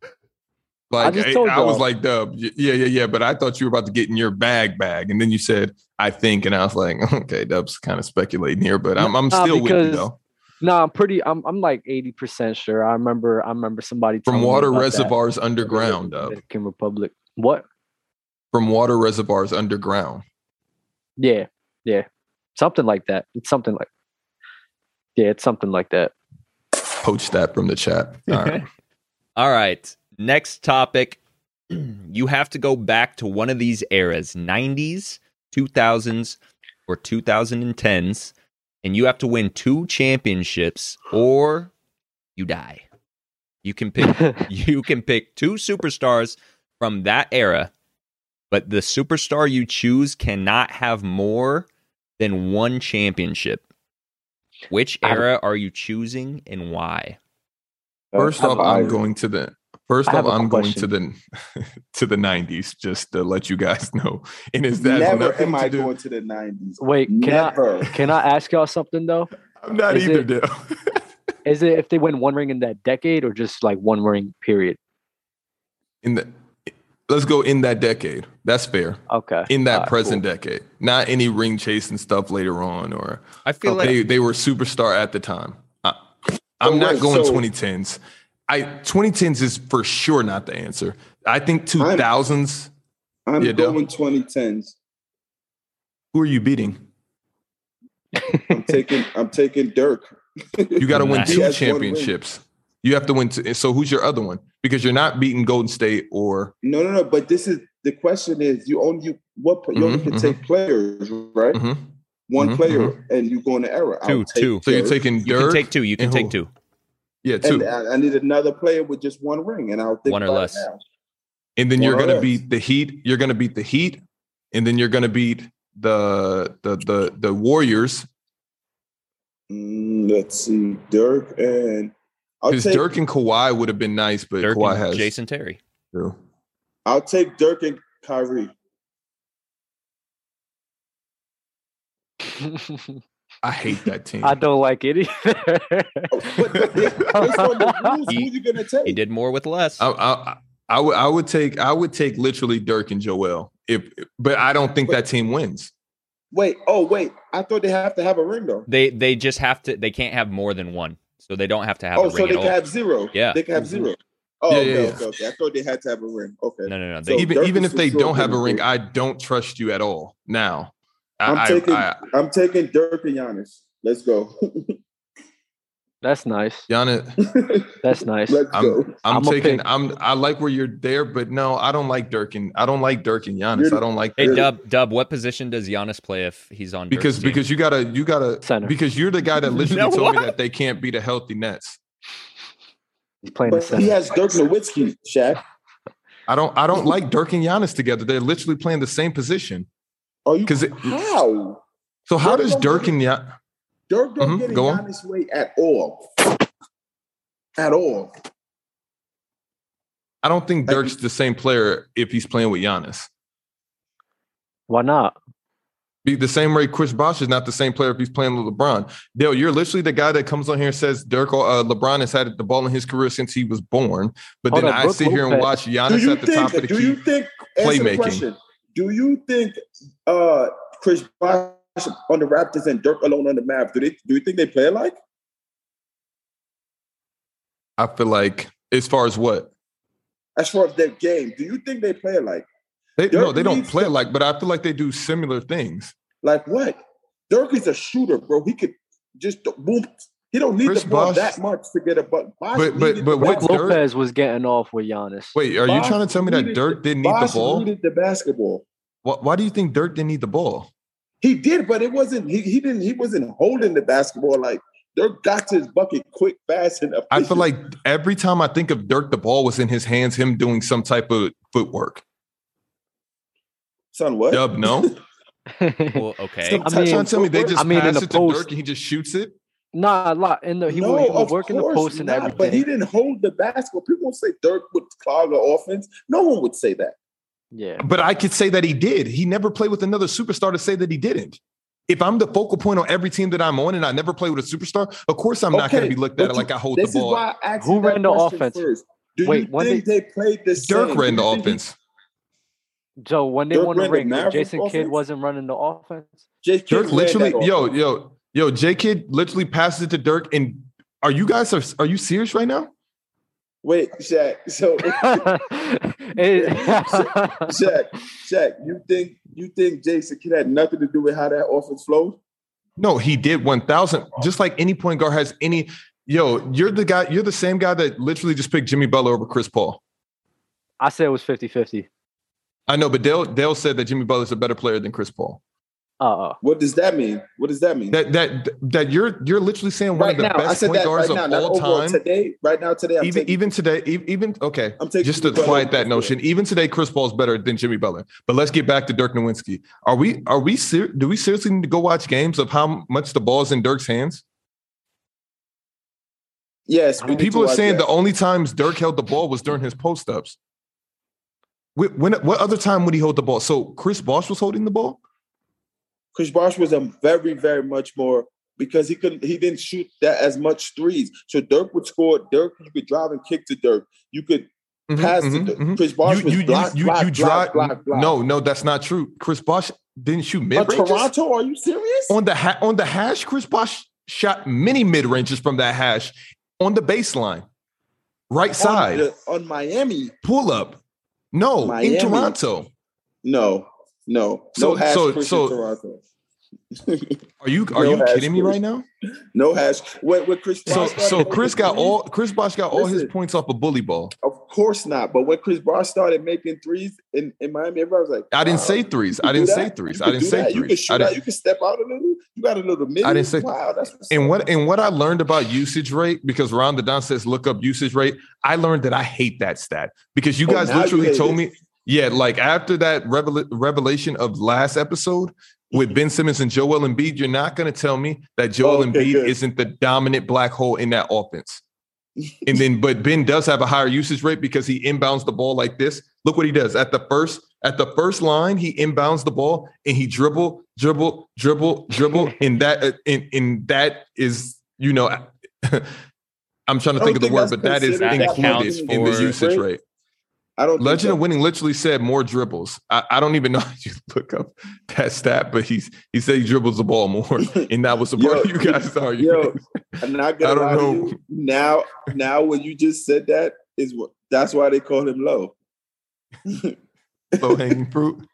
Speaker 1: Like
Speaker 2: just
Speaker 1: I,
Speaker 2: told
Speaker 1: I was
Speaker 2: y'all.
Speaker 1: like Dub, y- yeah, yeah, yeah. But I thought you were about to get in your bag bag, and then you said I think, and I was like, okay, Dub's kind of speculating here, but I'm I'm
Speaker 2: Nah,
Speaker 1: still with you
Speaker 2: because
Speaker 1: though.
Speaker 2: No, I'm pretty. I'm I'm like eighty percent sure. I remember. I remember somebody
Speaker 1: From
Speaker 2: telling me
Speaker 1: water
Speaker 2: about that
Speaker 1: reservoirs
Speaker 2: when they were in
Speaker 1: underground,
Speaker 2: the
Speaker 1: Dub.
Speaker 2: Dominican Republic. What?
Speaker 1: From water reservoirs underground.
Speaker 2: Yeah, yeah, something like that. It's something like. Yeah, it's something like that.
Speaker 1: Poach that from the chat. All right.
Speaker 4: All right. Next topic. You have to go back to one of these eras 90s, 2000s, or 2010s, and you have to win two championships or you die. You can pick you can pick two superstars from that era But the superstar you choose cannot have more than one championship. Which
Speaker 2: I-
Speaker 4: era are you choosing and why?
Speaker 1: First
Speaker 3: Uh,
Speaker 1: off,
Speaker 3: I-
Speaker 1: I'm going to the first
Speaker 2: I
Speaker 1: off,
Speaker 2: have a
Speaker 1: I'm going to
Speaker 2: question.
Speaker 1: the to the 90s just to let you guys know. And it's that has
Speaker 3: Never
Speaker 1: nothing
Speaker 3: am
Speaker 1: to
Speaker 3: I
Speaker 1: do-
Speaker 3: going to the nineties.
Speaker 2: Wait, can I,
Speaker 3: Never.
Speaker 2: can I ask y'all something though?
Speaker 1: I'm not
Speaker 2: Is
Speaker 1: either,
Speaker 2: it-
Speaker 1: Dale.
Speaker 2: Is it if they win one ring in that decade or just like one ring period?
Speaker 1: in the let's go in that decade. That's fair.
Speaker 2: Okay.
Speaker 1: In that
Speaker 2: Alright,
Speaker 1: present decade. Not any ring chase and stuff later on or
Speaker 4: I feel like
Speaker 1: they, they were superstar at the time. I, I'm
Speaker 3: But
Speaker 1: not
Speaker 3: wait,
Speaker 1: going
Speaker 3: so-
Speaker 1: 2010s. I 2010s is for sure not the answer. I think 2000s.
Speaker 3: I'm
Speaker 1: Yeah, Dale.
Speaker 3: going twenty tens.
Speaker 1: Who are you beating?
Speaker 3: I'm taking I'm taking Dirk.
Speaker 1: You got to win
Speaker 4: Nice.
Speaker 1: two
Speaker 3: He has one win.
Speaker 1: championships. You have to win. Two, so who's your other one? Because you're not beating Golden State or
Speaker 3: No, no, no. But this is the question: is you only you what you only
Speaker 1: Mhm,
Speaker 3: can
Speaker 1: mhm.
Speaker 3: take players, right?
Speaker 1: Mhm.
Speaker 3: One
Speaker 1: mhm,
Speaker 3: player, and you go in the error.
Speaker 4: Two, two.
Speaker 1: so you're
Speaker 3: Dirk,
Speaker 1: taking
Speaker 4: you can
Speaker 1: Dirk.
Speaker 4: take two. You can
Speaker 1: and
Speaker 4: take
Speaker 1: who?
Speaker 4: two.
Speaker 1: yeah, two,
Speaker 3: and
Speaker 1: and,
Speaker 3: I, I need another player with just one ring, and I'll think
Speaker 4: One or
Speaker 3: about it
Speaker 4: less.
Speaker 3: now.
Speaker 1: then you're
Speaker 3: Well,
Speaker 1: gonna
Speaker 3: yes.
Speaker 1: beat the Heat. You're gonna beat the Heat, and then you're gonna beat the the the the Warriors
Speaker 3: Mm, let's see, Dirk and I'll
Speaker 1: because
Speaker 3: take
Speaker 1: Dirk and Kawhi would have been nice, but
Speaker 4: Dirk
Speaker 1: Kawhi
Speaker 4: and
Speaker 1: has
Speaker 4: Jason Terry.
Speaker 1: True.
Speaker 3: I'll take Dirk and Kyrie.
Speaker 2: cool.
Speaker 1: I hate that team.
Speaker 2: I don't like it either.
Speaker 3: Oh, but- but based on the rules, who
Speaker 4: He-
Speaker 3: you gonna take?
Speaker 4: He did more with less.
Speaker 1: I, I, I would I would take I would take literally Dirk and Joel if but I don't think that team wins.
Speaker 3: Wait, oh wait, I thought they have to have a ring though.
Speaker 4: They they just have to. They can't have more than one, so they don't have to have a
Speaker 3: Oh,
Speaker 4: ring
Speaker 3: so
Speaker 4: at
Speaker 3: they
Speaker 4: all.
Speaker 3: can have zero.
Speaker 4: Yeah.
Speaker 3: they can have zero. Oh,
Speaker 1: Mm-hmm. Yeah, yeah,
Speaker 3: okay,
Speaker 1: yeah.
Speaker 3: okay, okay. I thought they had to have a ring. Okay,
Speaker 4: no, no, no. They,
Speaker 3: So-
Speaker 1: even
Speaker 3: Dirk
Speaker 1: even
Speaker 3: is
Speaker 1: if they
Speaker 3: for sure
Speaker 1: don't have a
Speaker 3: gonna
Speaker 1: ring,
Speaker 3: win.
Speaker 1: I don't trust you at all. Now I,
Speaker 3: I'm
Speaker 1: I-
Speaker 3: taking
Speaker 1: I-
Speaker 3: I'm taking Dirk and Giannis. Let's go.
Speaker 2: That's nice.
Speaker 1: Giannis,
Speaker 2: That's nice.
Speaker 3: Let's
Speaker 1: I'm-
Speaker 3: go.
Speaker 1: I'm,
Speaker 2: I'ma
Speaker 1: taking
Speaker 2: pick-
Speaker 1: I'm I like where you're there, but no, I don't like Dirk and I don't like Dirk and Giannis.
Speaker 3: You're-
Speaker 1: I don't like
Speaker 4: hey,
Speaker 1: Dirk.
Speaker 4: Dub, Dub, what position does Giannis play if he's on? Dirk's
Speaker 1: because
Speaker 4: team?
Speaker 1: because you gotta you gotta
Speaker 2: Center.
Speaker 1: because you're the guy that literally
Speaker 4: No,
Speaker 1: told me
Speaker 4: what?
Speaker 1: that they can't beat a healthy Nets.
Speaker 2: He's playing the
Speaker 3: But he
Speaker 2: center.
Speaker 3: has Dirk Nowitzki, Shaq.
Speaker 1: I don't I don't like Dirk and Giannis together. They're literally playing the same position.
Speaker 3: Are you
Speaker 1: 'Cause it-
Speaker 3: how?
Speaker 1: So how
Speaker 3: Dirk
Speaker 1: does
Speaker 3: don't
Speaker 1: Dirk
Speaker 3: win.
Speaker 1: and Gian-
Speaker 3: Dirk don't
Speaker 1: Mhm,
Speaker 3: get in
Speaker 1: go on.
Speaker 3: Giannis' way at all. At all.
Speaker 1: I don't think
Speaker 3: I-
Speaker 1: Dirk's the same player if he's playing with Giannis.
Speaker 2: Why not?
Speaker 1: Be the same way Chris Bosh is not the same player if he's playing with LeBron. Dale, you're literally the guy that comes on here and says Dirk, uh, LeBron has had the ball in his career since he was born. But
Speaker 2: Hold
Speaker 1: then
Speaker 2: on,
Speaker 1: I
Speaker 2: Brook
Speaker 1: sit here and
Speaker 2: Lopez.
Speaker 1: watch
Speaker 3: Do
Speaker 1: Giannis
Speaker 3: you
Speaker 1: at the top of
Speaker 3: think
Speaker 1: the
Speaker 3: do
Speaker 1: key.
Speaker 3: you think answer the
Speaker 1: playmaking.
Speaker 3: question. Do you think uh Chris Bosh on the Raptors and Dirk alone on the map? Do they do you think they play alike?
Speaker 1: I feel like as far as what
Speaker 3: As far as their game, do you think they play alike?
Speaker 1: they
Speaker 3: Dirk
Speaker 1: no, they don't
Speaker 3: needs
Speaker 1: play like, but I feel like they do similar things.
Speaker 3: Like what? Dirk is a shooter, bro. He could just th- boom. He don't need
Speaker 1: Chris
Speaker 3: the ball
Speaker 1: Bosh-
Speaker 3: that much to get a buck.
Speaker 1: But but but
Speaker 2: Brook
Speaker 1: with Dirk,
Speaker 2: Lopez was getting off with Giannis.
Speaker 1: wait, are you
Speaker 3: Bosh
Speaker 1: trying to tell me that
Speaker 3: needed-
Speaker 1: Dirk didn't need the
Speaker 3: Bosh
Speaker 1: ball?
Speaker 3: needed the basketball.
Speaker 1: Why, why do you think Dirk didn't need the ball?
Speaker 3: He did, but it wasn't. He, he didn't. He wasn't holding the basketball like Dirk got to his bucket quick, fast, and
Speaker 1: I feel
Speaker 3: efficient.
Speaker 1: like every time I think of Dirk, the ball was in his hands, him doing some type of footwork.
Speaker 3: son, what?
Speaker 1: Dub, no.
Speaker 4: well, okay.
Speaker 1: So
Speaker 2: I
Speaker 1: trying
Speaker 2: mean-
Speaker 1: to tell me they just
Speaker 2: I mean, in
Speaker 1: pass
Speaker 2: the
Speaker 1: it to
Speaker 2: post-
Speaker 1: Dirk and he just shoots it.
Speaker 2: nah, a lot. In the he,
Speaker 3: no,
Speaker 2: was, he was
Speaker 3: of
Speaker 2: working the
Speaker 3: course
Speaker 2: post and
Speaker 3: not,
Speaker 2: everything.
Speaker 3: But he didn't hold the basketball. People won't say Dirk would clog the offense. No one would say that.
Speaker 2: yeah.
Speaker 1: But I could say that he did. He never played with another superstar to say that he didn't. If I'm the focal point on every team that I'm on and I never play with a superstar, of course I'm not
Speaker 3: Okay,
Speaker 1: going to be looked at
Speaker 3: but
Speaker 1: like I hold the
Speaker 3: This is
Speaker 1: ball.
Speaker 3: why I asked
Speaker 2: Who
Speaker 3: you that
Speaker 2: ran the
Speaker 3: question
Speaker 2: offense?
Speaker 3: First. Do
Speaker 2: Wait,
Speaker 3: you
Speaker 2: when
Speaker 3: think they, played the same?
Speaker 1: Dirk ran
Speaker 3: Do
Speaker 1: the
Speaker 3: you think he-
Speaker 1: offense.
Speaker 2: Joe, when they
Speaker 3: Dirk
Speaker 2: won the
Speaker 3: ran the
Speaker 2: ring,
Speaker 3: Mavericks
Speaker 2: Jason Kidd
Speaker 3: offense?
Speaker 2: wasn't running the offense.
Speaker 3: Jay Kidd
Speaker 1: Dirk
Speaker 3: ran
Speaker 1: literally,
Speaker 3: that
Speaker 1: yo,
Speaker 3: offense.
Speaker 1: yo, yo, J Kid literally passes it to Dirk. And are you guys are, are you serious right now?
Speaker 3: Wait, Shaq. So,
Speaker 2: It-
Speaker 3: Shaq, Shaq, you think you think Jason Kidd had nothing to do with how that offense flowed?
Speaker 1: No, he did 1,000. Just like any point guard has any. Yo, you're the guy. You're the same guy that literally just picked Jimmy Butler over Chris Paul.
Speaker 2: I said it was 50 50.
Speaker 1: I know, but Dale Dale said that Jimmy Butler's a better player than Chris Paul.
Speaker 2: Uh,
Speaker 3: What does that mean? What does that mean?
Speaker 1: That that that you're you're literally saying one
Speaker 3: right
Speaker 1: of the
Speaker 3: now, I
Speaker 1: best
Speaker 3: said
Speaker 1: point
Speaker 3: that
Speaker 1: guards
Speaker 3: right now.
Speaker 1: of
Speaker 3: not
Speaker 1: all
Speaker 3: overall
Speaker 1: time.
Speaker 3: today, right now, today, I'm
Speaker 1: even
Speaker 3: taking,
Speaker 1: even today, e- even okay.
Speaker 3: I'm taking
Speaker 1: Just to
Speaker 3: Butler
Speaker 1: quiet that
Speaker 3: over.
Speaker 1: notion, even today, Chris Paul's better than Jimmy Butler. But let's get back to Dirk Nowitzki. Are we are we ser- do we seriously need to go watch games of how much the ball's in Dirk's hands?
Speaker 3: Yes,
Speaker 2: People
Speaker 1: People are saying the
Speaker 3: the
Speaker 1: only times Dirk held the ball was during his post ups. When, when what other time would he hold the ball? So Chris Bosh was holding the ball.
Speaker 3: Chris Bosh was a very, very much more because he couldn't he didn't shoot that as much threes. So Dirk would score. Dirk, you could drive and kick to Dirk. You could
Speaker 1: Mhm,
Speaker 3: pass
Speaker 1: mhm,
Speaker 3: to Dirk.
Speaker 1: mhm.
Speaker 3: Chris Bosh
Speaker 1: You-
Speaker 3: was
Speaker 1: you- you-
Speaker 3: block,
Speaker 1: you-
Speaker 3: block,
Speaker 1: you drive-
Speaker 3: block, block, block.
Speaker 1: No, no, that's not true. Chris Bosh didn't shoot
Speaker 3: On
Speaker 1: mid ranges.
Speaker 3: Toronto, are you serious?
Speaker 1: On the ha- on the hash, Chris Bosh shot many mid ranges from that hash on the baseline, right
Speaker 3: On,
Speaker 1: side,
Speaker 3: the- on Miami.
Speaker 1: pull up. No,
Speaker 3: Miami.
Speaker 1: in Toronto.
Speaker 3: No, no.
Speaker 1: So-
Speaker 3: no hash
Speaker 1: so-
Speaker 3: Chris
Speaker 1: so-
Speaker 3: in Toronto.
Speaker 1: Are you are
Speaker 3: No
Speaker 1: you
Speaker 3: hash,
Speaker 1: kidding me
Speaker 3: Chris.
Speaker 1: right now?
Speaker 3: No hash. What, what Chris
Speaker 1: So
Speaker 3: Bosh started
Speaker 1: so
Speaker 3: making
Speaker 1: Chris got
Speaker 3: threes?
Speaker 1: all Chris Bosh got all his
Speaker 3: Listen.
Speaker 1: points off a bully ball.
Speaker 3: Of course not. But when Chris Bosh started making threes in, in Miami, everybody was like,
Speaker 1: I didn't
Speaker 3: wow.
Speaker 1: say threes.
Speaker 3: You
Speaker 1: I
Speaker 3: do
Speaker 1: didn't
Speaker 3: that?
Speaker 1: say threes.
Speaker 3: You
Speaker 1: I
Speaker 3: can
Speaker 1: didn't
Speaker 3: do
Speaker 1: say
Speaker 3: that. You can
Speaker 1: threes.
Speaker 3: shoot
Speaker 1: I
Speaker 3: out.
Speaker 1: didn't,
Speaker 3: You can step out a little. You got a little mid.
Speaker 1: I didn't say-
Speaker 3: Wow, that's what's
Speaker 1: and
Speaker 3: up.
Speaker 1: what and what I learned about usage rate because Ron Don says look up usage rate. I learned that I hate that stat because you
Speaker 3: Oh,
Speaker 1: guys
Speaker 3: now you
Speaker 1: literally
Speaker 3: hate
Speaker 1: told
Speaker 3: it.
Speaker 1: me, yeah, like after that revel- revelation of last episode with Ben Simmons and Joel Embiid, you're not going to tell me that Joel
Speaker 3: Mm-hmm. Oh, okay,
Speaker 1: Embiid
Speaker 3: good.
Speaker 1: isn't the dominant black hole in that offense. and then, but Ben does have a higher usage rate because he inbounds the ball like this. Look what he does at the first at the first line. He inbounds the ball and he dribble, dribble, dribble, dribble, and that uh, and, and that is you know, I'm trying to
Speaker 3: I
Speaker 1: think
Speaker 3: don't
Speaker 1: of the
Speaker 3: think
Speaker 1: word,
Speaker 3: that's
Speaker 1: but that is
Speaker 3: considered
Speaker 4: that
Speaker 1: included
Speaker 4: counts
Speaker 1: in the
Speaker 4: for-
Speaker 1: usage rate.
Speaker 3: I don't. think
Speaker 1: Legend
Speaker 3: that-
Speaker 1: of Winning literally said more dribbles. I, I don't even know how you look up that stat, but he's he said he dribbles the ball more, and that was the part
Speaker 3: Yo,
Speaker 1: you guys are.
Speaker 3: Yo, I'm not gonna
Speaker 1: I don't
Speaker 3: lie to
Speaker 1: know.
Speaker 3: you. Now, now, when you just said that is what. That's why they call him low.
Speaker 1: low hanging fruit.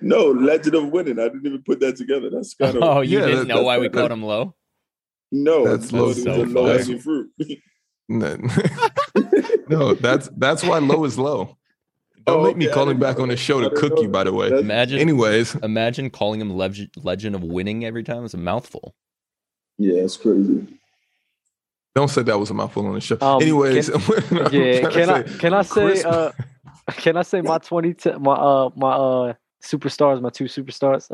Speaker 3: No, legend of winning. I didn't even put that together. That's kind of
Speaker 4: Oh, you
Speaker 1: Yeah,
Speaker 4: didn't
Speaker 1: that-
Speaker 4: know why
Speaker 3: that-
Speaker 4: we
Speaker 3: that-
Speaker 4: called him low?
Speaker 3: no.
Speaker 1: That's
Speaker 3: I thought
Speaker 4: low.
Speaker 3: it was a
Speaker 4: So
Speaker 3: low
Speaker 1: funny.
Speaker 3: hanging fruit.
Speaker 1: No, No, that's that's why low is low. Don't
Speaker 3: Oh,
Speaker 1: make me
Speaker 3: okay, I
Speaker 1: calling
Speaker 3: didn't
Speaker 1: back
Speaker 3: know
Speaker 1: on the
Speaker 3: that.
Speaker 1: show
Speaker 3: I
Speaker 1: to
Speaker 3: didn't
Speaker 1: cook
Speaker 3: know
Speaker 1: you, by the way.
Speaker 3: That's-
Speaker 4: Imagine,
Speaker 1: Anyways,
Speaker 4: imagine calling him Leg- Legend of Winning every time. It's a mouthful.
Speaker 3: yeah, it's crazy.
Speaker 1: don't say that was a mouthful on the show.
Speaker 2: Um,
Speaker 1: Anyways,
Speaker 2: uh, yeah. Can I can I say
Speaker 1: Chris-
Speaker 2: uh, can I say my twenty t- my uh my uh superstars my two superstars?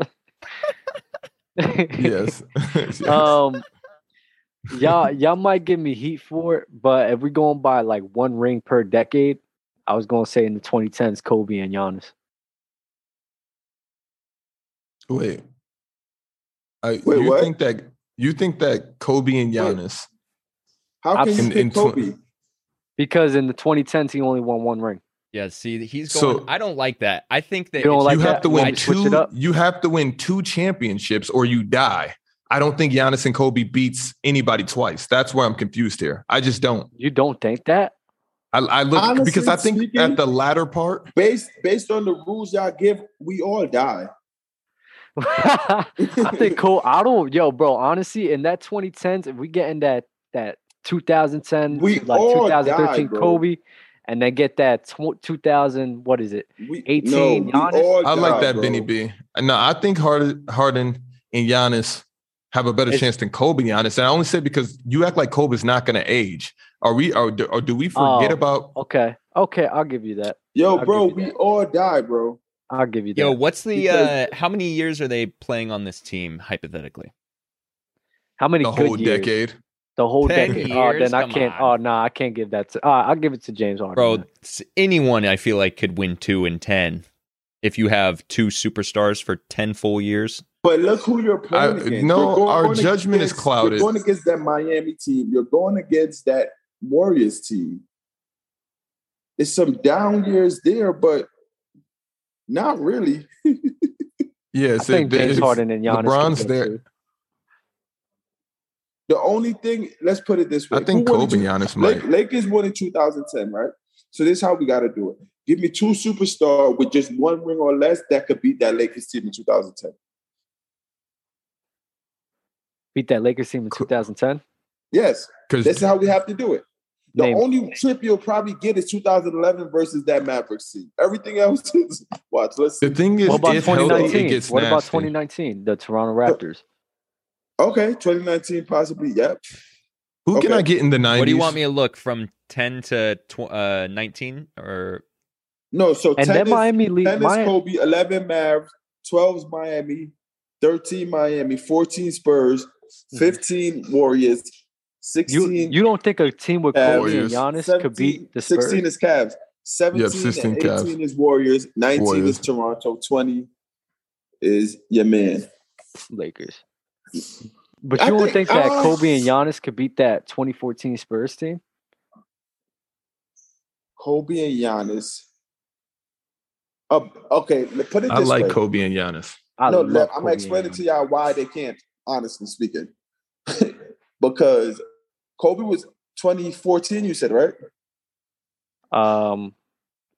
Speaker 1: yes. Yes.
Speaker 2: Um, y'all, y'all might give me heat for it, but if we're going by like one ring per decade, I was gonna say in the 2010s, Kobe and Giannis.
Speaker 1: Wait. I,
Speaker 3: Wait,
Speaker 1: you
Speaker 3: what?
Speaker 1: think that you think that Kobe and Giannis?
Speaker 3: How can you
Speaker 1: In- in
Speaker 3: pick
Speaker 1: tw-
Speaker 3: Kobe?
Speaker 2: Because in the 2010s, he only won one ring.
Speaker 4: Yeah, see, he's
Speaker 1: So-
Speaker 4: going. I don't like that. I think that
Speaker 2: You don't
Speaker 4: it's-
Speaker 2: like
Speaker 1: you
Speaker 2: that?
Speaker 1: have to
Speaker 2: Why
Speaker 1: win
Speaker 2: don't you switch it
Speaker 1: two.
Speaker 2: up?
Speaker 1: You have to win two championships, or you die. I don't think Giannis and Kobe beats anybody twice. That's where I'm confused here. I just don't.
Speaker 2: You don't think that?
Speaker 1: I, I look
Speaker 3: Honestly
Speaker 1: because I think
Speaker 3: speaking-
Speaker 1: at the latter part,
Speaker 3: Based based on the rules y'all give, we all die.
Speaker 2: I think Cole. I don't, yo, bro. Honestly, in that 2010s, if we get in that that 2010,
Speaker 3: We
Speaker 2: like
Speaker 3: all
Speaker 2: 2013
Speaker 3: died, bro.
Speaker 2: Kobe, and then get that tw- 2000, what is it?
Speaker 3: We,
Speaker 2: 18,
Speaker 3: we
Speaker 2: Giannis?
Speaker 3: all
Speaker 1: I like
Speaker 3: die,
Speaker 1: that
Speaker 3: bro.
Speaker 1: Benny B. No, I think Harden, Harden and Giannis have a better
Speaker 2: It's-
Speaker 1: chance than Kobe and Giannis. And I only say because you act like Kobe's not going to age. Are we? Or do, or do we forget
Speaker 2: Oh.
Speaker 1: about?
Speaker 2: Okay, okay, I'll give you that.
Speaker 3: Yo,
Speaker 2: I'll
Speaker 3: bro,
Speaker 2: give you
Speaker 3: we
Speaker 2: that.
Speaker 3: all die, bro.
Speaker 2: I'll give you that.
Speaker 4: Yo, what's the uh
Speaker 3: Because-
Speaker 4: how many years are they playing on this team hypothetically?
Speaker 2: How many
Speaker 1: The
Speaker 2: good
Speaker 1: whole
Speaker 2: years?
Speaker 1: decade.
Speaker 2: The whole
Speaker 4: 10
Speaker 2: decade. oh,
Speaker 4: years?
Speaker 2: then I
Speaker 4: Come
Speaker 2: can't.
Speaker 4: on.
Speaker 2: Oh, no, I can't give that to. Uh, I'll give it to James Harden.
Speaker 4: Bro,
Speaker 2: then.
Speaker 4: s- anyone I feel like could win 2 and 10 if you have two superstars for 10 full years.
Speaker 3: But look who you're playing
Speaker 1: I-
Speaker 3: against.
Speaker 1: no,
Speaker 3: You're going
Speaker 1: our judgment is
Speaker 3: against-
Speaker 1: clouded.
Speaker 3: You're going against that Miami team. You're going against that Warriors team. There's some down years there, but not really.
Speaker 2: I
Speaker 1: Yes,
Speaker 2: think
Speaker 1: it-
Speaker 2: James
Speaker 1: it's-
Speaker 2: Harden and Giannis. could
Speaker 1: LeBron's
Speaker 2: get
Speaker 1: there.
Speaker 2: two.
Speaker 3: The only thing, let's put it this way.
Speaker 1: I think
Speaker 3: Who wanted
Speaker 1: Kobe
Speaker 3: you-
Speaker 1: and Giannis might.
Speaker 3: Lake, Lakers won in 2010, right? So this is how we got to do it. Give me two superstar with just one ring or less that could beat that Lakers team in 2010.
Speaker 2: Beat that Lakers team in
Speaker 1: Co-
Speaker 2: 2010.
Speaker 3: Yes,
Speaker 1: Because
Speaker 3: this is how we have to do it. The
Speaker 2: Name-
Speaker 3: only trip you'll probably get is 2011 versus that Mavericks team. Everything else is watch. Let's see.
Speaker 1: The thing is,
Speaker 2: What about
Speaker 1: if healthy, it
Speaker 2: 2019?
Speaker 1: gets
Speaker 2: What about
Speaker 1: nasty.
Speaker 2: 2019? The Toronto Raptors.
Speaker 3: Okay, 2019 possibly. Yep.
Speaker 1: Who can
Speaker 3: Okay.
Speaker 1: I get in the 90s?
Speaker 4: What do you want me to look from 10 to tw- uh, 19 or
Speaker 3: No, so
Speaker 2: And
Speaker 3: 10
Speaker 2: then
Speaker 3: is,
Speaker 2: Miami league.
Speaker 3: 10 is
Speaker 2: Mi-
Speaker 3: Kobe, 11 Mavs, 12 is Miami, 13 Miami, 14 Spurs, 15 Warriors, 16
Speaker 2: you Hmm. you don't think a team with Kobe and
Speaker 1: Warriors.
Speaker 2: Giannis could beat the Spurs?
Speaker 3: 16 is Cavs. 17
Speaker 1: 16
Speaker 3: and 18
Speaker 1: Cavs.
Speaker 3: is Warriors. 19
Speaker 1: Warriors.
Speaker 3: is Toronto. 20 is your man.
Speaker 2: Lakers. But
Speaker 3: I
Speaker 2: you don't think
Speaker 3: think-
Speaker 2: that
Speaker 3: uh,
Speaker 2: Kobe and Giannis could beat that 2014 Spurs team?
Speaker 3: Kobe and Giannis. Uh, okay, let- put it
Speaker 1: I
Speaker 3: this
Speaker 1: like
Speaker 3: way.
Speaker 1: Kobe and Giannis.
Speaker 2: I
Speaker 3: no,
Speaker 2: love
Speaker 3: look, I'm
Speaker 2: Kobe
Speaker 3: gonna
Speaker 2: and
Speaker 3: explain it
Speaker 2: Giannis.
Speaker 3: to y'all why they can't, honestly speaking. because Kobe was 2014, you said, right?
Speaker 2: Um,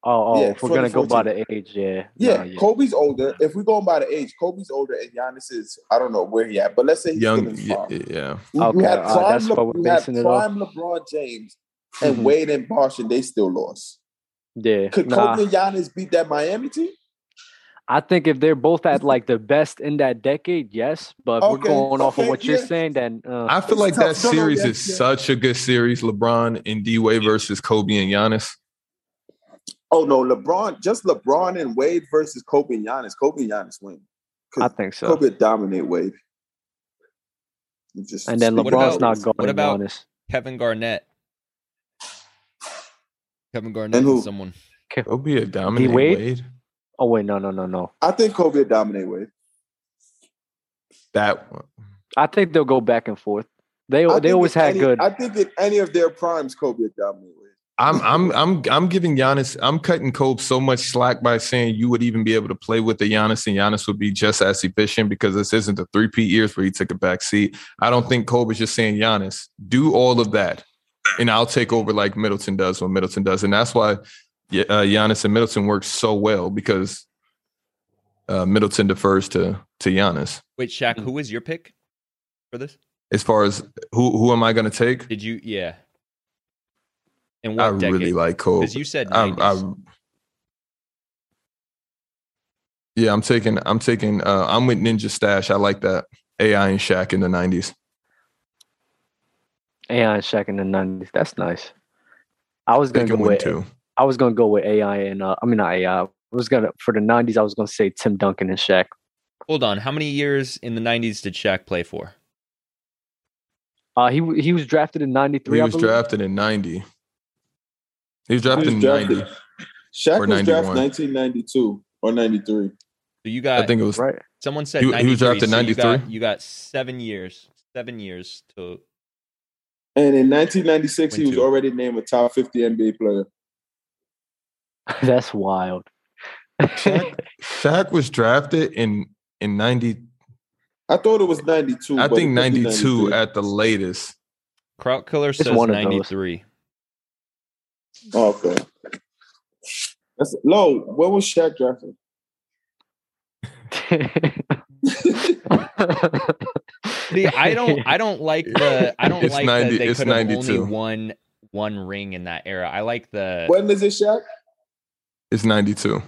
Speaker 2: oh, oh
Speaker 3: Yeah,
Speaker 2: if we're gonna go by
Speaker 3: 2014.
Speaker 2: the age, yeah,
Speaker 3: Yeah,
Speaker 2: nah, yeah.
Speaker 3: Kobe's older. If we're going by the age, Kobe's older and Giannis is, I don't know where he at, but let's say he's
Speaker 1: Young,
Speaker 3: still in
Speaker 1: yeah,
Speaker 3: farm.
Speaker 1: yeah.
Speaker 3: We-
Speaker 2: Okay,
Speaker 3: we had
Speaker 2: uh,
Speaker 3: prime,
Speaker 2: that's
Speaker 3: Le-
Speaker 2: what we're
Speaker 3: we had
Speaker 2: basing it off. Mm-hmm.
Speaker 3: prime LeBron James and Wade and Bosh, and they still lost.
Speaker 2: yeah.
Speaker 3: Could
Speaker 2: Nah,
Speaker 3: Kobe and Giannis beat that Miami team?
Speaker 2: I think if they're both at like the best in that decade, yes. But if
Speaker 3: Okay,
Speaker 2: we're going off of
Speaker 3: okay,
Speaker 2: what you're
Speaker 3: yeah.
Speaker 2: saying, then uh,
Speaker 1: I feel
Speaker 3: It's
Speaker 1: like
Speaker 3: tough.
Speaker 1: that
Speaker 3: No, no,
Speaker 1: series
Speaker 3: yeah,
Speaker 1: is
Speaker 3: yeah.
Speaker 1: such a good series. LeBron and D Wade versus Kobe and Giannis.
Speaker 3: Oh no, LeBron, just LeBron and Wade versus Kobe and Giannis. Kobe and Giannis win.
Speaker 2: I think so.
Speaker 3: Kobe would dominate Wade. Just
Speaker 2: and then
Speaker 4: What
Speaker 2: LeBron's
Speaker 4: about-
Speaker 2: not going.
Speaker 4: what about-
Speaker 2: Giannis.
Speaker 4: Kevin Garnett? Kevin Garnett
Speaker 3: who?
Speaker 4: is someone.
Speaker 1: Kobe a dominant
Speaker 2: Wade?
Speaker 1: Wade?
Speaker 2: Oh wait, no, no, no, no.
Speaker 3: I think Kobe would dominate Wade.
Speaker 1: That one.
Speaker 2: I think they'll go back and forth. They
Speaker 3: I
Speaker 2: they
Speaker 3: think
Speaker 2: always
Speaker 3: in
Speaker 2: had
Speaker 3: any-
Speaker 2: good.
Speaker 3: I think in any of their primes, Kobe would dominate Wade.
Speaker 1: I'm I'm I'm I'm giving Giannis. I'm cutting Kobe so much slack by saying you would even be able to play with the Giannis, and Giannis would be just as efficient because this isn't the three P years where he took a back seat. I don't think Kobe's just saying Giannis do all of that, and I'll take over like Middleton does when Middleton does, and that's why yeah, uh, Giannis and Middleton work so well because uh, Middleton defers to to Giannis
Speaker 4: Wait,
Speaker 1: Hmm.
Speaker 4: Shaq, who was your pick for this?
Speaker 1: as far as who who am I going to take.
Speaker 4: Did you? Yeah. And what
Speaker 1: I
Speaker 4: decade?
Speaker 1: really like Kobe.
Speaker 4: Because you said
Speaker 1: I'm,
Speaker 4: 90s.
Speaker 1: I'm, yeah, I'm taking. I'm taking. Uh, I'm with Ninja Stash. I like that AI and Shaq in the '90s.
Speaker 2: AI and Shaq in the nineties. That's nice. I was
Speaker 1: They
Speaker 2: gonna go
Speaker 1: can win
Speaker 2: with
Speaker 1: too.
Speaker 2: I was gonna go with AI and uh, I mean not AI. I was gonna for the nineties. I was gonna say Tim Duncan and Shaq.
Speaker 4: Hold on. How many years in the 90s did Shaq play for?
Speaker 2: Uh, he w- he was drafted in ninety three.
Speaker 1: He was drafted in '90. He was drafted
Speaker 3: was
Speaker 1: in
Speaker 3: drafted.
Speaker 1: '90.
Speaker 3: Shaq
Speaker 1: Or
Speaker 3: was
Speaker 1: 91.
Speaker 3: drafted 1992 or 93.
Speaker 4: So you
Speaker 1: I
Speaker 4: got.
Speaker 1: think it was.
Speaker 2: right.
Speaker 4: someone said
Speaker 1: He- he was
Speaker 4: 93,
Speaker 1: drafted
Speaker 4: so you got-
Speaker 1: 93?
Speaker 4: You got seven years. Seven years to.
Speaker 3: And in 1996, he was
Speaker 4: 22.
Speaker 3: already named a top 50 NBA player.
Speaker 2: That's wild.
Speaker 1: Shaq, Shaq was drafted in in '90.
Speaker 3: I thought it was 92.
Speaker 1: I
Speaker 3: but
Speaker 1: think
Speaker 3: it could be
Speaker 1: '92
Speaker 3: 93.
Speaker 1: at the latest.
Speaker 4: Kraut Killer says
Speaker 2: one of those.
Speaker 4: 93.
Speaker 3: Oh, okay. That's, Lo, when was Shaq drafted?
Speaker 4: See, I don't, I don't like the, I don't
Speaker 1: It's
Speaker 4: like
Speaker 1: 90
Speaker 4: that they
Speaker 1: it's
Speaker 4: could have only
Speaker 1: 92.
Speaker 4: won one ring in that era. I like the
Speaker 3: When is it Shaq?
Speaker 1: It's '92.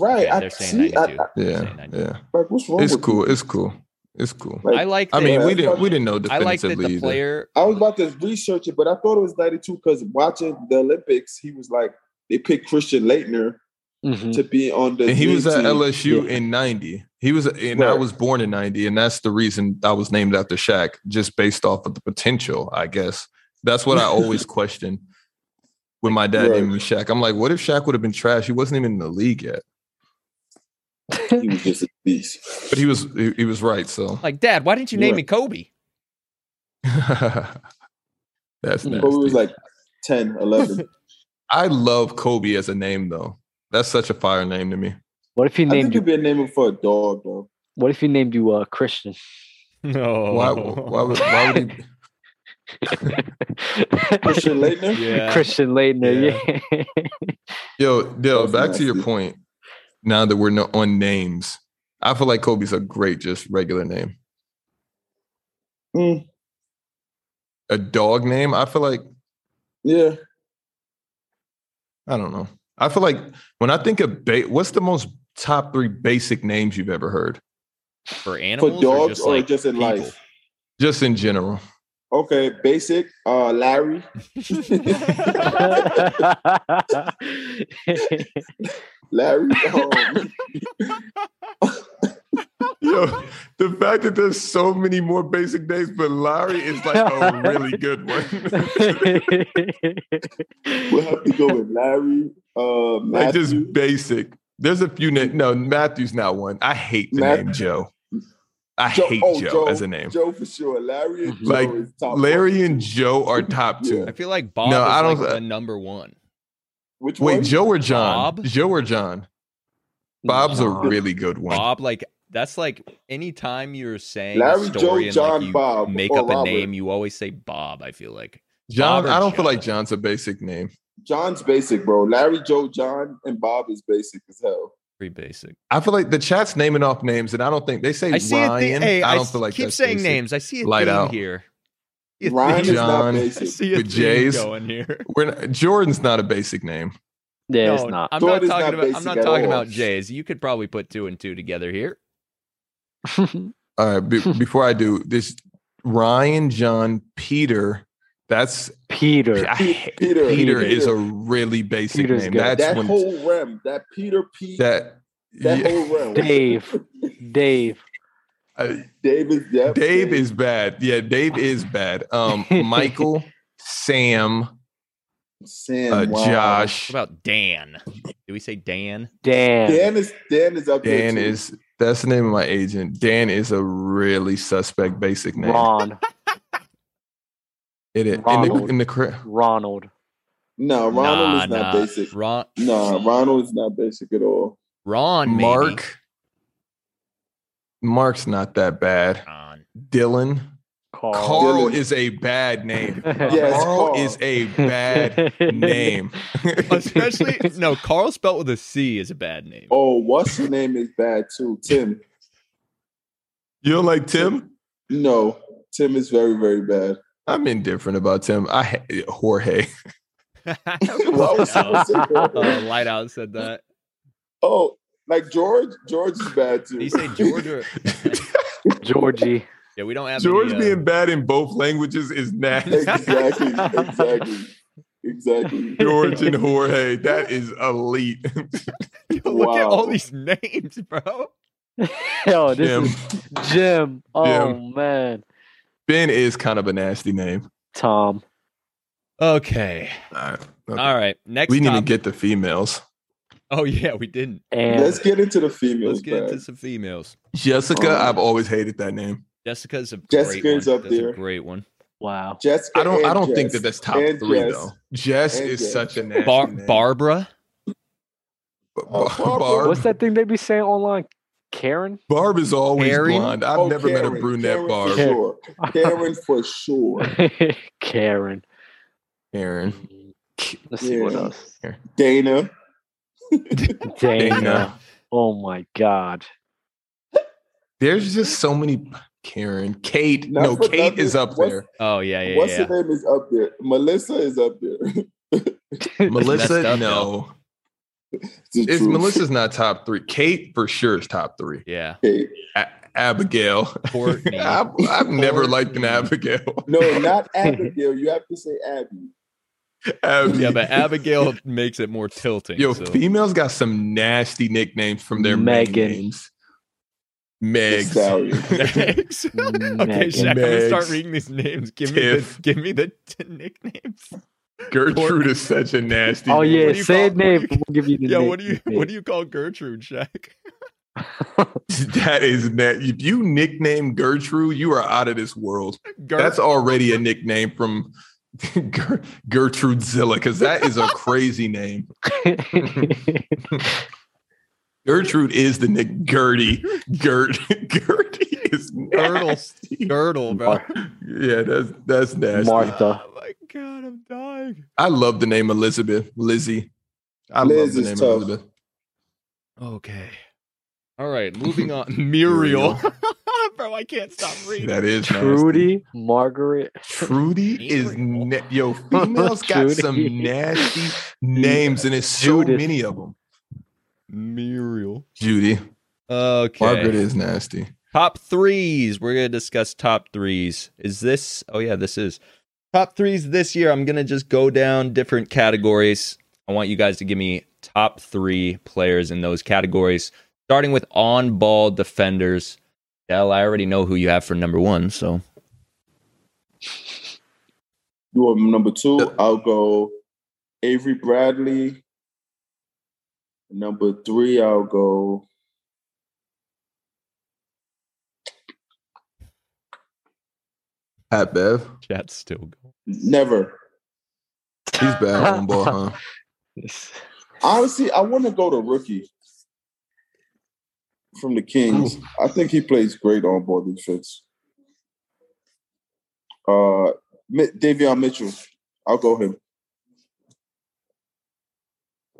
Speaker 3: Right.
Speaker 4: Yeah,
Speaker 3: I,
Speaker 4: they're saying
Speaker 3: see, I,
Speaker 4: 92.
Speaker 3: I-
Speaker 1: Yeah,
Speaker 4: Saying
Speaker 1: yeah.
Speaker 3: like, what's wrong
Speaker 1: It's
Speaker 3: with
Speaker 1: cool.
Speaker 3: you?
Speaker 1: It's cool. It's cool.
Speaker 3: Like,
Speaker 4: I like. That,
Speaker 1: I mean, we
Speaker 3: Yeah,
Speaker 1: didn't we didn't know
Speaker 4: I like that
Speaker 1: definitively.
Speaker 4: the
Speaker 1: either.
Speaker 4: player.
Speaker 3: I was about to research it, but I thought it was 92 because watching the Olympics, he was like, they picked Christian Leitner
Speaker 2: Mhm.
Speaker 3: to be on the.
Speaker 1: and he
Speaker 3: dream
Speaker 1: was at
Speaker 3: team.
Speaker 1: LSU in '90. He was, and I
Speaker 3: Right.
Speaker 1: was born in '90, and that's the reason I was named after Shaq, just based off of the potential, I guess. That's what I always question when my dad
Speaker 3: Right.
Speaker 1: named me Shaq. I'm like, what if Shaq would have been trash? He wasn't even in the league yet,
Speaker 3: He was just a beast.
Speaker 1: but he was. He, he was right. So
Speaker 4: Like, Dad, why didn't you name me
Speaker 3: Yeah.
Speaker 4: Kobe?
Speaker 1: that's
Speaker 2: Mm.
Speaker 1: nasty.
Speaker 3: Kobe was like 10, 11.
Speaker 1: I love Kobe as a name, though. That's such a fire name to me.
Speaker 2: What if he
Speaker 3: I think
Speaker 2: named you?
Speaker 3: you've been naming for a dog, though.
Speaker 2: What if he named you uh, Christian?
Speaker 4: No.
Speaker 1: Why? Why would? Why would he?
Speaker 3: Christian Leitner?
Speaker 4: Yeah.
Speaker 2: Christian Leitner. Yeah.
Speaker 1: Yo, Dale,
Speaker 3: That's
Speaker 1: back to your
Speaker 3: nasty.
Speaker 1: point. Now that we're no, on names, I feel like Kobe's a great just regular name.
Speaker 3: Mm.
Speaker 1: A dog name, I feel like
Speaker 3: Yeah.
Speaker 1: I don't know. I feel like when I think of ba- what's the most top three basic names you've ever heard,
Speaker 4: for animals or
Speaker 3: dogs
Speaker 4: just
Speaker 3: or
Speaker 4: like
Speaker 3: just in
Speaker 4: people?
Speaker 3: life?
Speaker 1: just in general?
Speaker 3: Okay. Basic. Uh, Larry. Larry. Um,
Speaker 1: Yo, the fact that there's so many more basic names, but Larry is like a really good one.
Speaker 3: we'll have to go with Larry. Uh,
Speaker 1: like
Speaker 3: Matthew.
Speaker 1: just basic. There's a few names. No, Matthew's not one. I hate the
Speaker 3: Matt-
Speaker 1: name Joe. I
Speaker 3: Joe-
Speaker 1: hate
Speaker 3: oh,
Speaker 1: Joe,
Speaker 3: Joe-
Speaker 1: as a name.
Speaker 3: Joe for sure. Larry and Joe
Speaker 1: Like,
Speaker 3: is top
Speaker 1: Larry
Speaker 3: one.
Speaker 1: and Joe are top two.
Speaker 4: I feel like Bob
Speaker 1: No,
Speaker 4: is
Speaker 1: I don't-
Speaker 4: like the number one.
Speaker 3: Which
Speaker 1: Wait,
Speaker 3: one?
Speaker 1: Joe or John?
Speaker 4: Bob?
Speaker 1: Joe or John? Bob's a
Speaker 2: John.
Speaker 1: really good one.
Speaker 4: Bob, like that's like anytime you're saying a
Speaker 3: Larry, Joe,
Speaker 4: story and
Speaker 3: John,
Speaker 4: like, you
Speaker 3: Bob,
Speaker 4: make
Speaker 3: or
Speaker 4: up a
Speaker 3: Robert.
Speaker 4: name, you always say Bob. I feel like
Speaker 1: John,
Speaker 4: Bob or
Speaker 1: I don't feel
Speaker 4: Joe?
Speaker 1: like John's a basic name.
Speaker 3: John's basic, bro. Larry, Joe, John, and Bob is basic as hell.
Speaker 4: pretty basic.
Speaker 1: I feel like the chat's naming off names, and I don't think they say
Speaker 4: I see it.
Speaker 1: Ryan.
Speaker 4: The, hey,
Speaker 1: I
Speaker 4: I
Speaker 1: don't
Speaker 4: s-
Speaker 1: feel like
Speaker 4: keep
Speaker 1: that's
Speaker 4: saying
Speaker 1: basic.
Speaker 4: names. I see a
Speaker 1: Light
Speaker 4: theme
Speaker 1: out.
Speaker 4: here. See a
Speaker 3: Ryan is
Speaker 4: theme.
Speaker 3: not
Speaker 1: John.
Speaker 4: I
Speaker 3: basic.
Speaker 4: see
Speaker 1: The
Speaker 4: a theme
Speaker 1: Jays.
Speaker 4: going here.
Speaker 1: We're not, Jordan's not a basic name.
Speaker 2: yeah, it's
Speaker 4: No,
Speaker 2: not.
Speaker 4: I'm
Speaker 3: Jordan's
Speaker 4: not
Speaker 3: not
Speaker 4: talking about. I'm
Speaker 3: basic
Speaker 4: not
Speaker 3: at
Speaker 4: talking
Speaker 3: all.
Speaker 4: about Jays. You could probably put two and two together here.
Speaker 1: All right, be- before I do this, Ryan, John, Peter. That's
Speaker 2: Peter.
Speaker 1: I hate-
Speaker 3: Peter.
Speaker 1: Peter is a really basic
Speaker 2: Peter's
Speaker 1: name.
Speaker 2: good.
Speaker 1: That's
Speaker 3: that
Speaker 1: when
Speaker 3: whole realm, that Peter P, that,
Speaker 1: that. yeah,
Speaker 3: whole realm.
Speaker 2: Dave. Dave.
Speaker 1: uh,
Speaker 3: Dave is yep,
Speaker 1: Dave is bad. Yeah, Dave is bad. Um, Michael, Sam,
Speaker 3: Sam,
Speaker 1: uh,
Speaker 3: wow.
Speaker 1: Josh,
Speaker 4: What about Dan? Do we say Dan?
Speaker 2: Dan.
Speaker 3: Dan is Dan is up there.
Speaker 1: Dan
Speaker 3: too.
Speaker 1: is that's the name of my agent. Dan is a really suspect basic name.
Speaker 2: Ron.
Speaker 1: It is in the
Speaker 2: Ronald.
Speaker 1: in the cor-
Speaker 2: Ronald.
Speaker 3: no Uh, Ronald is
Speaker 4: Nah,
Speaker 3: not
Speaker 4: nah.
Speaker 3: basic.
Speaker 4: Ron.
Speaker 3: No, Ronald is not basic at all.
Speaker 4: Ron. maybe.
Speaker 1: Mark. Mark's not that bad.
Speaker 4: Ron.
Speaker 1: Dylan.
Speaker 2: Carl.
Speaker 1: Carl
Speaker 3: Dylan.
Speaker 1: is a bad name.
Speaker 3: Yes,
Speaker 1: Carl,
Speaker 3: Carl.
Speaker 1: is a bad name.
Speaker 4: Especially no. Carl spelled with a C is a bad name.
Speaker 3: Oh, what's his name is bad too. Tim.
Speaker 1: you don't like Tim?
Speaker 3: No, Tim is very very bad.
Speaker 1: I'm indifferent about Tim. I ha- Jorge.
Speaker 3: Why would someone say
Speaker 4: Uh,
Speaker 2: Um,
Speaker 3: that?
Speaker 4: Lighthouse said that.
Speaker 3: Oh, like George. George is bad too.
Speaker 4: Did he say George or?
Speaker 2: Georgie.
Speaker 4: Yeah, we don't have
Speaker 1: George
Speaker 4: any, uh,
Speaker 1: being bad in both languages is nasty.
Speaker 3: exactly, exactly, exactly.
Speaker 1: George
Speaker 4: uh,
Speaker 1: and Jorge. That is elite.
Speaker 4: Look at all
Speaker 3: Wow.
Speaker 4: these names, bro.
Speaker 2: Yo, this
Speaker 1: Jim.
Speaker 2: is Jim. Oh man.
Speaker 1: Ben is kind of a nasty name.
Speaker 2: Tom.
Speaker 4: Okay.
Speaker 1: All right. Okay.
Speaker 4: All right. Next.
Speaker 1: We didn't even
Speaker 4: topic-
Speaker 1: get the females.
Speaker 4: Oh yeah, we didn't.
Speaker 2: And
Speaker 3: Let's get into the females.
Speaker 4: Let's get
Speaker 3: bad.
Speaker 4: into some females.
Speaker 1: Jessica,
Speaker 3: Oh.
Speaker 1: I've always hated that name.
Speaker 4: Jessica's a great
Speaker 3: Jessica's
Speaker 4: one.
Speaker 3: up
Speaker 4: That's a
Speaker 3: there.
Speaker 4: great one.
Speaker 2: wow.
Speaker 3: Jessica
Speaker 1: I don't.
Speaker 3: and
Speaker 1: I don't think
Speaker 3: Jess.
Speaker 1: that that's top
Speaker 3: And
Speaker 1: three
Speaker 3: Jess.
Speaker 1: though. Jess
Speaker 3: And
Speaker 1: is
Speaker 3: Jess.
Speaker 1: such a nasty
Speaker 4: Bar-
Speaker 1: name.
Speaker 4: Barbara.
Speaker 1: Bar-
Speaker 3: Oh,
Speaker 1: Barb.
Speaker 2: What's that thing they be saying online? Karen?
Speaker 1: Barb is always
Speaker 4: Karen?
Speaker 1: blonde. I've
Speaker 3: Oh,
Speaker 1: never met a
Speaker 3: Karen,
Speaker 1: brunette
Speaker 3: Karen
Speaker 1: Barb.
Speaker 3: For sure. Karen for sure.
Speaker 2: Karen.
Speaker 1: Karen.
Speaker 2: Let's see what
Speaker 3: Yeah.
Speaker 2: else.
Speaker 3: Dana.
Speaker 2: Dana.
Speaker 1: Dana.
Speaker 2: Oh my God.
Speaker 1: There's just so many. Karen. Kate.
Speaker 3: Not
Speaker 1: no,
Speaker 3: for
Speaker 1: Kate
Speaker 3: nothing.
Speaker 1: is up
Speaker 3: What's-
Speaker 1: there.
Speaker 4: Oh yeah, yeah,
Speaker 3: What's
Speaker 4: yeah.
Speaker 3: her name is up there? Melissa is up there.
Speaker 1: Melissa.
Speaker 4: messed up,
Speaker 1: no.
Speaker 3: It's the
Speaker 1: It's,
Speaker 3: truth.
Speaker 1: Melissa's not top three. Kate for sure is top three.
Speaker 4: Yeah.
Speaker 3: Kate.
Speaker 1: A- Abigail.
Speaker 4: Courtney.
Speaker 1: I've, I've never liked an
Speaker 4: Courtney.
Speaker 1: Abigail.
Speaker 3: No, not Abigail. You have to say Abby.
Speaker 1: Abby.
Speaker 4: yeah, but Abigail makes it more tilting.
Speaker 1: Yo,
Speaker 4: so.
Speaker 1: females got some nasty nicknames from their main
Speaker 2: Megan.
Speaker 1: names. Megs.
Speaker 3: Sally.
Speaker 4: Thanks. okay,
Speaker 2: Megan.
Speaker 4: Shaq, I'm gonna start
Speaker 1: Megs.
Speaker 4: reading these names. Give me the
Speaker 1: Tiff.
Speaker 4: give me the t- nicknames.
Speaker 1: Gertrude is such a nasty. name.
Speaker 2: oh yeah,
Speaker 4: what do you
Speaker 2: say
Speaker 4: call-
Speaker 2: a
Speaker 4: what
Speaker 2: name.
Speaker 4: do you-
Speaker 2: We'll give you the
Speaker 4: Yo,
Speaker 2: name.
Speaker 4: what do you what do you call Gertrude, Shaq?
Speaker 1: that is na- if you nickname Gertrude, you are out of this world. That's already a nickname from Ger- Gertrude Zilla because that is a crazy name. Gertrude is the nick Gertie. Gert Gertie is
Speaker 4: Girdle.
Speaker 1: nasty.
Speaker 4: girdle, bro.
Speaker 2: Mar-
Speaker 1: Yeah, that's that's nasty.
Speaker 2: Martha.
Speaker 4: Oh my god, I'm dying.
Speaker 1: I love the name Elizabeth. Lizzie. I love
Speaker 3: Liz
Speaker 1: the
Speaker 3: is
Speaker 1: name
Speaker 3: tough.
Speaker 1: Elizabeth.
Speaker 4: Okay. All right, moving on. Muriel. Bro, I can't stop reading.
Speaker 1: That is nasty.
Speaker 2: Trudy Margaret.
Speaker 1: Trudy is
Speaker 4: Angry.
Speaker 1: na- yo. Females got some
Speaker 2: Trudy.
Speaker 1: nasty names, and it's so
Speaker 2: Judith.
Speaker 1: many of them.
Speaker 4: Muriel.
Speaker 1: Judy
Speaker 4: Okay.
Speaker 1: Margaret is nasty.
Speaker 4: Top threes. We're gonna discuss top threes. Is this? Oh yeah, this is top threes this year. I'm gonna just go down different categories. I want you guys to give me top three players in those categories, starting with on-ball defenders. Dell, I already know who you have for number one, so
Speaker 3: You want number two? I'll go Avery Bradley. Number three, I'll go.
Speaker 1: Pat Bev,
Speaker 4: chat's still going.
Speaker 3: Never.
Speaker 1: he's bad on ball, huh?
Speaker 3: Honestly, I want to go to rookie from the Kings. I think he plays great on ball defense. Uh, Mi- Davion Mitchell, I'll go him.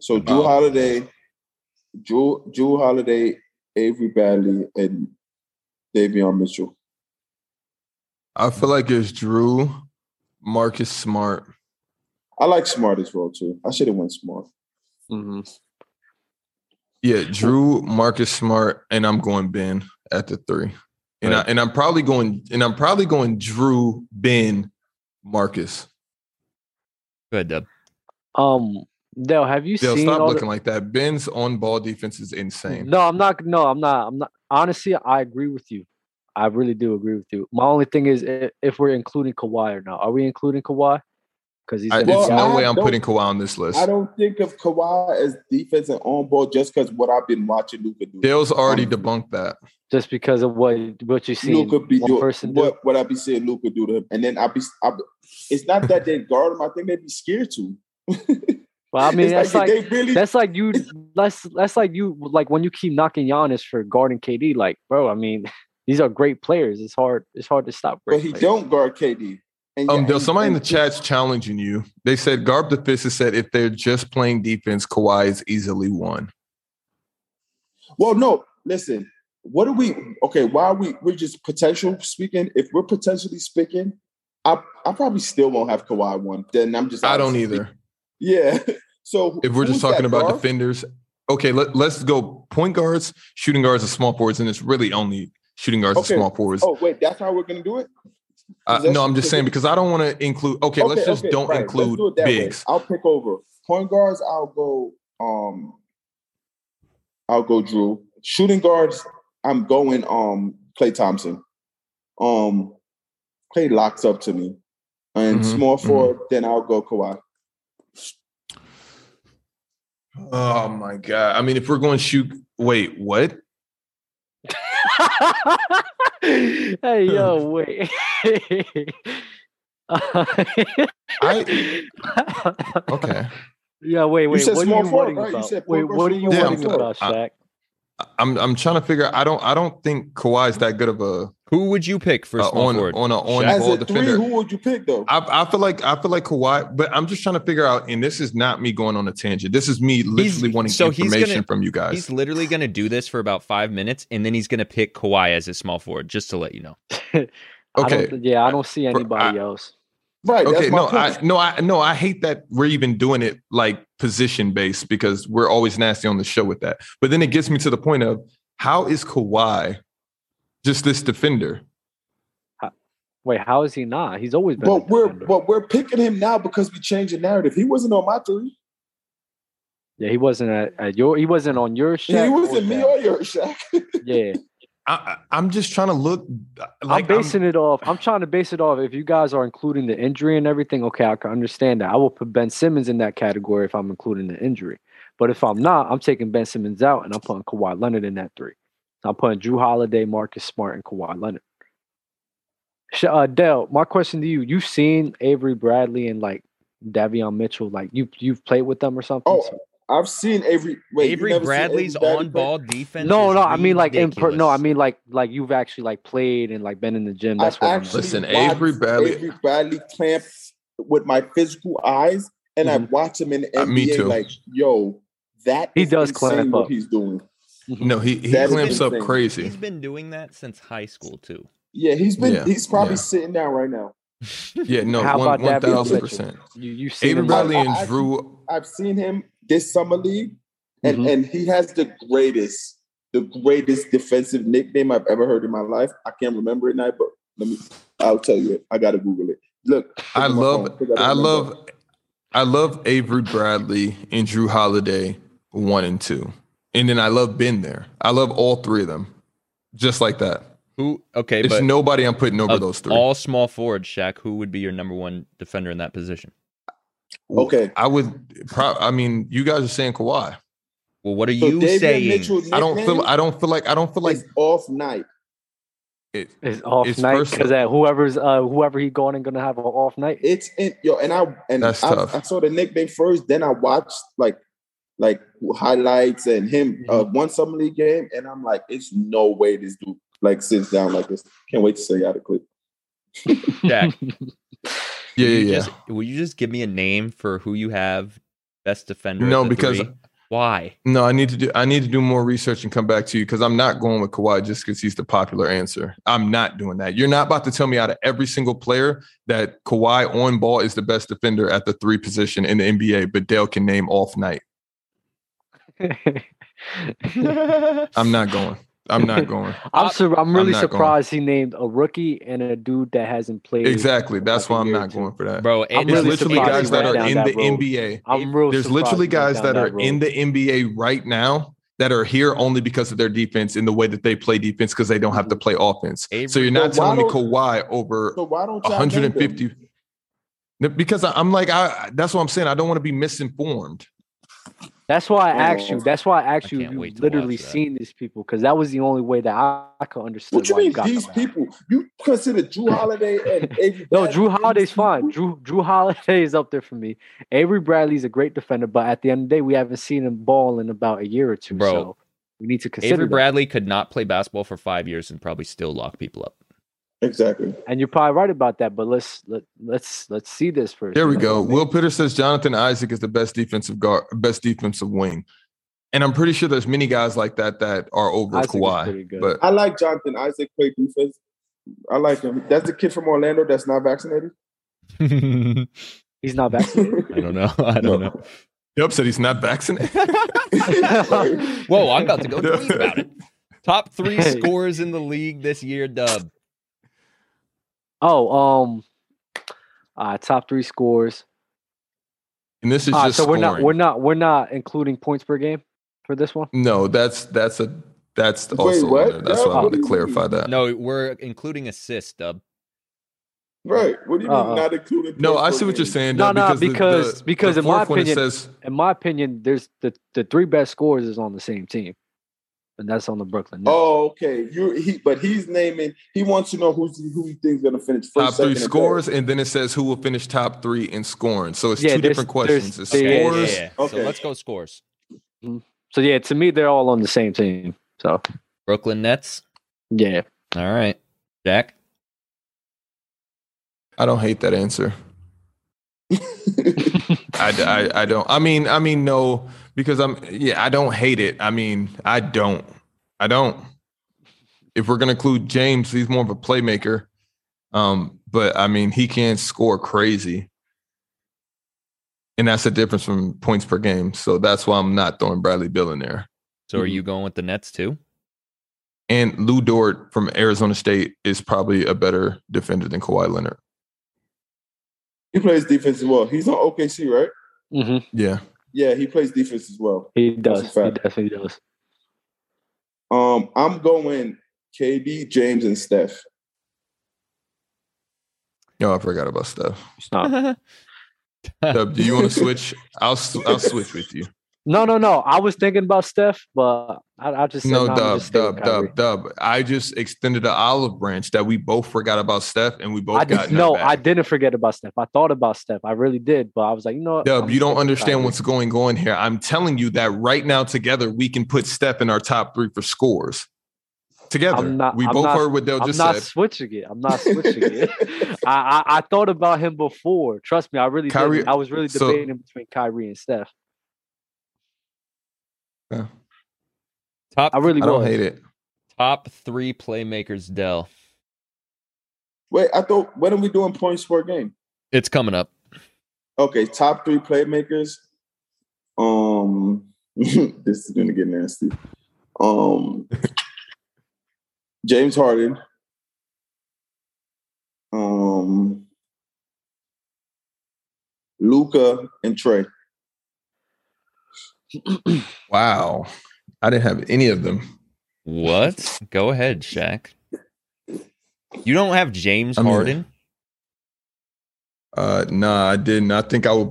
Speaker 3: So Drew
Speaker 4: Wow.
Speaker 3: Holiday, Drew Drew Holiday, Avery Bradley, and Davion Mitchell.
Speaker 1: I feel like it's Drew, Marcus Smart.
Speaker 3: I like Smart as well too. I should have went Smart.
Speaker 2: Mhm.
Speaker 1: Yeah, Drew, Marcus Smart, and I'm going Ben at the three. And I
Speaker 4: Right.
Speaker 1: and I'm probably going and I'm probably going Drew, Ben, Marcus.
Speaker 4: Go ahead, Dub.
Speaker 2: Um, Dale, have you
Speaker 1: They'll
Speaker 2: seen
Speaker 1: stop
Speaker 2: all
Speaker 1: looking
Speaker 2: the-
Speaker 1: like that. Ben's on ball defense is insane.
Speaker 2: No, I'm not. No, I'm not. I'm not. Honestly, I agree with you. I really do agree with you. My only thing is if, if we're including Kawhi or not. Are we including Kawhi? Because he's
Speaker 1: I,
Speaker 2: gonna
Speaker 1: there's
Speaker 2: be
Speaker 3: Well,
Speaker 1: no
Speaker 3: I
Speaker 1: way I'm
Speaker 3: don't-
Speaker 1: putting Kawhi on this list.
Speaker 3: I don't think of Kawhi as defense and on ball just because what I've been watching Luka do.
Speaker 1: Dale's already
Speaker 3: Um,
Speaker 1: debunked that.
Speaker 2: just because of what what you see
Speaker 3: Luca be
Speaker 2: one
Speaker 3: doing
Speaker 2: person do.
Speaker 3: what, what I be seeing Luca do to him, and then I be, I be it's not that they guard him. I think they be scared to.
Speaker 2: Well, I mean,
Speaker 3: it's
Speaker 2: that's like,
Speaker 3: they really.
Speaker 2: that's like you. That's that's like you. Like when you keep knocking Giannis for guarding KD, like bro. I mean, these are great players. It's hard. It's hard to stop.
Speaker 3: but
Speaker 2: Great
Speaker 3: he
Speaker 2: players.
Speaker 3: don't guard KD. And
Speaker 1: Um,
Speaker 3: yeah,
Speaker 1: Dale,
Speaker 3: and-
Speaker 1: somebody in the
Speaker 3: and-
Speaker 1: chat's challenging you. They said Garb the Fist has said if they're just playing defense, Kawhi is easily one.
Speaker 3: Well, no, listen. What are we? Okay, why are we? We're just potential speaking. If we're potentially speaking, I I probably still won't have Kawhi one. Then I'm just.
Speaker 1: I don't either.
Speaker 3: Yeah. So
Speaker 1: if we're just
Speaker 3: who's that
Speaker 1: talking about
Speaker 3: guard?
Speaker 1: defenders, okay, let, let's go point guards, shooting guards, and small forwards, and it's really only shooting guards
Speaker 3: Okay.
Speaker 1: and small forwards.
Speaker 3: Oh wait, that's how we're gonna do it.
Speaker 1: Uh,
Speaker 3: that's-
Speaker 1: no, I'm just saying because I don't want to include. Okay, let's just don't
Speaker 3: right. Let's
Speaker 1: include
Speaker 3: do it that way.
Speaker 1: bigs.
Speaker 3: I'll pick over point guards. I'll go. Um, I'll go Drew. Shooting guards. I'm going. Um, Clay Thompson. Um, Clay locks up to me, and
Speaker 1: Mhm,
Speaker 3: small
Speaker 1: mhm.
Speaker 3: forward. Then I'll go Kawhi.
Speaker 1: Oh my god! I mean, if we're going to shoot, wait, what?
Speaker 2: hey yo, wait.
Speaker 1: I okay.
Speaker 2: yeah, wait, wait.
Speaker 3: said
Speaker 2: What
Speaker 3: small
Speaker 2: are you
Speaker 3: forward,
Speaker 2: worrying
Speaker 3: right? You
Speaker 2: about?
Speaker 3: said
Speaker 2: Wait,
Speaker 3: point guard,
Speaker 2: what are you
Speaker 3: small
Speaker 2: worrying
Speaker 3: forward.
Speaker 2: about, Shaq?
Speaker 1: I'm I'm trying to figure. out. I don't I don't think Kawhi is that good of a,
Speaker 4: Who would you pick for
Speaker 1: a
Speaker 4: small
Speaker 1: Uh, on
Speaker 4: forward?
Speaker 1: on a on
Speaker 3: As
Speaker 1: ball
Speaker 3: a
Speaker 1: defender.
Speaker 3: three, who would you pick though?
Speaker 1: I, I feel like I feel like Kawhi, but I'm just trying to figure out. And this is not me going on a tangent. This is me literally wanting
Speaker 4: so he's gonna-
Speaker 1: information from you guys.
Speaker 4: He's literally gonna do this for about five minutes, and then he's gonna pick Kawhi as his small forward, just to let you know.
Speaker 2: I don't
Speaker 1: Okay.
Speaker 2: th- yeah, I don't see
Speaker 1: Bro,
Speaker 2: anybody else.
Speaker 3: right.
Speaker 1: Okay,
Speaker 3: that's my
Speaker 1: no,
Speaker 3: point.
Speaker 1: I no, I no, I hate that we're even doing it like position based because we're always nasty on the show with that. But then it gets me to the point of how is Kawhi just this defender?
Speaker 2: Wait, how is he not? He's always been. a
Speaker 3: but we're
Speaker 2: defender.
Speaker 3: but we're picking him now because we changed the narrative. He wasn't on my three.
Speaker 2: yeah, he wasn't at, at your. He wasn't on your show.
Speaker 3: he wasn't me or your Shaq.
Speaker 2: Yeah,
Speaker 1: I, I, am just trying to look. uh, Like,
Speaker 2: I'm basing it off. I'm trying to base it off. If you guys are including the injury and everything, okay, I can understand that. I will put Ben Simmons in that category if I'm including the injury. But if I'm not, I'm taking Ben Simmons out and I'm putting Kawhi Leonard in that three. I'm putting Drew Holiday, Marcus Smart, and Kawhi Leonard. Sh- Uh, Dell, my question to you: You've seen Avery Bradley and like Davion Mitchell, like you you've played with them or something?
Speaker 3: Oh,
Speaker 2: so-
Speaker 3: I've seen Avery. Wait, you
Speaker 4: Avery
Speaker 3: never seen
Speaker 4: Bradley's
Speaker 3: Avery Bradley
Speaker 4: on
Speaker 3: play?
Speaker 4: ball defense.
Speaker 2: no,
Speaker 4: is
Speaker 2: no, I mean like in per- no, I
Speaker 4: ridiculous.
Speaker 2: mean like like you've actually like played and like been in the gym.
Speaker 3: I
Speaker 2: That's what I'm
Speaker 3: actually
Speaker 1: Listen,
Speaker 3: watched
Speaker 1: Avery Bradley-
Speaker 3: Avery Bradley clamp with my physical eyes, and I watch him in the NBA.
Speaker 1: Mm-hmm. Uh, me too.
Speaker 3: Like, yo, that
Speaker 2: He
Speaker 3: is
Speaker 2: does
Speaker 3: insane
Speaker 2: clamp
Speaker 3: what
Speaker 2: up.
Speaker 3: he's doing.
Speaker 1: No, he he
Speaker 3: That's
Speaker 1: clamps up
Speaker 3: insane.
Speaker 1: crazy.
Speaker 4: He's been doing that since high school too.
Speaker 3: Yeah, he's been
Speaker 1: Yeah,
Speaker 3: he's probably
Speaker 1: yeah.
Speaker 3: sitting down right now.
Speaker 1: Yeah, no,
Speaker 2: How
Speaker 1: one
Speaker 2: about
Speaker 1: one
Speaker 2: that being
Speaker 1: thousand
Speaker 2: Mitchell?
Speaker 1: percent.
Speaker 2: You you see
Speaker 1: Avery
Speaker 2: him
Speaker 1: Bradley
Speaker 3: I-
Speaker 1: and
Speaker 3: I-
Speaker 1: Drew.
Speaker 3: I've seen him this summer league, and,
Speaker 2: Mhm.
Speaker 3: and he has the greatest, the greatest defensive nickname I've ever heard in my life. I can't remember it now, but let me. I'll tell you it. I gotta Google it. Look,
Speaker 1: I
Speaker 3: my
Speaker 1: love,
Speaker 3: phone, 'cause don't
Speaker 1: I
Speaker 3: remember.
Speaker 1: love, I love Avery Bradley and Drew Holiday one and two, and then I love Ben there. I love all three of them, just like that.
Speaker 4: Who? Okay,
Speaker 1: It's
Speaker 4: but
Speaker 1: nobody I'm putting over
Speaker 4: of
Speaker 1: those three.
Speaker 4: all small forwards, Shaq, who would be your number one defender in that position?
Speaker 3: Okay,
Speaker 1: I would. Pro- I mean, you guys are saying Kawhi.
Speaker 4: Well, what are
Speaker 3: so
Speaker 4: you
Speaker 3: Davion
Speaker 4: saying?
Speaker 3: Mitchell's
Speaker 1: I don't feel.
Speaker 3: nickname
Speaker 1: I don't feel like. I don't feel like
Speaker 3: is off night.
Speaker 1: it.
Speaker 2: is off
Speaker 1: It's
Speaker 2: night
Speaker 1: personal.
Speaker 2: because whoever's uh whoever he going and gonna have an off night.
Speaker 3: It's in yo, and I and
Speaker 1: That's
Speaker 3: I,
Speaker 1: tough.
Speaker 3: I saw the nickname first, then I watched like like highlights and him uh, one summer league game, and I'm like, it's no way this dude like sits down like this. Can't wait to say out of clip.
Speaker 4: Shaq,
Speaker 1: Yeah,
Speaker 4: will you
Speaker 1: yeah, yeah.
Speaker 4: just- will you just give me a name for who you have best defender? at
Speaker 1: No,
Speaker 4: the
Speaker 1: because-
Speaker 4: three? why?
Speaker 1: No, I need to do. I need to do more research and come back to you because I'm not going with Kawhi just because he's the popular answer. I'm not doing that. You're not about to tell me out of every single player that Kawhi on ball is the best defender at the three position in the NBA, but Dale can name off night. I'm not going. I'm not going.
Speaker 2: I'm sur- I'm really
Speaker 1: not going.
Speaker 2: surprised he named a rookie and a dude that hasn't played.
Speaker 1: Exactly. That's why I'm not
Speaker 2: Too.
Speaker 1: going for that.
Speaker 4: Bro,
Speaker 2: I'm
Speaker 1: It's
Speaker 2: really
Speaker 1: literally
Speaker 2: surprised
Speaker 1: guys
Speaker 2: he
Speaker 1: that are
Speaker 2: went down
Speaker 1: in
Speaker 2: that
Speaker 1: the
Speaker 2: road.
Speaker 1: NBA.
Speaker 2: I'm real.
Speaker 1: There's literally guys that are in
Speaker 2: The-
Speaker 1: the NBA right now that are here only because of their defense and the way that they play defense because they don't have
Speaker 2: Mm-hmm.
Speaker 1: to play offense. So
Speaker 4: Avery-
Speaker 1: you're not
Speaker 3: So why
Speaker 1: telling me
Speaker 3: don't-
Speaker 1: Kawhi over
Speaker 3: So why don't y'all name them?
Speaker 1: 150 No, because I- I'm like I that's what I'm saying. I don't want to be misinformed.
Speaker 2: That's why I asked you.
Speaker 3: Oh.
Speaker 2: That's why I asked you.
Speaker 4: can't
Speaker 2: You
Speaker 4: wait to
Speaker 2: literally
Speaker 4: watch that.
Speaker 2: seen these people because that was the only way that I, I could understand.
Speaker 3: What you
Speaker 2: why
Speaker 3: mean
Speaker 2: got
Speaker 3: these
Speaker 2: them.
Speaker 3: people? You consider Drew Holiday and Avery
Speaker 2: No,
Speaker 3: Bradley
Speaker 2: Drew Holiday's
Speaker 3: these
Speaker 2: fine.
Speaker 3: people?
Speaker 2: Drew Drew Holiday is up there for me. Avery Bradley's a great defender, but at the end of the day, we haven't seen him ball in about a year or two.
Speaker 4: Bro,
Speaker 2: so we need to consider
Speaker 4: Avery
Speaker 2: that.
Speaker 4: Bradley could not play basketball for five years and probably still lock people up.
Speaker 3: Exactly.
Speaker 2: And you're probably right about that, but let's let, let's let's see this first.
Speaker 1: There we
Speaker 2: you know
Speaker 1: go.
Speaker 2: what I mean?
Speaker 1: Will Pitter says Jonathan Isaac is the best defensive guard, best defensive wing. And I'm pretty sure there's many guys like that that are over
Speaker 2: Isaac is pretty
Speaker 1: Kawhi.
Speaker 2: good.
Speaker 1: But
Speaker 3: I like Jonathan Isaac play defense. I like him. That's the kid from Orlando that's not vaccinated.
Speaker 4: I
Speaker 2: He's not vaccinated.
Speaker 4: don't know. I don't know.
Speaker 1: Yup said he's not vaccinated.
Speaker 4: Whoa, I'm about to go
Speaker 1: No.
Speaker 4: tweet about it. Top three
Speaker 2: Hey.
Speaker 4: scorers in the league this year, Dub.
Speaker 2: oh, um, uh, top three scores.
Speaker 1: And this is
Speaker 2: Ah,
Speaker 1: just
Speaker 2: so we're not we're
Speaker 1: scoring.
Speaker 2: not we're not including points per game for this one.
Speaker 1: No, that's that's a that's
Speaker 3: Wait,
Speaker 1: also
Speaker 3: what?
Speaker 1: another- that's why I
Speaker 2: No,
Speaker 1: wanted to
Speaker 3: what do you
Speaker 1: clarify that. No,
Speaker 4: No, we're including assists, Dub.
Speaker 3: Right. What do you mean
Speaker 2: Uh-uh.
Speaker 3: not included?
Speaker 1: I see what you're saying.
Speaker 2: No,
Speaker 1: though,
Speaker 2: no,
Speaker 1: the-
Speaker 2: because-
Speaker 1: the,
Speaker 2: because
Speaker 1: the
Speaker 2: in my
Speaker 1: fourth one, it
Speaker 2: opinion-
Speaker 1: says
Speaker 2: In my opinion, there's the the three best scores is on the same team, and that's on the Brooklyn. Nets.
Speaker 3: Oh, okay. You he but he's naming he wants to know who's who he thinks gonna finish first.
Speaker 1: top
Speaker 3: second,
Speaker 1: three
Speaker 3: and third.
Speaker 1: scores, and then it says who will finish top three in scoring. So it's
Speaker 2: Yeah,
Speaker 1: two
Speaker 2: there's-
Speaker 1: different
Speaker 2: there's-
Speaker 1: questions. It's
Speaker 2: yeah, yeah,
Speaker 1: scores.
Speaker 4: yeah. So
Speaker 3: Okay.
Speaker 4: let's go scores.
Speaker 2: So yeah, to me, they're all on the same team. So
Speaker 4: Brooklyn Nets.
Speaker 2: yeah,
Speaker 4: All right. Jack.
Speaker 1: I don't hate that answer. I, I, I don't. I mean, I mean, no, because I'm. Yeah, I don't hate it. I mean, I don't. I don't. If we're gonna include James, he's more of a playmaker. Um, but I mean, he can score crazy, and that's the difference from points per game. So that's why I'm not throwing Bradley Bill in there.
Speaker 4: So are
Speaker 1: Mm-hmm.
Speaker 2: Mhm.
Speaker 4: you going with the Nets too?
Speaker 1: And Lou Dort from Arizona State is probably a better defender than Kawhi Leonard.
Speaker 3: He plays defense as well. He's on OKC, right?
Speaker 2: hmm
Speaker 1: Yeah,
Speaker 3: Yeah, he plays defense as well.
Speaker 2: he
Speaker 3: That's
Speaker 2: does.
Speaker 3: a
Speaker 2: He
Speaker 3: fact.
Speaker 2: definitely does.
Speaker 3: Um, I'm going KD, James, and Steph.
Speaker 1: no, I forgot about stuff.
Speaker 2: It's not-
Speaker 1: Dub, do you want to switch? I'll s- I'll switch with you.
Speaker 2: No, no, no. I was thinking about Steph, but I, I just said,
Speaker 1: No,
Speaker 2: no, I'ma
Speaker 1: dub,
Speaker 2: just stay with
Speaker 1: dub,
Speaker 2: Kyrie.
Speaker 1: dub, dub. I just extended the olive branch that we both forgot about Steph, and we both
Speaker 2: I
Speaker 1: got
Speaker 2: did, no, I
Speaker 1: back.
Speaker 2: didn't forget about Steph. I thought about Steph. I really did, but I was like, you know what?
Speaker 1: Dub,
Speaker 2: I'ma
Speaker 1: you
Speaker 2: stick
Speaker 1: don't
Speaker 2: with
Speaker 1: understand
Speaker 2: Kyrie.
Speaker 1: what's going on here. I'm telling you that right now, together, we can put Steph in our top three for scores. Together,
Speaker 2: I'm not-
Speaker 1: we
Speaker 2: I'm
Speaker 1: both
Speaker 2: not-
Speaker 1: heard what Dale
Speaker 2: I'm
Speaker 1: just
Speaker 2: not
Speaker 1: said.
Speaker 2: switching it. I'm not switching it. I, I I thought about him before. Trust me, I really
Speaker 1: Kyrie-
Speaker 2: did. I was really
Speaker 1: so-
Speaker 2: debating between Kyrie and Steph.
Speaker 4: Top
Speaker 2: I really
Speaker 1: I don't
Speaker 2: was.
Speaker 1: hate it.
Speaker 4: top three playmakers, Dell.
Speaker 3: Wait, I thought when are we doing points per game?
Speaker 4: It's coming up.
Speaker 3: Okay, top three playmakers. Um, this is gonna get nasty. Um, James Harden. Um, Luca and Trey.
Speaker 1: Wow. I didn't have any of them.
Speaker 4: What? Go ahead, Shaq. You don't have James
Speaker 1: I mean-
Speaker 4: Harden?
Speaker 1: Uh nah, I didn't. I think I would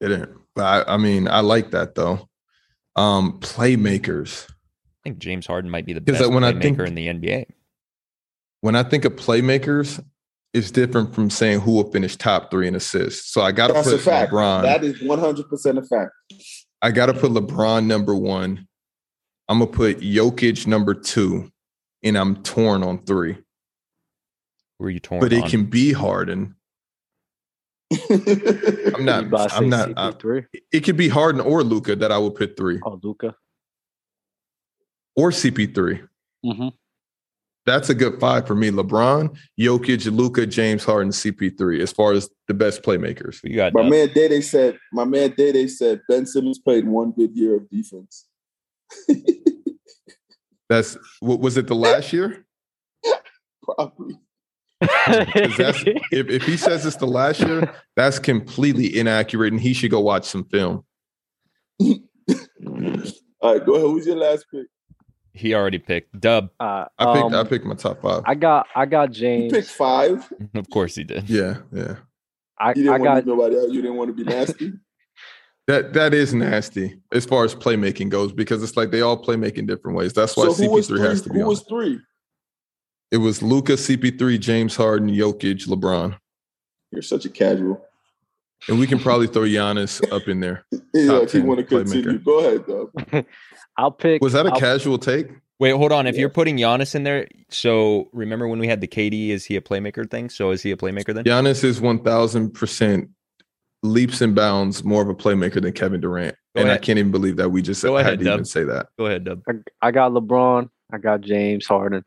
Speaker 1: didn't. But I, I mean, I like that though. Um, playmakers.
Speaker 4: I think James Harden might be the
Speaker 1: 'Cause,
Speaker 4: best
Speaker 1: like, when I
Speaker 4: playmaker
Speaker 1: think-
Speaker 4: in the NBA.
Speaker 1: When I think of playmakers, it's different from saying who will finish top three in assists. So I gotta
Speaker 3: That's a
Speaker 1: put
Speaker 3: fact.
Speaker 1: LeBron.
Speaker 3: That is one hundred percent a fact.
Speaker 1: I gotta put LeBron number one. I'm gonna put Jokic number two, and I'm torn on three.
Speaker 4: Who are you torn
Speaker 1: But it
Speaker 4: on?
Speaker 1: can be Harden. I'm not.
Speaker 2: Ibaka say
Speaker 1: I'm not. I-
Speaker 2: CP3
Speaker 1: it could be Harden or Luca that I would put three
Speaker 2: oh Luca.
Speaker 1: or CP3.
Speaker 2: hmm
Speaker 1: That's a good five for me. LeBron, Jokic, Luca, James Harden, CP3. As far as the best playmakers,
Speaker 4: Who you got,
Speaker 3: my
Speaker 4: Dub?
Speaker 3: man Day Day said. My man Day Day said Ben Simmons played one good year of defense.
Speaker 1: that's wa- was it the last year?
Speaker 2: Mm-hmm.
Speaker 3: Probably.
Speaker 1: 'Cause that's- if, if he says it's the last year, that's completely inaccurate, and he should go watch some film.
Speaker 3: All right, go ahead. Who's your last pick?
Speaker 4: He already picked. Dub.
Speaker 2: Uh,
Speaker 1: I picked.
Speaker 2: um,
Speaker 1: I picked my top five.
Speaker 2: I got I got
Speaker 3: You
Speaker 2: James.
Speaker 3: picked five.
Speaker 4: Of course he did.
Speaker 1: yeah, yeah.
Speaker 2: I,
Speaker 3: You didn't
Speaker 2: I
Speaker 3: want
Speaker 2: got
Speaker 3: to nobody else. You didn't want to be nasty.
Speaker 1: That that is nasty as far as playmaking goes because it's like they all play making different ways. That's why
Speaker 3: so who was
Speaker 1: CP3
Speaker 3: three?
Speaker 1: has to be
Speaker 3: Who
Speaker 1: on.
Speaker 3: was three?
Speaker 1: it was Luca, CP3, James Harden, Jokic, LeBron,
Speaker 3: You're such a casual.
Speaker 1: and we can probably throw Giannis up in there.
Speaker 3: Yeah,
Speaker 1: Top
Speaker 3: if you
Speaker 1: 10
Speaker 3: want to continue,
Speaker 1: playmaker.
Speaker 3: go ahead, though.
Speaker 2: I'll pick
Speaker 1: Was that a
Speaker 2: I'll-
Speaker 1: casual take?
Speaker 4: Wait, hold on. If
Speaker 3: Yeah.
Speaker 4: you're putting Giannis in there, so remember when we had the KD, is he a playmaker thing? So is he a playmaker then?
Speaker 1: Giannis is one thousand percent leaps and bounds more of a playmaker than Kevin Durant,
Speaker 4: Go
Speaker 1: and I
Speaker 4: ahead.
Speaker 1: can't even believe that we just
Speaker 4: Go
Speaker 1: had
Speaker 4: ahead,
Speaker 1: to
Speaker 4: Dub.
Speaker 1: even say that.
Speaker 4: Go ahead, Dub.
Speaker 2: I, I got LeBron, I got James Harden,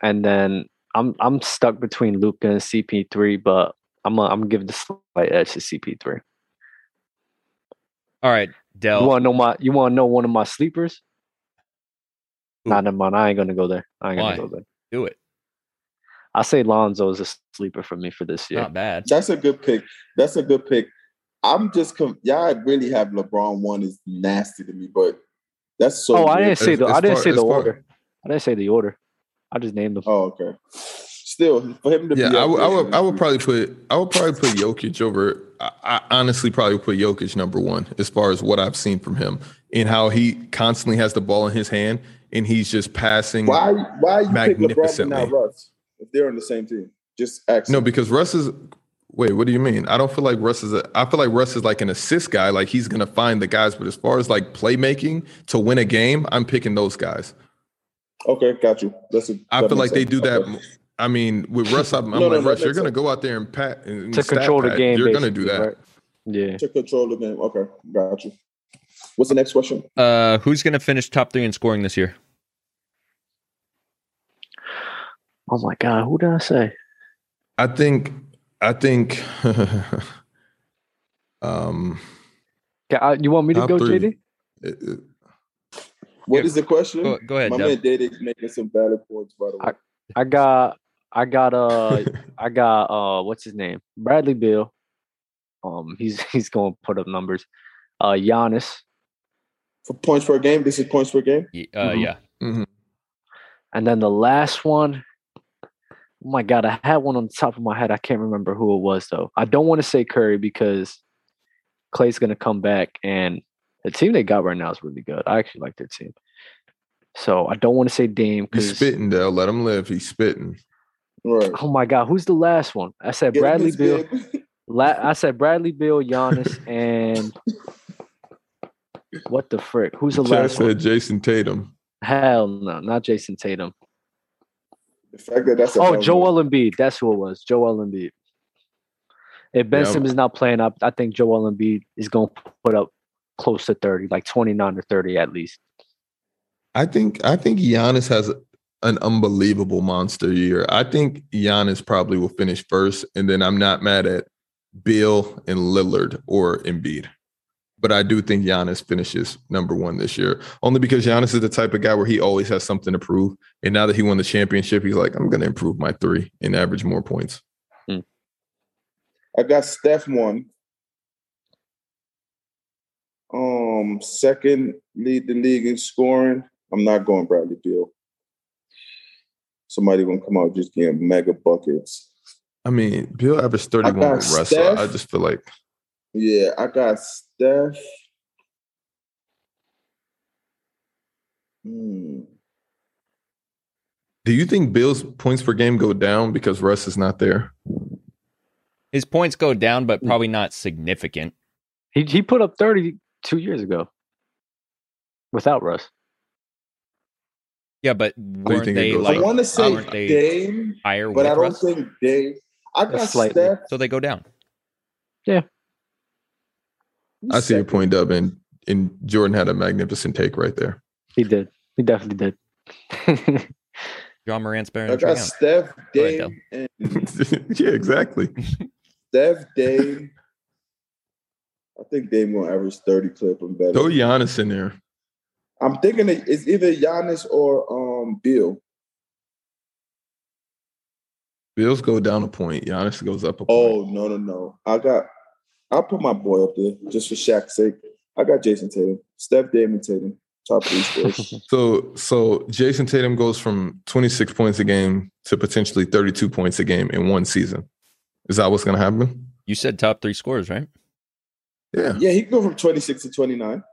Speaker 2: and then I'm I'm stuck between Luca and CP3, but I'm i I'm gonna give the slight edge to CP3.
Speaker 4: All right, Dell.
Speaker 2: You want to know my you want to know one of my sleepers?
Speaker 4: Who?
Speaker 2: Nah, never mind. I ain't gonna go there. I ain't
Speaker 4: Why?
Speaker 2: gonna go there.
Speaker 4: Do it.
Speaker 2: I say Lonzo is a sleeper for me for this year.
Speaker 4: Not bad.
Speaker 3: That's a good pick. That's a good pick. I'm just com- y'all really have LeBron one is nasty to me, but that's so.
Speaker 2: oh, I
Speaker 3: weird.
Speaker 2: didn't say
Speaker 1: As-
Speaker 2: the
Speaker 1: as
Speaker 2: I didn't
Speaker 1: far-
Speaker 2: say
Speaker 1: as
Speaker 2: the
Speaker 1: far-
Speaker 2: order. I didn't say the order. I just named them.
Speaker 3: Oh, okay. Still, for him to
Speaker 1: Yeah,
Speaker 3: be.
Speaker 1: I
Speaker 3: up
Speaker 1: would, I
Speaker 3: there
Speaker 1: would, I would
Speaker 3: is-
Speaker 1: probably put, I would probably put Jokic over. I, I honestly probably would put Jokic number one as far as what I've seen from him and how he constantly has the ball in his hand and he's just passing.
Speaker 3: Why? Why you pick LeBron and not
Speaker 1: Magnificently.
Speaker 3: Russ if they're on the same team? Just ask.
Speaker 1: No, because Russ is. Wait, what do you mean? I don't feel like Russ is. A, I feel like Russ is like an assist guy. Like he's gonna find the guys, but as far as like playmaking to win a game, I'm picking those guys.
Speaker 3: Okay, got you. That's a,
Speaker 1: I
Speaker 3: that
Speaker 1: feel
Speaker 3: makes
Speaker 1: like they
Speaker 3: sense.
Speaker 1: do that.
Speaker 3: Okay.
Speaker 1: m- I mean, with Russ, I'm, I'm
Speaker 3: No, no,
Speaker 1: like
Speaker 3: no,
Speaker 1: Russ.
Speaker 3: that
Speaker 1: You're
Speaker 3: makes
Speaker 1: gonna go out there and pat and
Speaker 2: to
Speaker 1: stat
Speaker 2: control the
Speaker 1: pat.
Speaker 2: game.
Speaker 1: You're gonna do
Speaker 2: basically,
Speaker 1: that.
Speaker 2: right? Yeah.
Speaker 3: to control the game. Okay, got you. What's the next question?
Speaker 4: Uh, who's going to finish top three in scoring this year?
Speaker 2: Oh my God, who did I say?
Speaker 1: I think. I think. um.
Speaker 2: Okay, I, uh, you want me to
Speaker 1: Top
Speaker 2: go,
Speaker 1: three. Uh,
Speaker 2: JD?
Speaker 1: it- it-
Speaker 3: What
Speaker 4: Yeah,
Speaker 3: is the question?
Speaker 4: Go, go ahead,
Speaker 3: My
Speaker 4: Dub.
Speaker 3: man Daddy's making some valid points, by the way.
Speaker 2: I got, I got, uh, I got, uh, what's his name? Bradley Bill. Um, he's he's going to put up numbers. Uh, Giannis,
Speaker 3: For points per game, this is points per game.
Speaker 4: Ye- Uh,
Speaker 2: Mhm.
Speaker 4: Yeah.
Speaker 1: mhm.
Speaker 2: and then the last one. Oh my God, I had one on the top of my head. I can't remember who it was though. I don't want to say Curry because Clay's going to come back, and the team they got right now is really good. I actually like their team. So I don't want to say Dame
Speaker 1: He's
Speaker 2: because.
Speaker 1: spitting, Dale. Let him live. He's spitting.
Speaker 3: Right.
Speaker 2: Oh my God, who's the last one? I said
Speaker 3: Get him
Speaker 2: Bradley
Speaker 3: his
Speaker 2: Bill.
Speaker 3: big-
Speaker 2: La- I said Bradley Bill, Giannis, and what the frick? Who's the
Speaker 1: Chad
Speaker 2: last
Speaker 1: said
Speaker 2: one?
Speaker 1: Jason Tatum.
Speaker 2: Hell no, not Jason Tatum.
Speaker 3: The fact that that's a
Speaker 2: Oh,
Speaker 3: hell
Speaker 2: Joel Embiid. That's who it was. Joel Embiid. If Ben
Speaker 1: Yeah.
Speaker 2: Simmons not playing up, I think Joel Embiid is going to put up close to 30, like 29 or 30 at least.
Speaker 1: I think I think Giannis has an unbelievable monster year. I think Giannis probably will finish first, and then I'm not mad at Bill and Lillard or Embiid. But I do think Giannis finishes number one this year, only because Giannis is the type of guy where he always has something to prove. And now that he won the championship, he's like, I'm going to improve my three and average more points.
Speaker 3: I got Steph one. Um, second lead the league in scoring. I'm not going Bradley Beal. Somebody gonna come out just getting mega buckets.
Speaker 1: I mean, Bill averaged 31
Speaker 3: got
Speaker 1: with Russell.
Speaker 3: Steph.
Speaker 1: I just feel like
Speaker 3: Yeah, I got Steph. Hmm.
Speaker 1: Do you think Bill's points per game go down because Russ is not there?
Speaker 4: His points go down, but probably not significant.
Speaker 2: He he put up 30 two years ago without Russ.
Speaker 4: Yeah, but
Speaker 1: you
Speaker 4: weren't
Speaker 1: think it
Speaker 4: they
Speaker 1: goes
Speaker 4: like
Speaker 3: I want to say
Speaker 4: aren't they
Speaker 3: Dame,
Speaker 4: higher
Speaker 3: but
Speaker 4: with
Speaker 3: I don't
Speaker 4: Russ?
Speaker 3: think Dame. I got
Speaker 2: slightly.
Speaker 3: Steph.
Speaker 4: so they go down.
Speaker 1: I see your
Speaker 3: second.
Speaker 1: point, Dub, and and Jordan had a magnificent take right there.
Speaker 2: He did. He definitely did.
Speaker 4: John Morant's better
Speaker 3: I
Speaker 4: than Trae
Speaker 3: got
Speaker 4: Young.
Speaker 3: Steph,
Speaker 4: Go ahead,
Speaker 3: Dame, and
Speaker 1: yeah, exactly.
Speaker 3: Steph, Dame. I think Dame gonna average thirty clip and better.
Speaker 1: Throw Giannis in there.
Speaker 3: I'm thinking it- it's either Giannis or um Bill.
Speaker 1: Bills go down a point. Giannis goes up a point.
Speaker 3: Oh no no no! I got. I put my boy up there just for Shaq's sake. I got Jason Tatum, Steph, Dame, and Tatum, top three scorers.
Speaker 1: So so Jason Tatum goes from 26 points a game to potentially 32 points a game in one season. Is that what's going to happen?
Speaker 4: You said top three scores, right?
Speaker 1: Yeah.
Speaker 3: yeah, he can go from 26 to 29.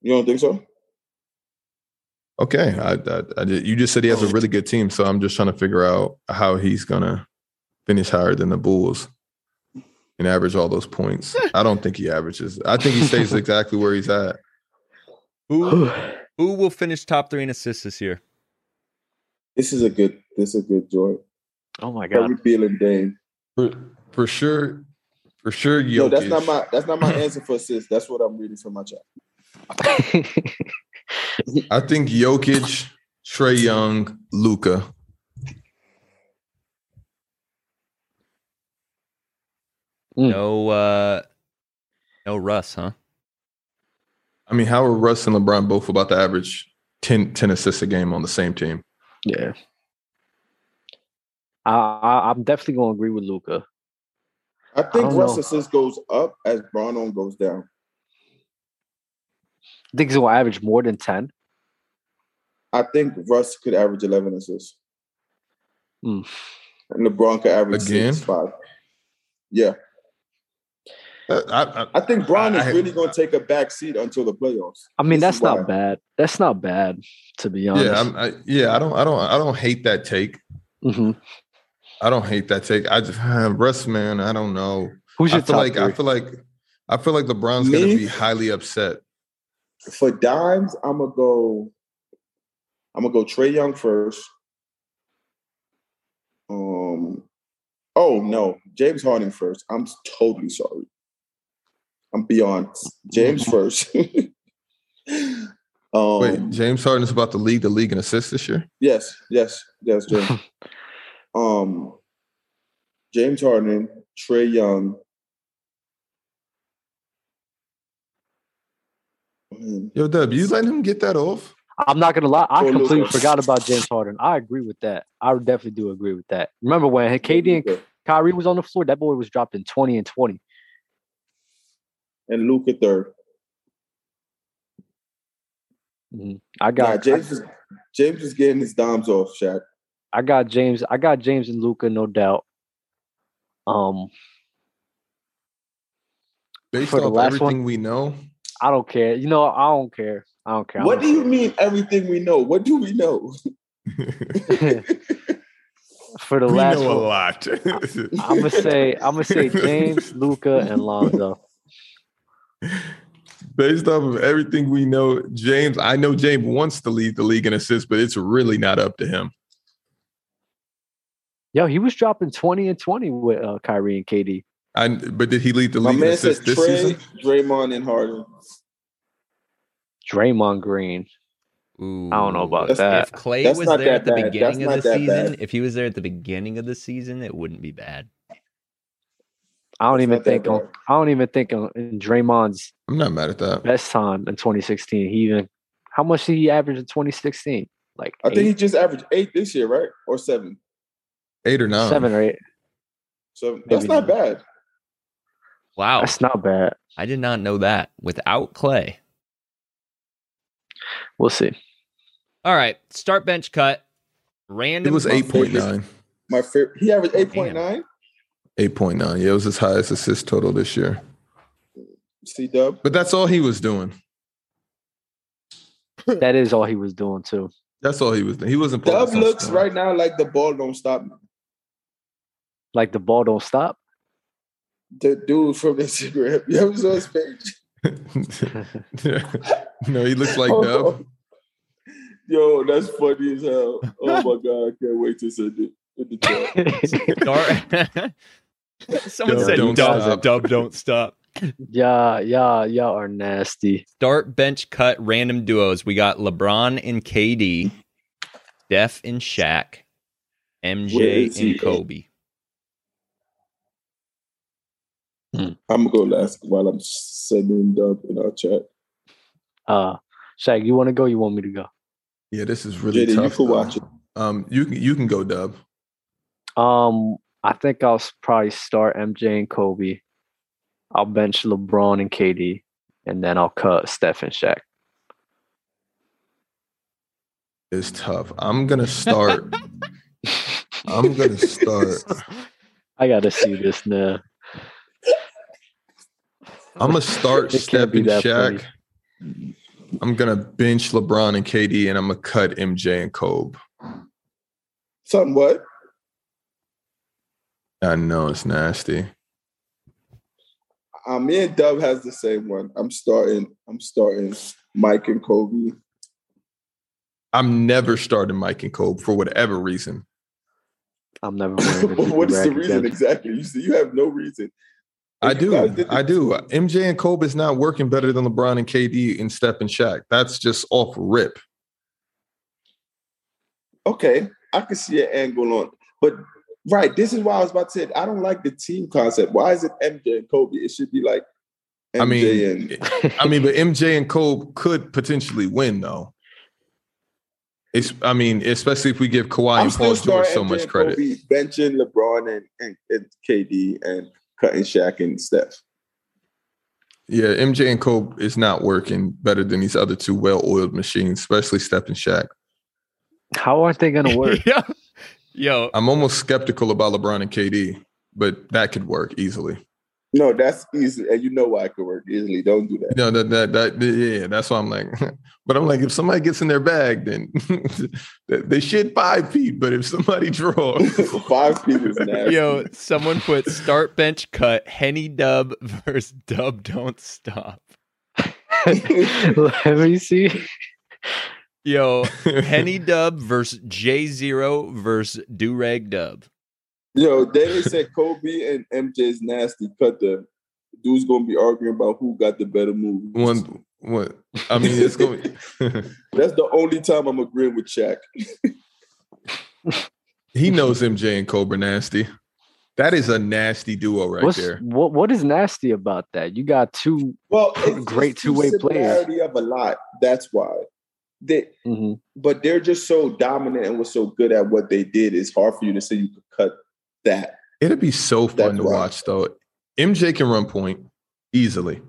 Speaker 3: You don't think so?
Speaker 1: Okay. I, I, I ju- you just said he has a really good team, so I'm just trying to figure out how he's going to finish higher than the Bulls and average all those points. I don't think he averages. I think he stays exactly where he's at.
Speaker 4: Who
Speaker 2: Oh
Speaker 4: who will finish top three in assists this year?
Speaker 3: This is a good. This is a good joint.
Speaker 2: oh my god.
Speaker 3: Probably Beal and Dame.
Speaker 1: For, for sure, for sure. Jokic.
Speaker 3: No, that's not my. That's not my answer for assist. That's what I'm reading from my chat.
Speaker 1: I think Jokic, Trey Young, Luca.
Speaker 2: Hmm.
Speaker 4: No, uh no Russ, huh?
Speaker 1: I mean, how are Russ and LeBron both about to average 10, 10 assists a game on the same team?
Speaker 2: yeah. I, I I'm definitely gonna agree with Luca.
Speaker 3: I think
Speaker 2: don't
Speaker 3: Russ
Speaker 2: know.
Speaker 3: assist goes up as Brown goes down.
Speaker 2: I think he's gonna average more than 10.
Speaker 3: I think Russ could average 11 assists.
Speaker 2: Mm.
Speaker 3: And LeBron could average
Speaker 1: Again?
Speaker 3: six, five. Yeah.
Speaker 1: Uh, I, I,
Speaker 3: I think Bron
Speaker 1: I-
Speaker 3: is
Speaker 1: I-
Speaker 3: really going to take a back seat until the playoffs.
Speaker 2: I mean,
Speaker 3: This is
Speaker 2: that's not
Speaker 3: why.
Speaker 2: bad. That's not bad, to be honest.
Speaker 1: yeah, I'm, I, yeah. I don't, I don't, I don't hate that take.
Speaker 2: hmm
Speaker 1: I don't hate that take. I just Russ, man. I don't know.
Speaker 2: Who's your
Speaker 1: I feel
Speaker 2: top
Speaker 1: like I
Speaker 2: three?
Speaker 1: feel like I feel like LeBron's
Speaker 3: Me?
Speaker 1: gonna be highly upset.
Speaker 3: For dimes, I'm gonna go. I'm gonna go Trey Young first. Um. Oh no, James Harden first. I'm totally sorry. I'm beyond James first. um,
Speaker 1: Wait, James Harden is about to lead the league in assists this year.
Speaker 3: Yes, yes, yes, James. um, James Harden, Trey Young. Mm,
Speaker 1: Yo, Dub, you letting him get that off?
Speaker 2: I'm not gonna lie, I
Speaker 3: Or
Speaker 2: completely
Speaker 3: Luka.
Speaker 2: forgot about James Harden. I agree with that. I definitely do agree with that. Remember when KD and
Speaker 3: Luka.
Speaker 2: Kyrie was on the floor, that boy was dropping 20 and 20.
Speaker 3: and Luca third.
Speaker 2: I
Speaker 3: Nah,
Speaker 2: got
Speaker 3: James is James is getting his dimes off, Shaq.
Speaker 2: I got James. I got James and Luca, no doubt. Um,
Speaker 1: Based
Speaker 2: For the
Speaker 1: on off
Speaker 2: last
Speaker 1: everything we know,
Speaker 2: I don't care. You know, I don't care. I don't care. I
Speaker 3: What do
Speaker 2: don't
Speaker 3: you mean? Everything we know. What do we know?
Speaker 2: care. For the
Speaker 1: we
Speaker 2: last
Speaker 1: know a
Speaker 2: one,
Speaker 1: lot.
Speaker 2: I'm gonna say I'm gonna say James, Luca, and Lonzo.
Speaker 1: Based off of everything we know, James, I know James wants to lead the league in assists, but it's really not up to him.
Speaker 2: Yo, he was dropping 20 and 20 with uh, Kyrie and KD.
Speaker 1: I, but did he lead the
Speaker 3: My
Speaker 1: league in
Speaker 3: man says
Speaker 1: assists this
Speaker 3: Trey,
Speaker 1: season?
Speaker 3: Draymond, and Harden.
Speaker 2: Draymond Green.
Speaker 4: Ooh.
Speaker 2: I don't know about
Speaker 4: If-
Speaker 2: that.
Speaker 4: If Clay
Speaker 3: That's
Speaker 4: was
Speaker 3: not
Speaker 4: there at the
Speaker 3: that bad.
Speaker 4: beginning
Speaker 3: That's
Speaker 4: of the
Speaker 3: not that
Speaker 4: season,
Speaker 3: bad.
Speaker 4: if he was there at the beginning of the season, it wouldn't be bad.
Speaker 2: I don't
Speaker 3: It's
Speaker 2: even
Speaker 3: not that
Speaker 2: think on,
Speaker 3: bad.
Speaker 2: I don't even think on, in Draymond's
Speaker 1: I'm not mad at that.
Speaker 2: best time in 2016. He even how much did he average in 2016? Like
Speaker 3: I think he
Speaker 2: eight,
Speaker 3: just averaged eight this year, right? Or seven.
Speaker 1: Eight or nine.
Speaker 2: seven or eight.
Speaker 3: So that's
Speaker 2: Maybe
Speaker 3: not bad.
Speaker 4: Wow.
Speaker 2: That's not bad.
Speaker 4: I did not know that. Without Clay.
Speaker 2: We'll see.
Speaker 4: All right. Start bench cut.
Speaker 1: It
Speaker 4: Random.
Speaker 1: was
Speaker 4: month-
Speaker 1: eight point nine.
Speaker 3: My favorite. He
Speaker 2: Oh,
Speaker 3: averaged eight point nine.
Speaker 1: Eight point nine. Yeah, it was his highest assist total this year.
Speaker 3: C Dub.
Speaker 1: But that's all he was doing.
Speaker 2: That is all he was doing too.
Speaker 1: That's all he was. Doing. He wasn't. pulling
Speaker 3: Dub looks
Speaker 1: touchdowns.
Speaker 3: right now like the ball don't stop. me.
Speaker 2: Like the ball don't stop.
Speaker 3: The dude from Instagram. You ever saw his page?
Speaker 1: no, he looks like Dub.
Speaker 3: Yo, that's funny as hell. Oh my god, I can't wait to send it in the chat.
Speaker 4: Start- Someone
Speaker 1: Dub
Speaker 4: said
Speaker 1: don't
Speaker 4: dub,
Speaker 1: stop.
Speaker 4: dub don't stop.
Speaker 2: yeah, yeah, y'all are nasty.
Speaker 4: Start bench cut random duos. We got LeBron and KD, Steph and Shaq,
Speaker 3: Where
Speaker 4: MJ
Speaker 3: is he
Speaker 4: and
Speaker 3: at?
Speaker 4: Kobe.
Speaker 3: I'm gonna go last while I'm sending Dub in our chat.
Speaker 2: Uh Shaq, you want to go? You want me to go?
Speaker 1: Yeah, this is really
Speaker 3: JD, you
Speaker 1: tough.
Speaker 3: can
Speaker 1: though.
Speaker 3: watch it.
Speaker 1: Um, you can you can go Dub.
Speaker 2: Um, I think I'll s- probably start MJ and Kobe. I'll bench LeBron and KD, and then I'll cut Steph and Shaq.
Speaker 1: It's tough. I'm gonna start. I'm gonna start.
Speaker 2: I gotta see this now.
Speaker 1: I'm gonna start
Speaker 2: It can't
Speaker 1: stepping
Speaker 2: be that
Speaker 1: Shaq. I'm gonna bench LeBron and KD, and I'm gonna cut MJ and Kobe.
Speaker 3: Son, what?
Speaker 1: I know it's nasty.
Speaker 3: Uh, me and Dub has the same one. I'm starting. I'm starting Mike and Kobe.
Speaker 1: I'm never starting Mike and Kobe for whatever reason.
Speaker 2: I'm never wearing the
Speaker 3: what is the
Speaker 2: rack
Speaker 3: reason
Speaker 2: again.
Speaker 3: exactly? You see, you have no reason.
Speaker 1: I
Speaker 3: You guys
Speaker 1: do.
Speaker 3: did
Speaker 1: I
Speaker 3: the-
Speaker 1: do. MJ and Kobe is not working better than LeBron and KD and Steph and Shaq. That's just off rip.
Speaker 3: Okay, I can see an angle on, but right, this is why I was about to say I don't like the team concept. Why is it MJ and Kobe? It should be like MJ
Speaker 1: I mean,
Speaker 3: and
Speaker 1: I mean, but MJ and Kobe could potentially win though. It's, I mean, especially if we give Kawhi
Speaker 3: I'm
Speaker 1: and Paul
Speaker 3: still
Speaker 1: George
Speaker 3: starting
Speaker 1: so
Speaker 3: MJ
Speaker 1: much
Speaker 3: and
Speaker 1: credit.
Speaker 3: Kobe, benching LeBron and, and, and KD and cutting Shaq and Steph.
Speaker 1: Yeah, MJ and Kobe is not working better than these other two well-oiled machines, especially Steph and Shaq.
Speaker 2: How aren't they gonna work?
Speaker 4: Yo, yo,
Speaker 1: I'm almost skeptical about LeBron and KD, but that could work easily.
Speaker 3: No, that's easy, and you know why it could work easily. Don't do that.
Speaker 1: No, that that that yeah, that's why I'm like, but I'm like, if somebody gets in their bag, then they- they should five feet. But if somebody draws,
Speaker 3: Five people is nasty.
Speaker 4: yo, someone put start bench cut Henny Dub versus Dub don't stop.
Speaker 2: Let me see.
Speaker 4: Yo, Henny Dub versus J Zero versus Durag Dub.
Speaker 3: Yo, then they said Kobe and MJ's nasty. Cut the dude's gonna be arguing about who got the better move.
Speaker 1: one one. I mean, it's going.
Speaker 3: That's the only time I'm agreeing with Shaq.
Speaker 1: he knows MJ and Cobra nasty. That is a nasty duo right
Speaker 2: What's
Speaker 1: there.
Speaker 2: what? What is nasty about that? You got two.
Speaker 3: Well, it's
Speaker 2: Great
Speaker 3: just the
Speaker 2: two-way player.
Speaker 3: similarity of a lot. That's why they.
Speaker 2: mhm.
Speaker 3: But they're just so dominant and was so good at what they did. It's hard for you to say you could cut that.
Speaker 1: It'd be so fun
Speaker 3: That's
Speaker 1: to
Speaker 3: right.
Speaker 1: watch, though. MJ can run point easily.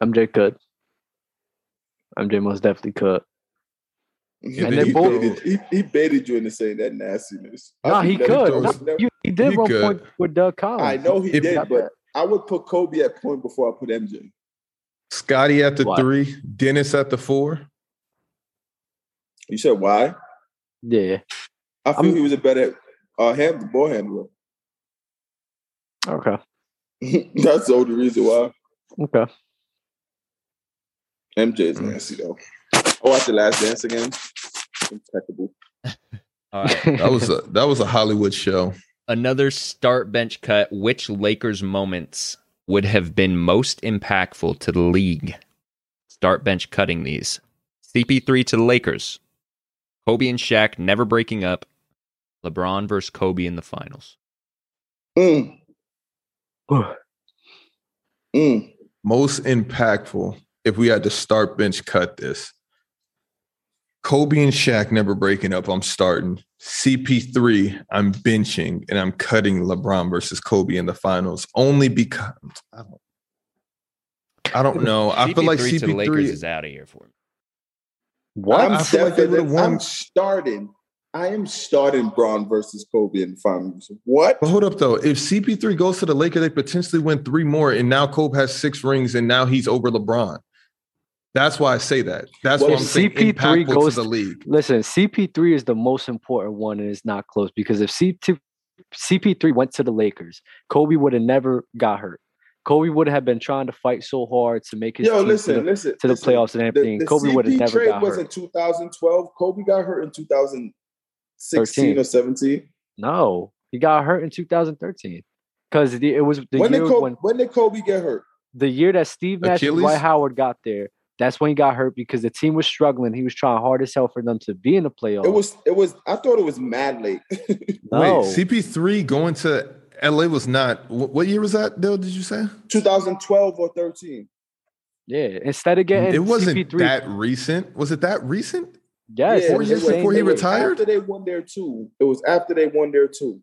Speaker 2: MJ could. MJ most definitely could.
Speaker 1: And
Speaker 2: And
Speaker 1: then
Speaker 2: they
Speaker 1: you
Speaker 3: he,
Speaker 2: both-
Speaker 1: throw-
Speaker 3: baited, he, he baited you into saying that nastiness. I
Speaker 2: No,
Speaker 3: would
Speaker 2: he
Speaker 3: never-
Speaker 1: could.
Speaker 3: I would
Speaker 1: No,
Speaker 3: never-
Speaker 2: You, he did
Speaker 1: He
Speaker 2: run
Speaker 1: could.
Speaker 2: point with Doug Collins.
Speaker 3: I know he
Speaker 1: If-
Speaker 3: did,
Speaker 2: Got
Speaker 3: but
Speaker 2: that.
Speaker 3: I would put Kobe at point before I put MJ.
Speaker 1: Scotty at the
Speaker 2: Why?
Speaker 1: three, Dennis at the four.
Speaker 3: You said why?
Speaker 2: Yeah.
Speaker 3: I feel
Speaker 2: I'm-
Speaker 3: he was a better uh, hand, the ball handler.
Speaker 2: Okay.
Speaker 3: That's the only reason why
Speaker 2: Okay.
Speaker 3: MJ is nasty though. I watched the Last Dance again. Impeccable.
Speaker 4: All right.
Speaker 1: That was a that was a Hollywood show.
Speaker 4: another start bench cut, which Lakers moments would have been most impactful to the league? Start bench cutting these. CP3 to the Lakers. Kobe and Shaq never breaking up. LeBron versus Kobe in the finals.
Speaker 3: Mm, mm.
Speaker 1: most impactful if we had to start bench cut this. Kobe and Shaq never breaking up. I'm starting. CP3, I'm benching and I'm cutting LeBron versus Kobe in the finals only because I don't, I don't know. Oh, I feel like
Speaker 4: to the Lakers
Speaker 1: CP3.
Speaker 4: is out of here for me.
Speaker 2: What?
Speaker 1: I
Speaker 3: I'm,
Speaker 1: feel like they
Speaker 3: definitely-
Speaker 1: would've won.
Speaker 3: I'm starting. I am starting Braun versus Kobe in the finals. What?
Speaker 1: But hold up though. If CP3 goes to the Lakers, they potentially win three more, and now Kobe has six rings, and now he's over LeBron. That's why I say that. That's
Speaker 3: Well,
Speaker 1: why I'm saying
Speaker 2: CP3
Speaker 1: impactful
Speaker 2: goes
Speaker 1: to the league.
Speaker 2: Listen, CP3 is the most important one, and it's not close because if CP CP3 went to the Lakers, Kobe would have never got hurt. Kobe would have been trying to fight so hard to make his
Speaker 3: Yo,
Speaker 2: team to
Speaker 3: listen,
Speaker 2: the-
Speaker 3: listen.
Speaker 2: to the,
Speaker 3: listen.
Speaker 2: playoffs and
Speaker 3: The,
Speaker 2: everything.
Speaker 3: the
Speaker 2: Kobe would have
Speaker 3: CP
Speaker 2: never
Speaker 3: trade
Speaker 2: got
Speaker 3: was
Speaker 2: hurt.
Speaker 3: in 2012. Kobe got hurt in 2016
Speaker 2: 13.
Speaker 3: or 17.
Speaker 2: No, he got hurt in 2013 because it was the
Speaker 3: When did,
Speaker 2: year
Speaker 3: Kobe,
Speaker 2: when
Speaker 3: when did Kobe get hurt?
Speaker 2: the year that Steve Nash and
Speaker 1: Achilles?
Speaker 2: Dwight Howard got there. That's when he got hurt because the team was struggling. He was trying hard as hell for them to be in the playoffs.
Speaker 3: It was. It was. I thought it was mad late. Oh.
Speaker 2: no.
Speaker 1: Wait, CP3 going to LA was not. wh- What year was that, Dale? Did you say
Speaker 3: 2012 or 13.
Speaker 2: yeah. Instead of getting
Speaker 1: it wasn't
Speaker 2: CP3,
Speaker 1: that recent? Was it that recent?
Speaker 2: yes,
Speaker 1: four
Speaker 2: it was
Speaker 1: years
Speaker 2: the same
Speaker 1: before he
Speaker 2: year.
Speaker 3: it was
Speaker 1: retired?
Speaker 3: After they won their two, it was after they won their two.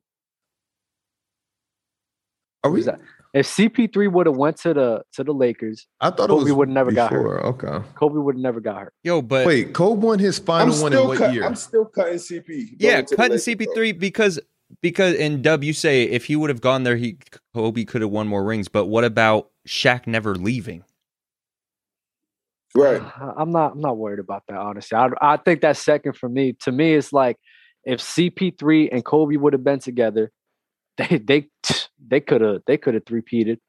Speaker 1: Are we?
Speaker 2: Was that- If CP3 would have went to the to the Lakers,
Speaker 1: I thought
Speaker 2: Kobe
Speaker 1: it was
Speaker 2: would never got hurt.
Speaker 1: before. Okay.
Speaker 2: Kobe would have never got hurt.
Speaker 4: Yo, but
Speaker 1: Wait, Kobe won his
Speaker 3: I'm
Speaker 1: final one in
Speaker 3: still,
Speaker 1: what
Speaker 3: cut,
Speaker 1: year?
Speaker 3: I'm still cutting CP.
Speaker 4: yeah,
Speaker 3: going to the
Speaker 4: cutting
Speaker 3: Lakers,
Speaker 4: CP3
Speaker 3: bro.
Speaker 4: because because and Dub, you say if he would have gone there, he Kobe could have won more rings. But what about Shaq never leaving?
Speaker 3: Right.
Speaker 2: I- Uh, I'm not. I'm not worried about that. Honestly, I I think that's second for me. To me, it's like if CP3 and Kobe would have been together, they they they could have they could have three peated.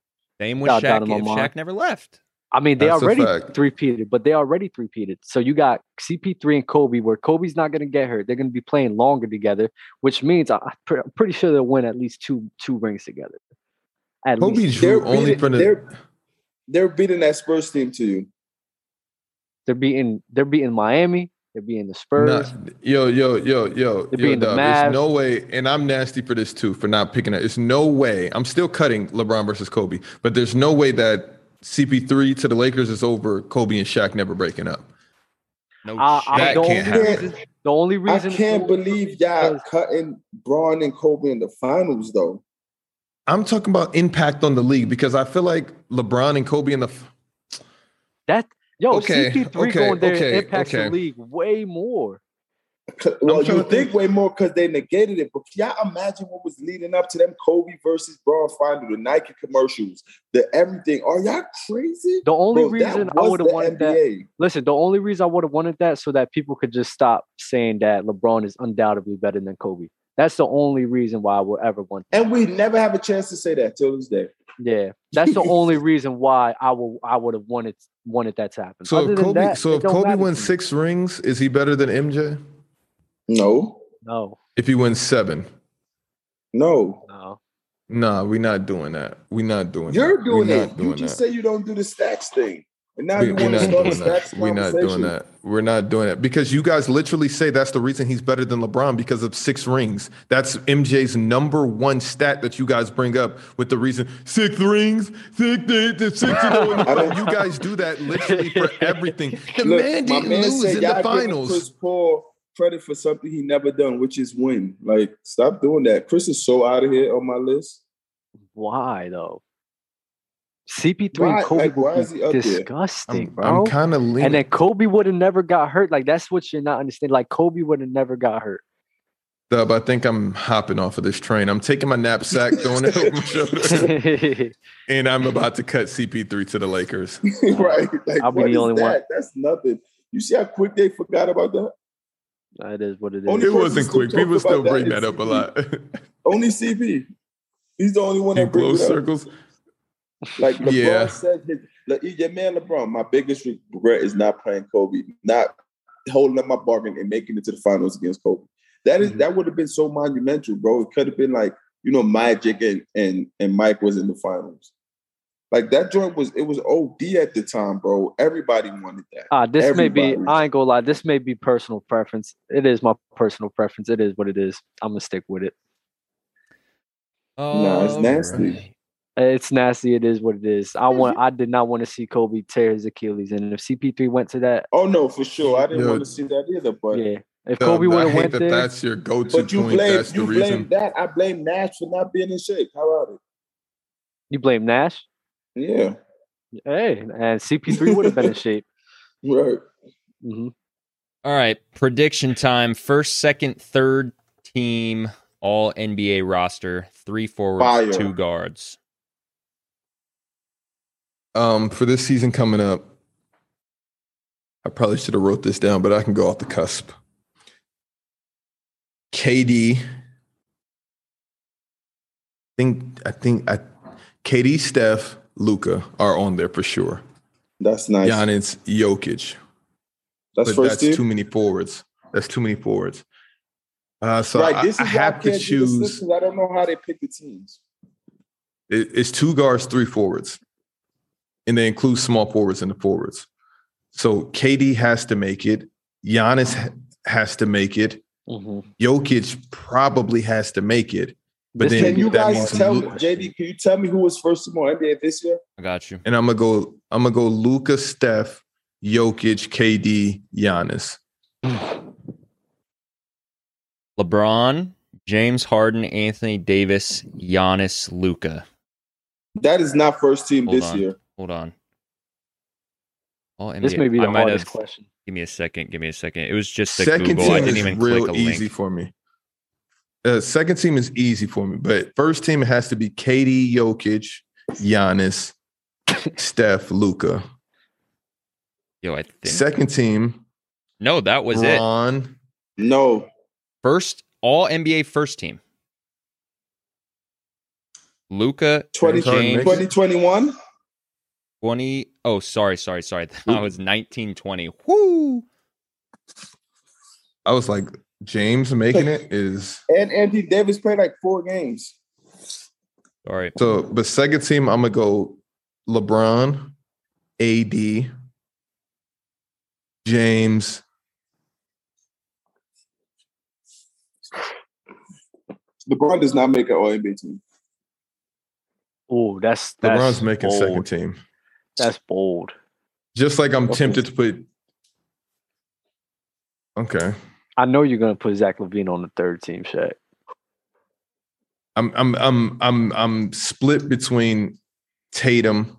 Speaker 4: Same with
Speaker 2: Without
Speaker 4: Shaq.
Speaker 2: doubt
Speaker 4: If
Speaker 2: in my mind.
Speaker 4: Shaq never left,
Speaker 2: I mean, they
Speaker 1: That's a
Speaker 2: already
Speaker 1: fact.
Speaker 2: three peated, but they already three peated. So you got CP3 and Kobe, where Kobe's not going to get hurt. They're going to be playing longer together, which means I, I'm pre- I'm pretty sure they'll win at least two two rings together. At
Speaker 1: Kobe
Speaker 2: least
Speaker 1: drew
Speaker 3: They're
Speaker 1: only
Speaker 3: beating-
Speaker 1: for the.
Speaker 3: they're- They're beating that Spurs team to you.
Speaker 2: they're beating they're beating Miami. They're beating the Spurs.
Speaker 1: Nah, yo, yo, yo, yo,
Speaker 2: They're
Speaker 1: yo,
Speaker 2: being the
Speaker 1: dog.
Speaker 2: Mavs.
Speaker 1: There's no way, and I'm nasty for this too, for not picking it. It's no way. I'm still cutting LeBron versus Kobe, but there's no way that CP3 to the Lakers is over Kobe and Shaq never breaking up.
Speaker 4: no
Speaker 2: I- I
Speaker 4: Shaq.
Speaker 1: That
Speaker 2: don't-
Speaker 1: can't happen.
Speaker 2: The only
Speaker 3: I
Speaker 2: reason
Speaker 3: can't believe y'all
Speaker 2: because-
Speaker 3: cutting Braun and Kobe in the finals, though.
Speaker 1: I'm talking about impact on the league because I feel like LeBron and Kobe in the.
Speaker 2: That yo
Speaker 1: Okay,
Speaker 2: CP3
Speaker 1: okay,
Speaker 2: going there
Speaker 1: okay,
Speaker 2: impacts
Speaker 1: okay.
Speaker 2: the league way more.
Speaker 3: C- Well,
Speaker 1: trying
Speaker 3: you
Speaker 1: to
Speaker 3: think
Speaker 1: think.
Speaker 3: way more because they negated it. But can y'all imagine what was leading up to them Kobe versus Braun final, the Nike commercials, the everything. Are y'all crazy?
Speaker 2: The only
Speaker 3: Bro, that
Speaker 2: reason I
Speaker 3: was
Speaker 2: would have
Speaker 3: the
Speaker 2: wanted that.
Speaker 3: NBA.
Speaker 2: Listen, the only reason I would have wanted that so that people could just stop saying that LeBron is undoubtedly better than Kobe. That's the only reason why I would ever want.
Speaker 3: And we never have a chance to say that till this day.
Speaker 2: Yeah, that's the only reason why I will. I would have wanted wanted that to happen.
Speaker 1: So
Speaker 2: Other
Speaker 1: if
Speaker 2: than
Speaker 1: Kobe,
Speaker 2: that,
Speaker 1: so
Speaker 2: it
Speaker 1: if
Speaker 2: don't
Speaker 1: Kobe
Speaker 2: matter
Speaker 1: wins
Speaker 2: to me.
Speaker 1: six rings, is he better than MJ?
Speaker 3: No,
Speaker 2: no,
Speaker 1: If he wins seven,
Speaker 3: no.
Speaker 2: no,
Speaker 1: nah, we're not doing that. We're not doing
Speaker 3: You're
Speaker 1: that.
Speaker 3: doing
Speaker 1: we're
Speaker 3: it. You just say you don't do the stacks thing. And now
Speaker 1: we,
Speaker 3: you
Speaker 1: we're
Speaker 3: want to
Speaker 1: not
Speaker 3: start a
Speaker 1: doing that.
Speaker 3: stacks
Speaker 1: We're not doing
Speaker 3: conversation.
Speaker 1: that. We're not doing that because you guys literally say that's the reason he's better than LeBron because of six rings. That's MJ's number one stat that you guys bring up with the reason six rings, six, six, six, six you, know,
Speaker 3: I don't-
Speaker 1: you guys do that literally for everything. The
Speaker 3: Look,
Speaker 1: man
Speaker 3: my
Speaker 1: didn't
Speaker 3: man
Speaker 1: lose
Speaker 3: said
Speaker 1: in the
Speaker 3: y'all giving Chris
Speaker 1: finals.
Speaker 3: Paul credit for something he never done, which is win. Like, stop doing that. Chris is so out of here on my list.
Speaker 2: why though? CP3
Speaker 3: Why-
Speaker 2: and Kobe
Speaker 3: like, why is
Speaker 2: would
Speaker 3: he
Speaker 2: be
Speaker 3: up there?
Speaker 2: disgusting,
Speaker 1: I'm,
Speaker 2: bro.
Speaker 1: kind of leaning.
Speaker 2: And then Kobe would have never got hurt. Like that's what you're not understanding. Like Kobe would have never got hurt.
Speaker 1: Dub, I think I'm hopping off of this train. I'm taking my knapsack, throwing it over my shoulder,
Speaker 2: I'll
Speaker 1: and I'm about to cut CP3 to the Lakers.
Speaker 3: right? Like,
Speaker 2: I'll be
Speaker 3: what
Speaker 2: the
Speaker 3: is
Speaker 2: only one.
Speaker 3: that? That's nothing. You see how quick they forgot about that?
Speaker 2: It is what it is.
Speaker 3: Only-
Speaker 1: It
Speaker 3: person
Speaker 1: wasn't
Speaker 3: still
Speaker 1: quick.
Speaker 3: talking
Speaker 1: People
Speaker 3: about
Speaker 1: still
Speaker 3: that
Speaker 1: bring
Speaker 3: is
Speaker 1: that up a
Speaker 3: CP.
Speaker 1: lot.
Speaker 3: Only CP. He's the only one
Speaker 1: In
Speaker 3: that
Speaker 1: close
Speaker 3: brings it up.
Speaker 1: circles.
Speaker 3: Like LeBron
Speaker 1: Yeah.
Speaker 3: said, his, Le- your man LeBron, my biggest regret is not playing Kobe, not holding up my bargain and making it to the finals against Kobe. That is-
Speaker 1: Mm-hmm.
Speaker 2: Mhm.
Speaker 3: that would have been so monumental, bro. It could have been like you know, Magic and and and Mike was in the finals. Like that joint was it was OD at the time, bro. Everybody wanted that.
Speaker 2: Ah, this may be.
Speaker 3: Everybody.
Speaker 2: I ain't gonna lie. This may be personal preference. It is my personal preference. It is what it is. I'm gonna stick with it.
Speaker 3: Nah, it's nasty.
Speaker 4: Alright.
Speaker 2: It's nasty. It is what it is. I want. I did not want to see Kobe tear his Achilles, and if CP3 went to that,
Speaker 3: Oh no, for sure. I didn't
Speaker 1: Yo.
Speaker 3: want to see that either, but
Speaker 2: yeah. If
Speaker 1: Dub,
Speaker 2: Kobe would
Speaker 1: I
Speaker 2: have
Speaker 1: hate
Speaker 2: went
Speaker 1: that
Speaker 2: there,
Speaker 1: that's your go-to
Speaker 3: but you
Speaker 1: point.
Speaker 3: blame
Speaker 1: that's the
Speaker 3: you blame
Speaker 1: reason.
Speaker 3: that. I blame Nash for not being in shape. How about it?
Speaker 2: you blame Nash.
Speaker 3: Yeah,
Speaker 2: Hey, and CP3 would have been in shape.
Speaker 3: right.
Speaker 2: Mhm.
Speaker 4: All right, prediction time. First, second, third team, all NBA roster, three forwards,
Speaker 3: Fire.
Speaker 4: two guards.
Speaker 1: Um, for this season coming up, I probably should have wrote this down, but I can go off the cusp. KD, think I think I, KD, Steph, Luca are on there for sure.
Speaker 3: That's nice.
Speaker 1: Giannis, Jokic,
Speaker 3: that's
Speaker 1: but
Speaker 3: first
Speaker 1: that's too
Speaker 3: team.
Speaker 1: many forwards. That's too many forwards. Uh, so
Speaker 3: right,
Speaker 1: I,
Speaker 3: this is
Speaker 1: I
Speaker 3: why
Speaker 1: have to
Speaker 3: can't do this
Speaker 1: choose.
Speaker 3: list, 'cause I don't know how they pick the teams.
Speaker 1: It- it's two guards, three forwards, and they include small forwards in the forwards. So KD has to make it. Giannis ha- has to make it.
Speaker 2: Mhm.
Speaker 1: Jokic probably has to make it. But
Speaker 2: This
Speaker 1: then
Speaker 3: Can you
Speaker 1: that
Speaker 3: guys
Speaker 1: means
Speaker 3: tell me,
Speaker 1: Lu-
Speaker 3: JD? Can you tell me who was first team on NBA this year?
Speaker 4: I got you.
Speaker 1: and I'm gonna go. I'm gonna go. Luca, Steph, Jokic, KD, Giannis.
Speaker 4: Mm-hmm. LeBron, James Harden, Anthony Davis, Giannis, Luca.
Speaker 3: That is not first team
Speaker 4: Hold
Speaker 3: this
Speaker 4: on.
Speaker 3: year.
Speaker 4: Hold on. All NBA.
Speaker 2: This may be
Speaker 4: I
Speaker 2: the
Speaker 4: might
Speaker 2: hardest
Speaker 4: have-
Speaker 2: question.
Speaker 4: Give me a second. Give me a second. It was just a
Speaker 1: Second
Speaker 4: Google. I
Speaker 1: team
Speaker 4: didn't
Speaker 1: is
Speaker 4: even click
Speaker 1: real
Speaker 4: a
Speaker 1: easy
Speaker 4: link.
Speaker 1: for me. Uh, second team is easy for me, but first team it has to be KD, Jokic, Giannis, Steph, Luca.
Speaker 4: Yo, I think.
Speaker 1: Second team,
Speaker 4: no, that was it.
Speaker 1: Bron,
Speaker 3: No,
Speaker 4: First, all NBA first team. Luca,
Speaker 3: 20,
Speaker 1: Harden
Speaker 4: James,
Speaker 1: makes it.
Speaker 3: 2021.
Speaker 4: 20 oh sorry sorry sorry that was 1920 whoo
Speaker 1: I was like, James making it is
Speaker 3: And Anthony Davis played like four games.
Speaker 4: sorry
Speaker 1: so. But second team, I'm gonna go LeBron, AD, James,
Speaker 3: LeBron does not make an All NBA team.
Speaker 2: Oh, that's that's
Speaker 1: LeBron's making
Speaker 2: bold.
Speaker 1: second team.
Speaker 2: That's bold.
Speaker 1: Just like I'm
Speaker 3: Okay.
Speaker 1: tempted to put. Okay,
Speaker 2: I know you're gonna put Zach Levine on the third team, Shaq.
Speaker 1: I'm I'm I'm I'm I'm split between Tatum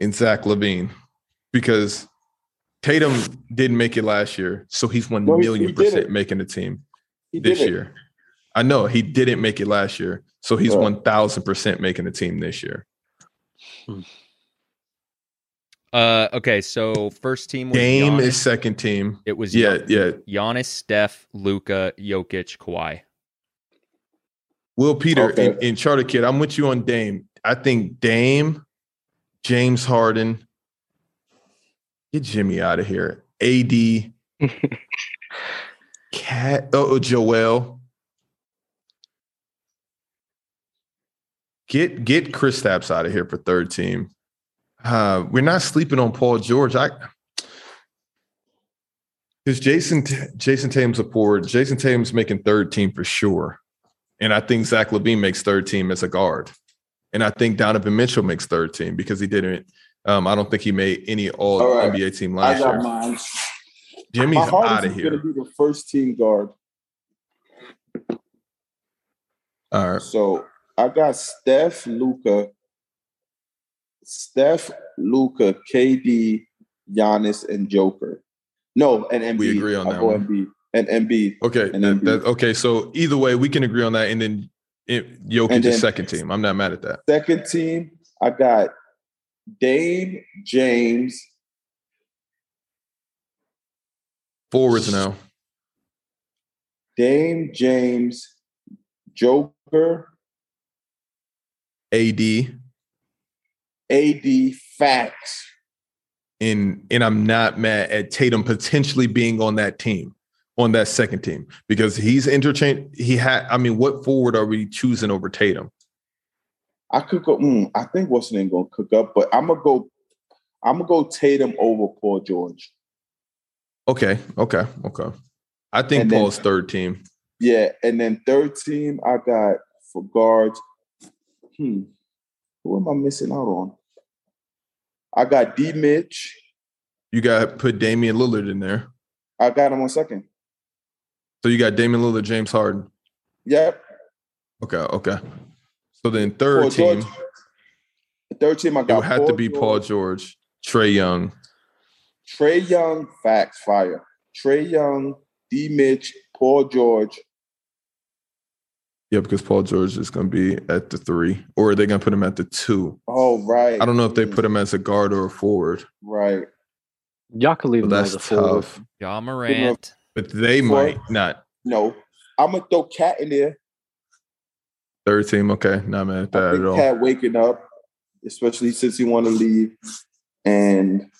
Speaker 1: and Zach Levine because Tatum didn't make it last year, so he's one
Speaker 3: No, he- he
Speaker 1: million
Speaker 3: did
Speaker 1: percent
Speaker 3: it.
Speaker 1: making the team.
Speaker 3: He
Speaker 1: this
Speaker 3: did it.
Speaker 1: year. I know he didn't make it last year, so he's
Speaker 3: Right.
Speaker 1: one thousand percent making the team this year.
Speaker 4: uh okay so first team was
Speaker 1: Dame
Speaker 4: Giannis.
Speaker 1: is second team.
Speaker 4: it was
Speaker 1: Yeah,
Speaker 4: yeah
Speaker 1: yeah.
Speaker 4: Giannis Steph Luca Jokic Kawhi
Speaker 1: Will Peter
Speaker 3: Okay.
Speaker 1: in, in Charter Kid, I'm with you on Dame. I think Dame, James Harden, get Jimmy out of here. AD, Cat, oh Joel, get get Chris Stapps out of here for third team. Uh, we're not sleeping on Paul George. I because Jason Jason Tatum's a forward. Jason Tatum's making third team for sure, and I think Zach Levine makes third team as a guard, and I think Donovan Mitchell makes third team because he didn't. Um, I don't think he made any All
Speaker 3: All right.
Speaker 1: NBA team
Speaker 3: I
Speaker 1: last
Speaker 3: got
Speaker 1: year.
Speaker 3: mine.
Speaker 1: Jimmy's
Speaker 3: My
Speaker 1: out
Speaker 3: Harden
Speaker 1: of
Speaker 3: is going
Speaker 1: here.
Speaker 3: to be the first team guard.
Speaker 1: All right.
Speaker 3: So I got Steph, Luca, Steph, Luca, KD, Giannis, and Joker. No, and MB.
Speaker 1: We agree on that one.
Speaker 3: MB. And MB.
Speaker 1: Okay.
Speaker 3: And
Speaker 1: that-
Speaker 3: Embiid.
Speaker 1: that- oh. okay. So either way, we can agree on that. And then it, Jokic
Speaker 3: And
Speaker 1: is
Speaker 3: then-
Speaker 1: second team. I'm not mad at that.
Speaker 3: Second team, I got Dame, James,
Speaker 1: Forwards now.
Speaker 3: Dame, James, Joker,
Speaker 1: AD.
Speaker 3: AD, Facts.
Speaker 1: And and I'm not mad at Tatum potentially being on that team. on that second team because he's interchange. He had. I mean, what forward are we choosing over Tatum?
Speaker 3: I could go. Mm, I think what's name gonna cook up, but I'm gonna go. I'm gonna go Tatum over Paul George.
Speaker 1: Okay, okay, okay. I think
Speaker 3: And then-
Speaker 1: Paul's third team.
Speaker 3: Yeah, and then third team, I got for guards. Hmm, who am I missing out on? I got D. Mitch.
Speaker 1: You got to put Damian Lillard in there.
Speaker 3: I got him on second.
Speaker 1: So you got Damian Lillard, James Harden.
Speaker 3: Yep.
Speaker 1: Okay, okay. So then third
Speaker 3: Paul
Speaker 1: team,
Speaker 3: George. Third team, I
Speaker 1: it
Speaker 3: got
Speaker 1: would have to be Paul George, Trey Young.
Speaker 3: Trey Young, facts, fire. Trey Young, D. Mitch, Paul George.
Speaker 1: Yeah, because Paul George is going to be at the three, or are they going to put him at the two?
Speaker 3: Oh, right.
Speaker 1: I don't know if they put him as a guard or a forward.
Speaker 3: right.
Speaker 2: Y'all can leave
Speaker 1: But
Speaker 2: him as
Speaker 1: that's
Speaker 2: a forward.
Speaker 1: tough.
Speaker 4: John Morant.
Speaker 1: But they
Speaker 3: Well-
Speaker 1: might not.
Speaker 3: No, I'm gonna throw Cat in there.
Speaker 1: Third team, okay. Not mad at
Speaker 3: I
Speaker 1: that at
Speaker 3: think
Speaker 1: all.
Speaker 3: Cat waking up, especially since he want to leave. And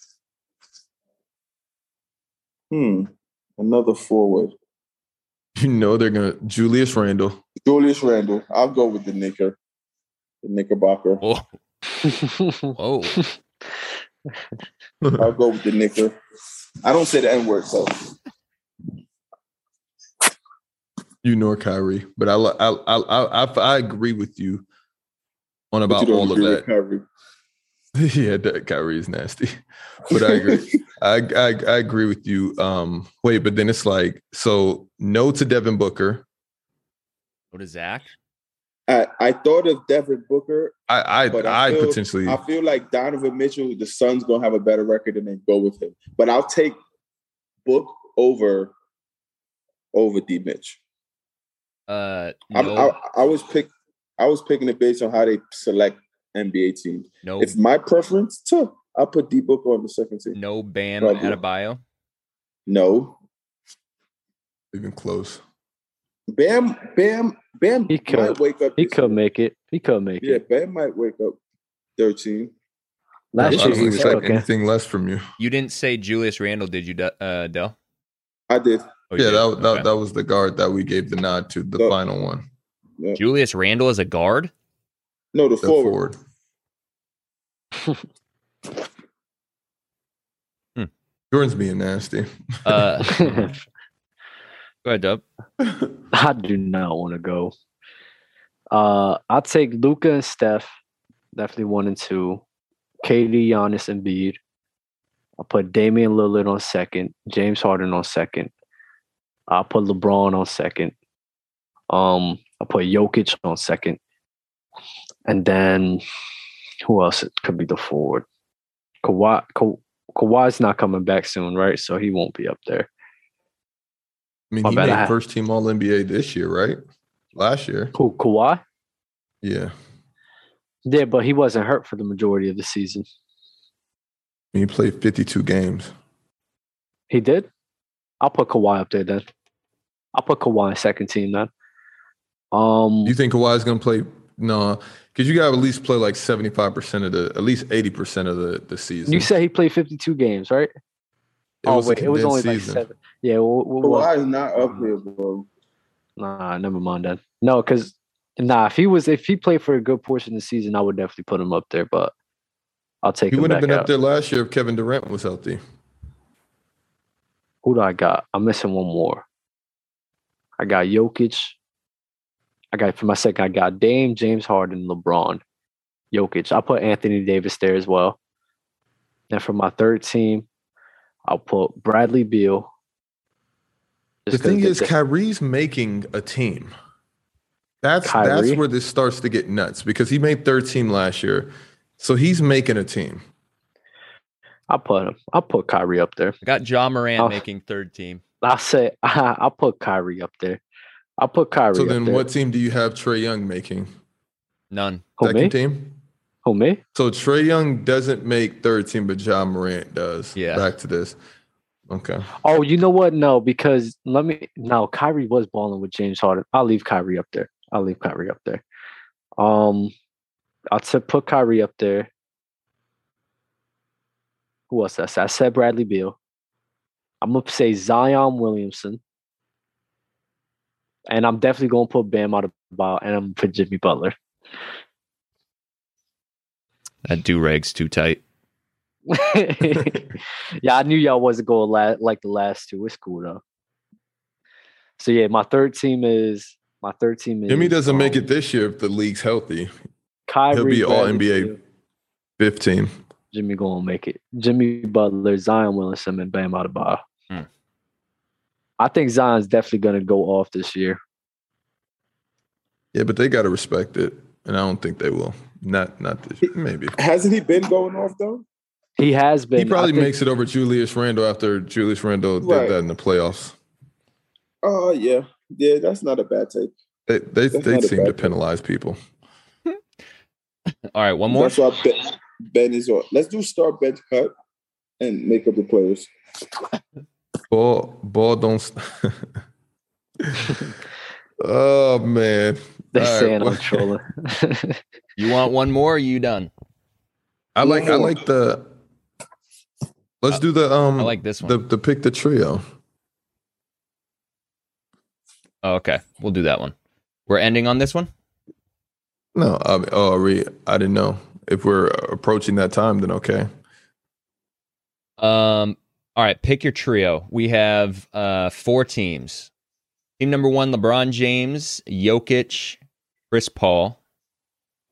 Speaker 3: hmm, another forward,
Speaker 1: You know they're going to Julius Randle.
Speaker 3: Julius Randle. I'll go with the Knicker, the Knickerbocker.
Speaker 4: Whoa, whoa.
Speaker 3: I'll go with the Knicker. I don't say the N word, so
Speaker 1: you nor Kyrie, but I li- I I I, I, I agree with you on
Speaker 3: but you
Speaker 1: about
Speaker 3: don't
Speaker 1: all of
Speaker 3: agree
Speaker 1: that.
Speaker 3: with Kyrie.
Speaker 1: yeah, that Kyrie is nasty, but I agree. I, I I agree with you. Um, wait, but then it's like so no to Devin Booker.
Speaker 4: Go to Zach.
Speaker 3: I, I thought of Devin Booker.
Speaker 1: I
Speaker 3: But
Speaker 1: I,
Speaker 3: I
Speaker 1: I
Speaker 3: feel-
Speaker 1: potentially
Speaker 3: I feel like Donovan Mitchell, the Suns gonna have a better record and then go with him. But I'll take Book over over D Mitch.
Speaker 4: Uh,
Speaker 3: I'm-
Speaker 4: no,
Speaker 3: I, I was pick, I was picking it based on how they select NBA teams.
Speaker 4: no,
Speaker 3: It's my preference too. I put D Book on the second team.
Speaker 4: no. Bam
Speaker 3: Right.
Speaker 4: Adebayo.
Speaker 3: No,
Speaker 1: even close.
Speaker 3: Bam, Bam, Bam
Speaker 2: He could.
Speaker 3: might wake up.
Speaker 2: he
Speaker 3: this-
Speaker 2: could make it. He could make
Speaker 3: Yeah,
Speaker 2: it.
Speaker 3: Bam might wake up thirteen.
Speaker 1: I
Speaker 2: Last
Speaker 1: don't
Speaker 2: year he was
Speaker 1: expect
Speaker 2: cooking.
Speaker 1: anything less from you.
Speaker 4: You didn't say Julius Randle, did you, Du- uh, Dell?
Speaker 3: I did.
Speaker 4: Oh, you
Speaker 1: yeah,
Speaker 4: did?
Speaker 1: that, that
Speaker 4: Okay.
Speaker 1: that was the guard that we gave the nod to, the
Speaker 3: The-
Speaker 1: final one,
Speaker 3: Yeah.
Speaker 4: Julius Randle as a guard.
Speaker 3: No, the,
Speaker 1: the
Speaker 3: forward.
Speaker 1: forward.
Speaker 4: Hmm.
Speaker 1: Jordan's being nasty.
Speaker 4: Uh, go ahead, Dub.
Speaker 2: I do not want to go. Uh, I'll take Luca and Steph, definitely one and two. KD, Giannis, and Bede. I'll put Damian Lillard on second, James Harden on second. I'll put LeBron on second. Um, I'll put Jokic on second. And then who else could be the forward? Kawhi, Ka, Kawhi's not coming back soon, right? So he won't be up there.
Speaker 1: I mean,
Speaker 2: My
Speaker 1: he
Speaker 2: bad,
Speaker 1: made
Speaker 2: I had-
Speaker 1: first team All NBA this year, right? Last year,
Speaker 2: Who, Kawhi?
Speaker 1: yeah.
Speaker 2: Yeah, but he wasn't hurt for the majority of the season.
Speaker 1: He played 52 games.
Speaker 2: He did. I'll put Kawhi up there then. I'll put Kawhi in second team then. Um,
Speaker 1: You think Kawhi's gonna play? No, because you gotta at least play like 75 percent of the, at least 80 percent of the the season.
Speaker 2: you said he played fifty-two games, right?
Speaker 1: It
Speaker 2: oh
Speaker 1: was a
Speaker 2: wait, it was only
Speaker 1: condensed season.
Speaker 2: like seven. Yeah. Well,
Speaker 3: Kawhi is not
Speaker 2: Mm.
Speaker 3: up here, bro.
Speaker 2: Nah, never mind then. No, because nah, if he was, if he played for a good portion of the season, I would definitely put him up there. But I'll take
Speaker 1: He
Speaker 2: him
Speaker 1: wouldn't
Speaker 2: back
Speaker 1: have been
Speaker 2: out.
Speaker 1: up there last year if Kevin Durant was healthy.
Speaker 2: Who do I got? I'm missing one more. I got Jokic. I got for my second. I got Dame, James Harden, LeBron, Jokic. I put Anthony Davis there as well. And for my third team, I'll put Bradley Beal.
Speaker 1: The
Speaker 2: Just 'cause
Speaker 1: thing
Speaker 2: they-
Speaker 1: is,
Speaker 2: they-
Speaker 1: Kyrie's making a team. That's
Speaker 2: Kyrie?
Speaker 1: that's where this starts to get nuts because he made third team last year, so he's making a team.
Speaker 2: I'll put him. I'll put Kyrie up there.
Speaker 4: I got John Morant
Speaker 2: Oh.
Speaker 4: making third team.
Speaker 2: I'll say I'll put Kyrie up there. I'll put Kyrie.
Speaker 1: so
Speaker 2: up
Speaker 1: then,
Speaker 2: there.
Speaker 1: what team do you have Trey Young making?
Speaker 4: None.
Speaker 2: Who
Speaker 1: Second
Speaker 2: me?
Speaker 1: team.
Speaker 2: Who me?
Speaker 1: So Trey Young doesn't make third team, but John Morant does.
Speaker 4: Yeah.
Speaker 1: Back to this. Okay.
Speaker 2: Oh, you know what? No, because let me. No, Kyrie was balling with James Harden. I'll leave Kyrie up there. I'll leave Kyrie up there. Um, I'll t- put Kyrie up there. Who else? I said, I said Bradley Beal. I'm gonna say Zion Williamson. and I'm definitely gonna put Bam out of bow, and I'm for Jimmy Butler.
Speaker 4: That do rag's too tight.
Speaker 2: yeah, I knew y'all wasn't going la- like the last two. It's cool though. So yeah, my third team is my third team is
Speaker 1: Jimmy doesn't make
Speaker 2: um,
Speaker 1: it this year if the league's healthy.
Speaker 2: Kyrie,
Speaker 1: He'll be all
Speaker 2: Bradley
Speaker 1: NBA.
Speaker 2: Beal,
Speaker 1: 15.
Speaker 2: Jimmy gonna make it. Jimmy Butler, Zion Williamson, and Bam Adebayo.
Speaker 4: Hmm.
Speaker 2: I think Zion's definitely gonna go off this year.
Speaker 1: Yeah, but they got to respect it, and I don't think they will. Not not this year. Maybe
Speaker 3: Hasn't he been going off though?
Speaker 2: He has been.
Speaker 1: he probably
Speaker 2: I think-
Speaker 1: makes it over Julius Randle after Julius Randle
Speaker 3: Right.
Speaker 1: did that in the playoffs.
Speaker 3: Oh yeah, yeah. That's not a bad take.
Speaker 1: They they,
Speaker 3: That's
Speaker 1: they
Speaker 3: not a
Speaker 1: seem to
Speaker 3: bad thing.
Speaker 1: penalize people.
Speaker 4: All right, one more.
Speaker 3: That's why ben, ben is on. Let's do start bench cut and make up the players.
Speaker 1: Ball ball don't. St- oh man,
Speaker 2: They're
Speaker 1: All right,
Speaker 2: saying
Speaker 1: well-
Speaker 2: I'm trolling.
Speaker 4: You want one more? Or are you done?
Speaker 1: I like I
Speaker 3: Ooh.
Speaker 1: like the. Let's do the um.
Speaker 4: I like this one.
Speaker 1: the the pick the trio.
Speaker 4: Oh, okay, we'll do that one. We're ending on this one.
Speaker 1: No, I, oh, are we, I didn't know if we're approaching that time. Then okay.
Speaker 4: Um, all right, pick your trio. We have uh four teams. Team number one, LeBron James, Jokic, Chris Paul.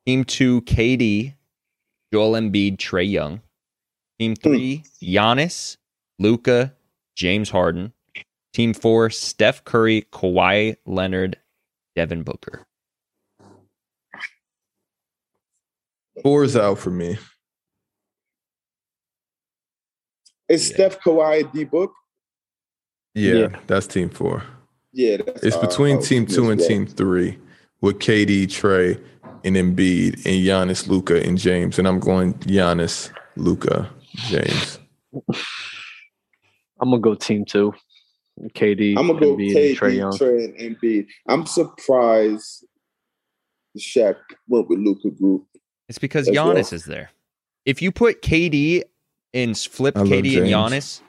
Speaker 4: Team two, KD, Joel Embiid, Trey Young. Team three, Giannis, Luca, James Harden. Team four, Steph Curry, Kawhi Leonard, Devin Booker.
Speaker 1: Four is out for me.
Speaker 3: Is
Speaker 4: Yeah.
Speaker 3: Steph Kawhi D book?
Speaker 1: Yeah,
Speaker 2: Yeah.
Speaker 1: that's team four.
Speaker 3: Yeah, that's,
Speaker 1: It's
Speaker 3: uh,
Speaker 1: between
Speaker 3: oh,
Speaker 1: team two and
Speaker 3: yeah.
Speaker 1: team three with KD, Trey, and Embiid, and Giannis, Luca, and James. And I'm going Giannis, Luca, James.
Speaker 2: I'm gonna go team two. KD,
Speaker 3: I'm gonna go
Speaker 2: Embiid,
Speaker 3: KD,
Speaker 2: and Trae Young.
Speaker 3: Trey, and Embiid. I'm surprised Shaq went with Luca Group.
Speaker 4: It's because
Speaker 3: as
Speaker 4: Giannis
Speaker 3: well.
Speaker 4: is there. If you put KD and flipped
Speaker 1: I love
Speaker 4: KD and
Speaker 1: James.
Speaker 4: Giannis,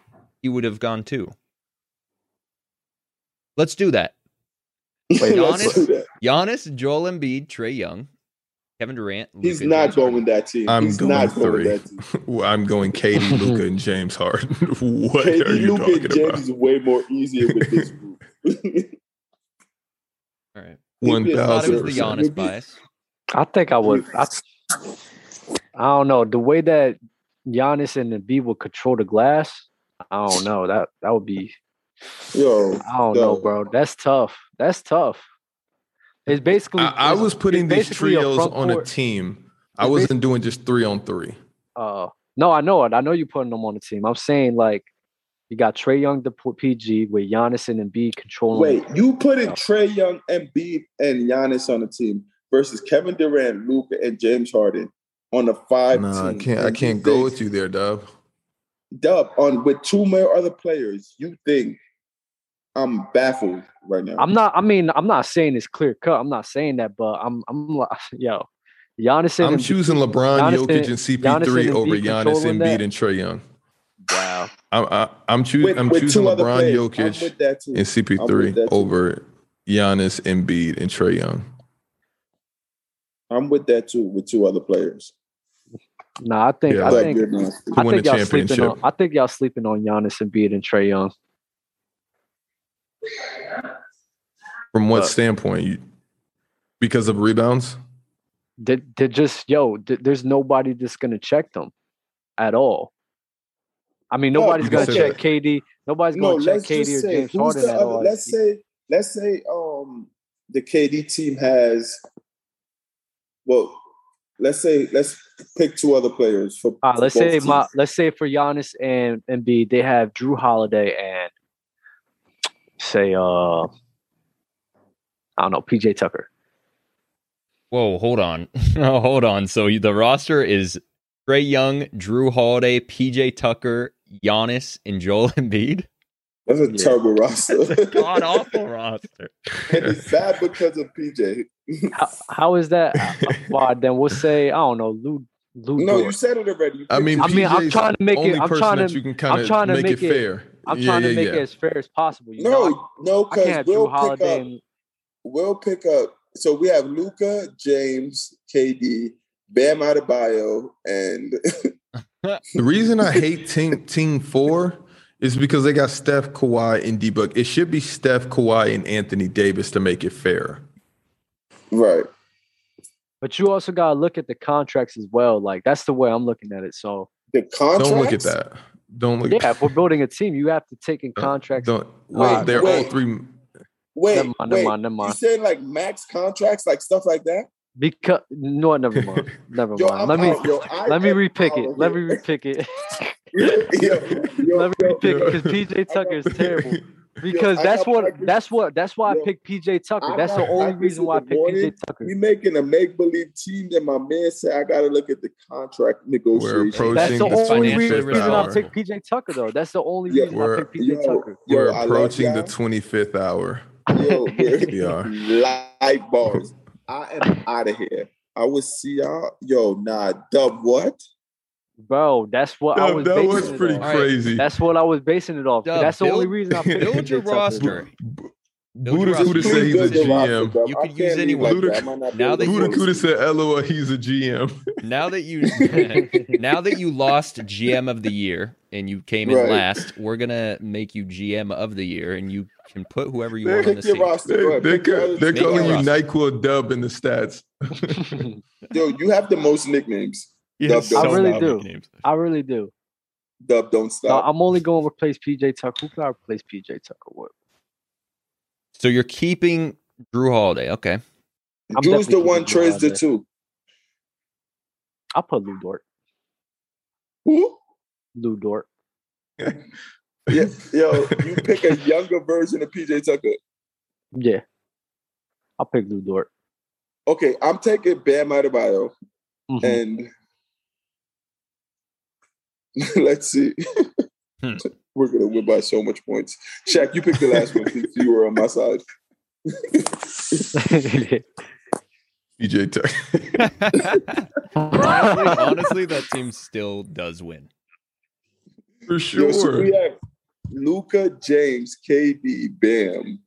Speaker 4: he would have gone too. Let's do that. Giannis? Giannis, Joel Embiid, Trey Young, Kevin Durant.
Speaker 3: He's
Speaker 4: Luka
Speaker 3: not
Speaker 4: Doncic.
Speaker 3: going that team.
Speaker 1: I'm
Speaker 3: He's
Speaker 1: going
Speaker 3: not
Speaker 1: three.
Speaker 3: going that team.
Speaker 1: Well, I'm going KD, Luca, and James Harden. what are
Speaker 3: KD,
Speaker 1: you
Speaker 3: Luca, and
Speaker 1: talking
Speaker 3: James
Speaker 1: about?
Speaker 3: is way more easier with this group.
Speaker 4: All right.
Speaker 1: One
Speaker 3: I
Speaker 4: I thought it
Speaker 1: thousand
Speaker 4: was the
Speaker 1: percent.
Speaker 4: Giannis bias.
Speaker 2: I think I would. I, I don't know the way that Giannis and Embiid would control the glass. I don't know that that would be.
Speaker 3: Yo,
Speaker 2: I don't know,
Speaker 3: No.
Speaker 2: bro. That's tough. That's tough. It's basically.
Speaker 1: I, I
Speaker 2: it's-
Speaker 1: was putting
Speaker 2: it's
Speaker 1: these
Speaker 2: basically a
Speaker 1: trios
Speaker 2: front
Speaker 1: on a
Speaker 2: court.
Speaker 1: team. I
Speaker 2: It's
Speaker 1: wasn't doing just three on three.
Speaker 2: Uh, no, I know it. I know you're putting them on the team. I'm saying like you got Trey Young to put PG with Giannis and Embiid controlling.
Speaker 3: wait, you put in Trey Young, Embiid, and Giannis on the team versus Kevin Durant, Luca, and James Harden on a five
Speaker 1: No, I
Speaker 3: team.
Speaker 1: can't. I
Speaker 3: and
Speaker 1: can't go with you there, Dub.
Speaker 3: think- Dub on with two more other players. You think I'm baffled right now?
Speaker 2: I'm not. I mean, I'm not saying it's clear cut. I'm not saying that, but I'm. I'm like, yo, Giannis and
Speaker 1: I'm
Speaker 2: Embiid-
Speaker 1: choosing LeBron,
Speaker 2: Giannis and-
Speaker 1: Jokic, and CP3
Speaker 2: Giannis and
Speaker 1: over
Speaker 2: Embiid
Speaker 1: Giannis,
Speaker 2: controlling
Speaker 1: Embiid,
Speaker 2: that?
Speaker 1: and Trey Young.
Speaker 2: Wow.
Speaker 1: I'm I, I'm, choo-
Speaker 3: with,
Speaker 1: I'm
Speaker 3: with
Speaker 1: choosing
Speaker 3: two other
Speaker 1: LeBron,
Speaker 3: players. I'm
Speaker 1: Jokic,
Speaker 3: with that too.
Speaker 1: and
Speaker 3: I'm with that
Speaker 1: CP3
Speaker 3: too.
Speaker 1: over Giannis, Embiid, and Trey Young.
Speaker 3: I'm with that too. With two other players.
Speaker 2: No, I think.
Speaker 1: Yeah,
Speaker 2: I
Speaker 3: But
Speaker 1: like
Speaker 2: think.
Speaker 3: you're not.
Speaker 1: To
Speaker 2: I
Speaker 1: win a
Speaker 2: think y'all sleeping on.
Speaker 1: championship.
Speaker 2: I think y'all sleeping on Giannis Embiid and Trey Young.
Speaker 1: From what
Speaker 2: Uh,
Speaker 1: standpoint? You, because of rebounds?
Speaker 2: They, they're just yo. th- there's nobody that's gonna check them at all. I mean,
Speaker 3: No,
Speaker 2: nobody's
Speaker 1: You can
Speaker 2: gonna
Speaker 1: say
Speaker 2: check KD. Nobody's
Speaker 3: No,
Speaker 2: gonna check
Speaker 3: let's
Speaker 2: KD
Speaker 3: just
Speaker 2: or
Speaker 3: say
Speaker 2: James
Speaker 3: who's
Speaker 2: Harden
Speaker 3: the
Speaker 2: at
Speaker 3: other.
Speaker 2: all.
Speaker 3: Let's say let's say um the KD team has well, let's say let's pick two other players for.
Speaker 2: All right, Ah,
Speaker 3: for
Speaker 2: Uh, let's
Speaker 3: both
Speaker 2: say
Speaker 3: teams.
Speaker 2: my, let's say for Giannis and Embiid, they have Drew Holiday and say uh I don't know PJ Tucker.
Speaker 4: Whoa, hold on. oh, hold on. So the roster is Trey Young, Drew Holiday, PJ Tucker, Giannis, and Joel Embiid.
Speaker 3: that's a
Speaker 2: yeah.
Speaker 3: terrible roster.
Speaker 4: That's a god awful roster.
Speaker 3: and it's bad because of PJ.
Speaker 2: How, how is that? Uh, Well, then we'll say I don't know Lou Lou.
Speaker 3: No, you
Speaker 2: Dort.
Speaker 3: said it already.
Speaker 1: I mean,
Speaker 2: I mean, I'm
Speaker 1: PJ's
Speaker 2: trying to make it-
Speaker 1: only
Speaker 2: I'm
Speaker 1: person
Speaker 2: trying
Speaker 1: that
Speaker 2: to-
Speaker 1: you can
Speaker 2: I'm
Speaker 1: kind of
Speaker 2: trying to
Speaker 1: make,
Speaker 2: make
Speaker 1: it
Speaker 2: it-
Speaker 1: fair.
Speaker 2: I'm
Speaker 1: Yeah,
Speaker 2: trying
Speaker 1: yeah,
Speaker 2: to make
Speaker 1: yeah.
Speaker 2: it as fair as possible. You know,
Speaker 3: no, no,
Speaker 2: I can't
Speaker 3: because
Speaker 2: have
Speaker 3: we'll
Speaker 2: Drew
Speaker 3: pick up.
Speaker 2: Holiday. And,
Speaker 3: we'll pick up. So we have Luca, James, KD, Bam Adebayo, and
Speaker 1: The reason I hate team team four is because they got Steph, Kawhi, and D Book. It should be Steph, Kawhi, and Anthony Davis to make it fair.
Speaker 3: right.
Speaker 2: But you also gotta look at the contracts as well. Like that's the way I'm looking at it. So
Speaker 3: The contracts.
Speaker 1: Don't look at that. Don't look.
Speaker 2: yeah, if we're building a team, you have to take in contracts.
Speaker 1: Don't. Well,
Speaker 2: Wait,
Speaker 1: they're all
Speaker 3: wait.
Speaker 1: three.
Speaker 3: Wait,
Speaker 2: Never mind, never
Speaker 3: wait.
Speaker 2: mind, never
Speaker 3: You
Speaker 2: mind.
Speaker 3: saying like max contracts, like stuff like that?
Speaker 2: Because no, never mind. Never
Speaker 3: Yo,
Speaker 2: mind.
Speaker 3: I'm
Speaker 2: Let me
Speaker 3: out, yo. I
Speaker 2: let me
Speaker 3: am
Speaker 2: repick
Speaker 3: out
Speaker 2: it.
Speaker 3: of
Speaker 2: Let me
Speaker 3: here.
Speaker 2: repick it.
Speaker 3: yo, yo,
Speaker 2: Let me
Speaker 3: yo,
Speaker 2: repick it because
Speaker 1: yo.
Speaker 2: PJ Tucker is terrible. Because
Speaker 3: I
Speaker 2: that's
Speaker 3: got
Speaker 2: what
Speaker 3: Packers-
Speaker 2: that's what that's why I
Speaker 3: Yo,
Speaker 2: picked PJ Tucker.
Speaker 3: I
Speaker 2: That's the
Speaker 3: got
Speaker 2: only
Speaker 3: Packers
Speaker 2: reason
Speaker 3: in
Speaker 2: why I
Speaker 3: the
Speaker 2: picked PJ
Speaker 3: morning.
Speaker 2: Tucker.
Speaker 3: We making a make believe team that my man said I gotta look at the contract negotiation.
Speaker 1: approaching-
Speaker 2: That's the
Speaker 4: Coaching is
Speaker 2: only
Speaker 4: financially
Speaker 2: reason I
Speaker 1: responsible.
Speaker 2: picked PJ Tucker though. That's the only
Speaker 3: Yeah,
Speaker 2: reason I
Speaker 1: we're-
Speaker 2: picked PJ
Speaker 3: yo,
Speaker 2: Tucker.
Speaker 1: We're
Speaker 3: yo, I love
Speaker 1: approaching the
Speaker 3: y'all.
Speaker 1: 25th hour.
Speaker 3: Yo,
Speaker 1: We
Speaker 3: we're
Speaker 1: are.
Speaker 3: light bars. I am out of here. I will see y'all. Yo, nah, dub what?
Speaker 2: Bro, that's what I
Speaker 1: That,
Speaker 2: was
Speaker 1: that
Speaker 2: basing
Speaker 1: was
Speaker 2: it
Speaker 1: pretty
Speaker 2: off.
Speaker 4: All right.
Speaker 1: crazy.
Speaker 2: That's what I was basing it off.
Speaker 4: Dub,
Speaker 2: that's the only
Speaker 4: build-
Speaker 2: reason I picked
Speaker 4: build your
Speaker 2: PJ Tucker.
Speaker 4: roster.
Speaker 1: Buddha
Speaker 4: Build
Speaker 1: Kuda said
Speaker 4: your
Speaker 1: he's
Speaker 4: roster.
Speaker 1: a
Speaker 3: Please build your roster,
Speaker 1: GM.
Speaker 3: dub.
Speaker 4: You
Speaker 3: I
Speaker 4: could
Speaker 3: can't
Speaker 4: use
Speaker 3: leave
Speaker 4: anyone.
Speaker 3: like that. I might not be
Speaker 4: Now
Speaker 3: able
Speaker 4: that
Speaker 3: to
Speaker 1: Buddha
Speaker 4: you-
Speaker 3: do
Speaker 1: Kuda
Speaker 3: this.
Speaker 1: said, "LOL, he's a GM."
Speaker 4: Now that you now that you lost GM of the year and you came in
Speaker 3: Right.
Speaker 4: last, we're gonna make you GM of the year, and you can put whoever you
Speaker 1: Man,
Speaker 4: want on
Speaker 3: Pick
Speaker 4: this
Speaker 3: your
Speaker 4: team.
Speaker 3: roster.
Speaker 1: They,
Speaker 3: bro.
Speaker 1: they're
Speaker 3: Pick your
Speaker 1: ca-
Speaker 3: other
Speaker 1: they're
Speaker 3: team.
Speaker 1: calling you
Speaker 4: roster.
Speaker 1: Nyquil Dub in the stats.
Speaker 3: Yo, you have the most nicknames.
Speaker 4: You have
Speaker 3: Dub, dub. I
Speaker 2: really
Speaker 4: many
Speaker 2: do.
Speaker 4: names.
Speaker 2: I really do.
Speaker 3: Dub, don't
Speaker 2: No,
Speaker 3: stop.
Speaker 2: I'm only going to replace PJ Tucker. Who can I replace PJ Tucker with?
Speaker 4: So you're keeping Drew Holiday. Okay.
Speaker 2: I'm
Speaker 3: Drew's the
Speaker 2: definitely
Speaker 3: one,
Speaker 2: keeping
Speaker 3: Trey's the
Speaker 2: Giannis.
Speaker 3: two.
Speaker 2: I'll put Lou Dort.
Speaker 3: Who?
Speaker 2: Lou Dort.
Speaker 3: Yeah, yo, you pick a younger version of PJ Tucker.
Speaker 2: Yeah. I'll pick Lou Dort.
Speaker 3: Okay, I'm taking Bam Adebayo
Speaker 2: Mhm.
Speaker 1: Mm-hmm.
Speaker 3: and let's see.
Speaker 4: Hmm.
Speaker 3: We're gonna win by so much points. Shaq, you picked the last one since you were on my side.
Speaker 1: PJ Tucker.
Speaker 4: honestly, honestly, that team still does win.
Speaker 1: For
Speaker 3: Yo, so
Speaker 1: sure.
Speaker 3: we have Luca, James, KD, Bam.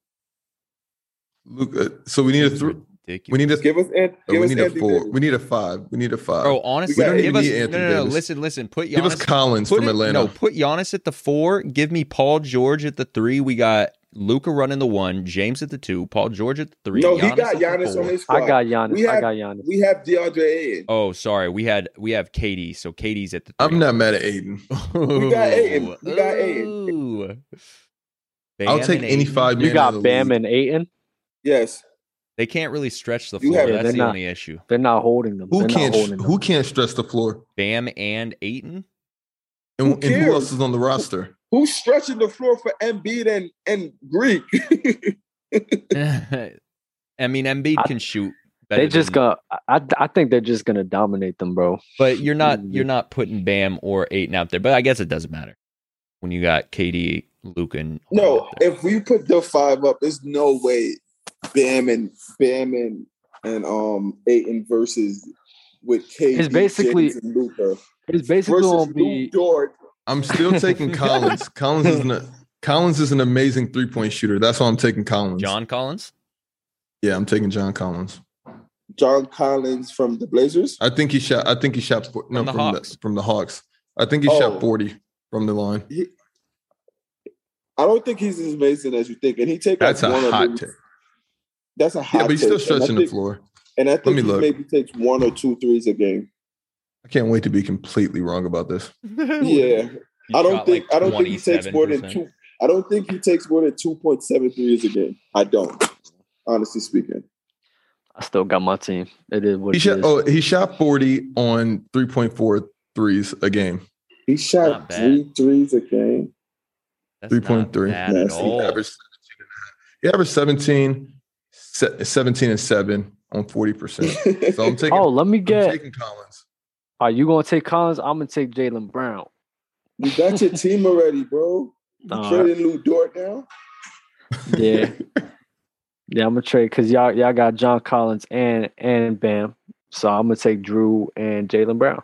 Speaker 1: Look, uh, so we need a
Speaker 4: It's
Speaker 1: three. We
Speaker 4: ridiculous.
Speaker 1: need a.
Speaker 3: Give us Ant-
Speaker 1: oh,
Speaker 3: give
Speaker 1: we
Speaker 3: us
Speaker 1: need a
Speaker 3: Anthony
Speaker 1: four.
Speaker 3: Davis.
Speaker 1: We need a five. We need a five.
Speaker 4: Bro, honestly,
Speaker 3: We don't
Speaker 4: give
Speaker 1: even
Speaker 4: us
Speaker 1: need
Speaker 4: no,
Speaker 1: Anthony
Speaker 4: no, no,
Speaker 1: Davis.
Speaker 4: Listen, listen. Put Giannis.
Speaker 1: Give us Collins
Speaker 4: put
Speaker 1: from
Speaker 4: it-
Speaker 1: Atlanta.
Speaker 4: No, put Giannis at the four. Give me Paul George at the three. We got Luca running the one, James at the two, Paul George at the three.
Speaker 3: No, he
Speaker 4: Giannis
Speaker 3: got
Speaker 4: at the
Speaker 3: Giannis
Speaker 4: four.
Speaker 3: on his squad.
Speaker 2: I got Giannis.
Speaker 3: We
Speaker 2: I
Speaker 3: have-
Speaker 2: got Giannis.
Speaker 3: we have DeAndre Ayton.
Speaker 4: Oh, sorry. We had we have Katie, so Katie's at the. Three.
Speaker 1: I'm not mad at Aiden.
Speaker 4: We
Speaker 3: got Aiden. We got Aiden.
Speaker 1: I'll take any five.
Speaker 2: You
Speaker 1: man in
Speaker 2: got
Speaker 1: the
Speaker 2: Bam
Speaker 1: league.
Speaker 2: and Aiton.
Speaker 3: Yes.
Speaker 4: They can't really stretch the
Speaker 3: You
Speaker 4: floor.
Speaker 3: have- Yeah,
Speaker 4: That's
Speaker 2: they're
Speaker 4: the
Speaker 2: not.
Speaker 4: only issue.
Speaker 2: They're not holding them.
Speaker 1: Who
Speaker 2: They're
Speaker 1: can't?
Speaker 2: Not holding them.
Speaker 1: Who can't stress the floor?
Speaker 4: Bam and Aiton.
Speaker 1: And
Speaker 3: Who
Speaker 1: and who,
Speaker 3: cares?
Speaker 1: else is on the roster?
Speaker 3: Who's stretching the floor for Embiid and, and Greek?
Speaker 4: I mean, Embiid
Speaker 2: I-
Speaker 4: can shoot. better
Speaker 2: They just
Speaker 4: than-
Speaker 2: gonna. I, I think they're just gonna dominate them, bro.
Speaker 4: But you're not
Speaker 2: Mm.
Speaker 4: you're not putting Bam or Aiton out there. But I guess it doesn't matter when you got KD, Luke, and
Speaker 3: no, if we put the five up, there's no way Bam and Bam and, and um Aiton versus with KD.
Speaker 2: It's basically-
Speaker 3: James and Luka
Speaker 2: It's basically
Speaker 3: versus
Speaker 2: gonna
Speaker 3: Lou
Speaker 2: be.
Speaker 3: Dort.
Speaker 1: I'm still taking Collins. Collins is an Collins is an amazing three point shooter. That's why I'm taking Collins.
Speaker 4: John Collins.
Speaker 1: Yeah, I'm taking John Collins.
Speaker 3: John Collins from the Blazers.
Speaker 1: I think he shot. I think he shot fo- no,
Speaker 4: From the
Speaker 1: from, the
Speaker 4: Hawks.
Speaker 1: from the Hawks. I think he
Speaker 3: Oh.
Speaker 1: shot 40 from the line.
Speaker 3: I don't think he's as amazing as you think, and he take
Speaker 1: That's
Speaker 3: like
Speaker 1: a
Speaker 3: one or
Speaker 1: hot
Speaker 3: maybe-
Speaker 1: take.
Speaker 3: That's a hot.
Speaker 1: Yeah, but he's
Speaker 3: take,
Speaker 1: still
Speaker 3: and I
Speaker 1: stretching the
Speaker 3: think-
Speaker 1: floor.
Speaker 3: And I think
Speaker 1: me
Speaker 3: he
Speaker 1: look.
Speaker 3: maybe takes one or two threes a game.
Speaker 1: I can't wait to be completely wrong about this.
Speaker 3: Yeah,
Speaker 4: He
Speaker 3: I don't
Speaker 4: shot,
Speaker 3: think
Speaker 4: like,
Speaker 3: I don't think he takes more than
Speaker 4: 27%.
Speaker 3: two. I don't think he takes more than two point seven threes a game. I don't, honestly speaking.
Speaker 2: I still got my team. It is what
Speaker 1: He
Speaker 2: it
Speaker 1: shot.
Speaker 2: is.
Speaker 1: Oh, he shot 40 on 3.4 threes a game.
Speaker 3: He
Speaker 4: Not
Speaker 3: shot
Speaker 4: bad.
Speaker 3: three threes a game.
Speaker 4: That's
Speaker 1: Three
Speaker 4: not
Speaker 1: point three.
Speaker 4: bad at
Speaker 3: Yes, he
Speaker 4: all.
Speaker 1: Average 17. He averaged 17, se- 17 and seven on 40 percent. So I'm taking.
Speaker 2: Oh, let me
Speaker 1: I'm
Speaker 2: get.
Speaker 1: taking Collins.
Speaker 2: Are you gonna take Collins? I'm gonna take Jalen Brown.
Speaker 3: you got your team already, bro. You
Speaker 2: All
Speaker 3: trading Lou Dort now?
Speaker 2: Yeah. yeah, I'm gonna trade because y'all y'all got John Collins and and Bam. So I'm gonna take Drew and Jalen Brown.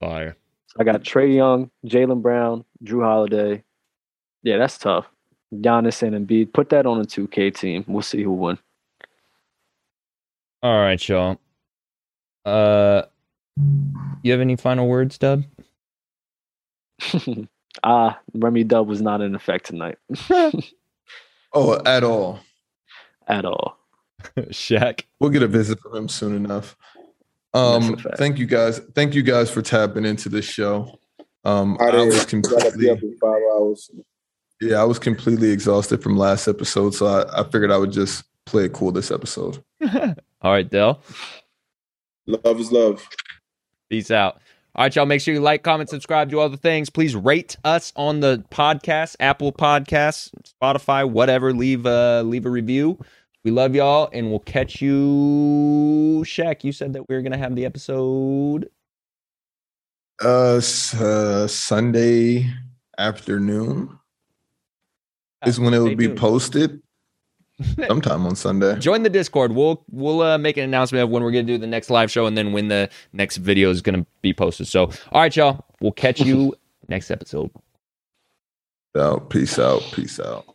Speaker 4: Fire.
Speaker 2: I got Trey Young, Jalen Brown, Drew Holiday. Yeah, that's tough. Giannis and Embiid. Put that on a 2K team. We'll see who won.
Speaker 4: All right, y'all. Uh, you have any final words, Dub?
Speaker 2: Ah, Remy Dub was not in effect tonight
Speaker 1: Oh, at all.
Speaker 2: at all.
Speaker 4: Shaq.
Speaker 1: We'll get a visit from him soon enough.
Speaker 2: That's a
Speaker 1: Um,
Speaker 2: fact.
Speaker 1: thank you guys. Thank you guys for tapping into this show. Um, I was
Speaker 3: gotta be up
Speaker 1: completely,
Speaker 3: in five hours.
Speaker 1: yeah, I was completely exhausted from last episode, so I, I figured I would just play it cool this episode.
Speaker 4: All right, Dell.
Speaker 3: Love is love.
Speaker 4: Peace out. All right, y'all. Make sure you like, comment, subscribe, do all the things. Please rate us on the podcast, Apple Podcasts, Spotify, whatever. Leave a leave a review. We love y'all, and we'll catch you. Shaq, you said that we were gonna have the episode.
Speaker 1: Uh, s- uh Sunday afternoon
Speaker 2: Ah,
Speaker 1: is when it
Speaker 4: Stay
Speaker 1: will be
Speaker 4: tuned.
Speaker 1: posted. Sometime on Sunday.
Speaker 4: Join the Discord. We'll we'll uh, make an announcement of when we're gonna do the next live show, and then when the next video is gonna be posted. So, all right, y'all. We'll catch you next episode.
Speaker 1: Out. Peace out. Peace out.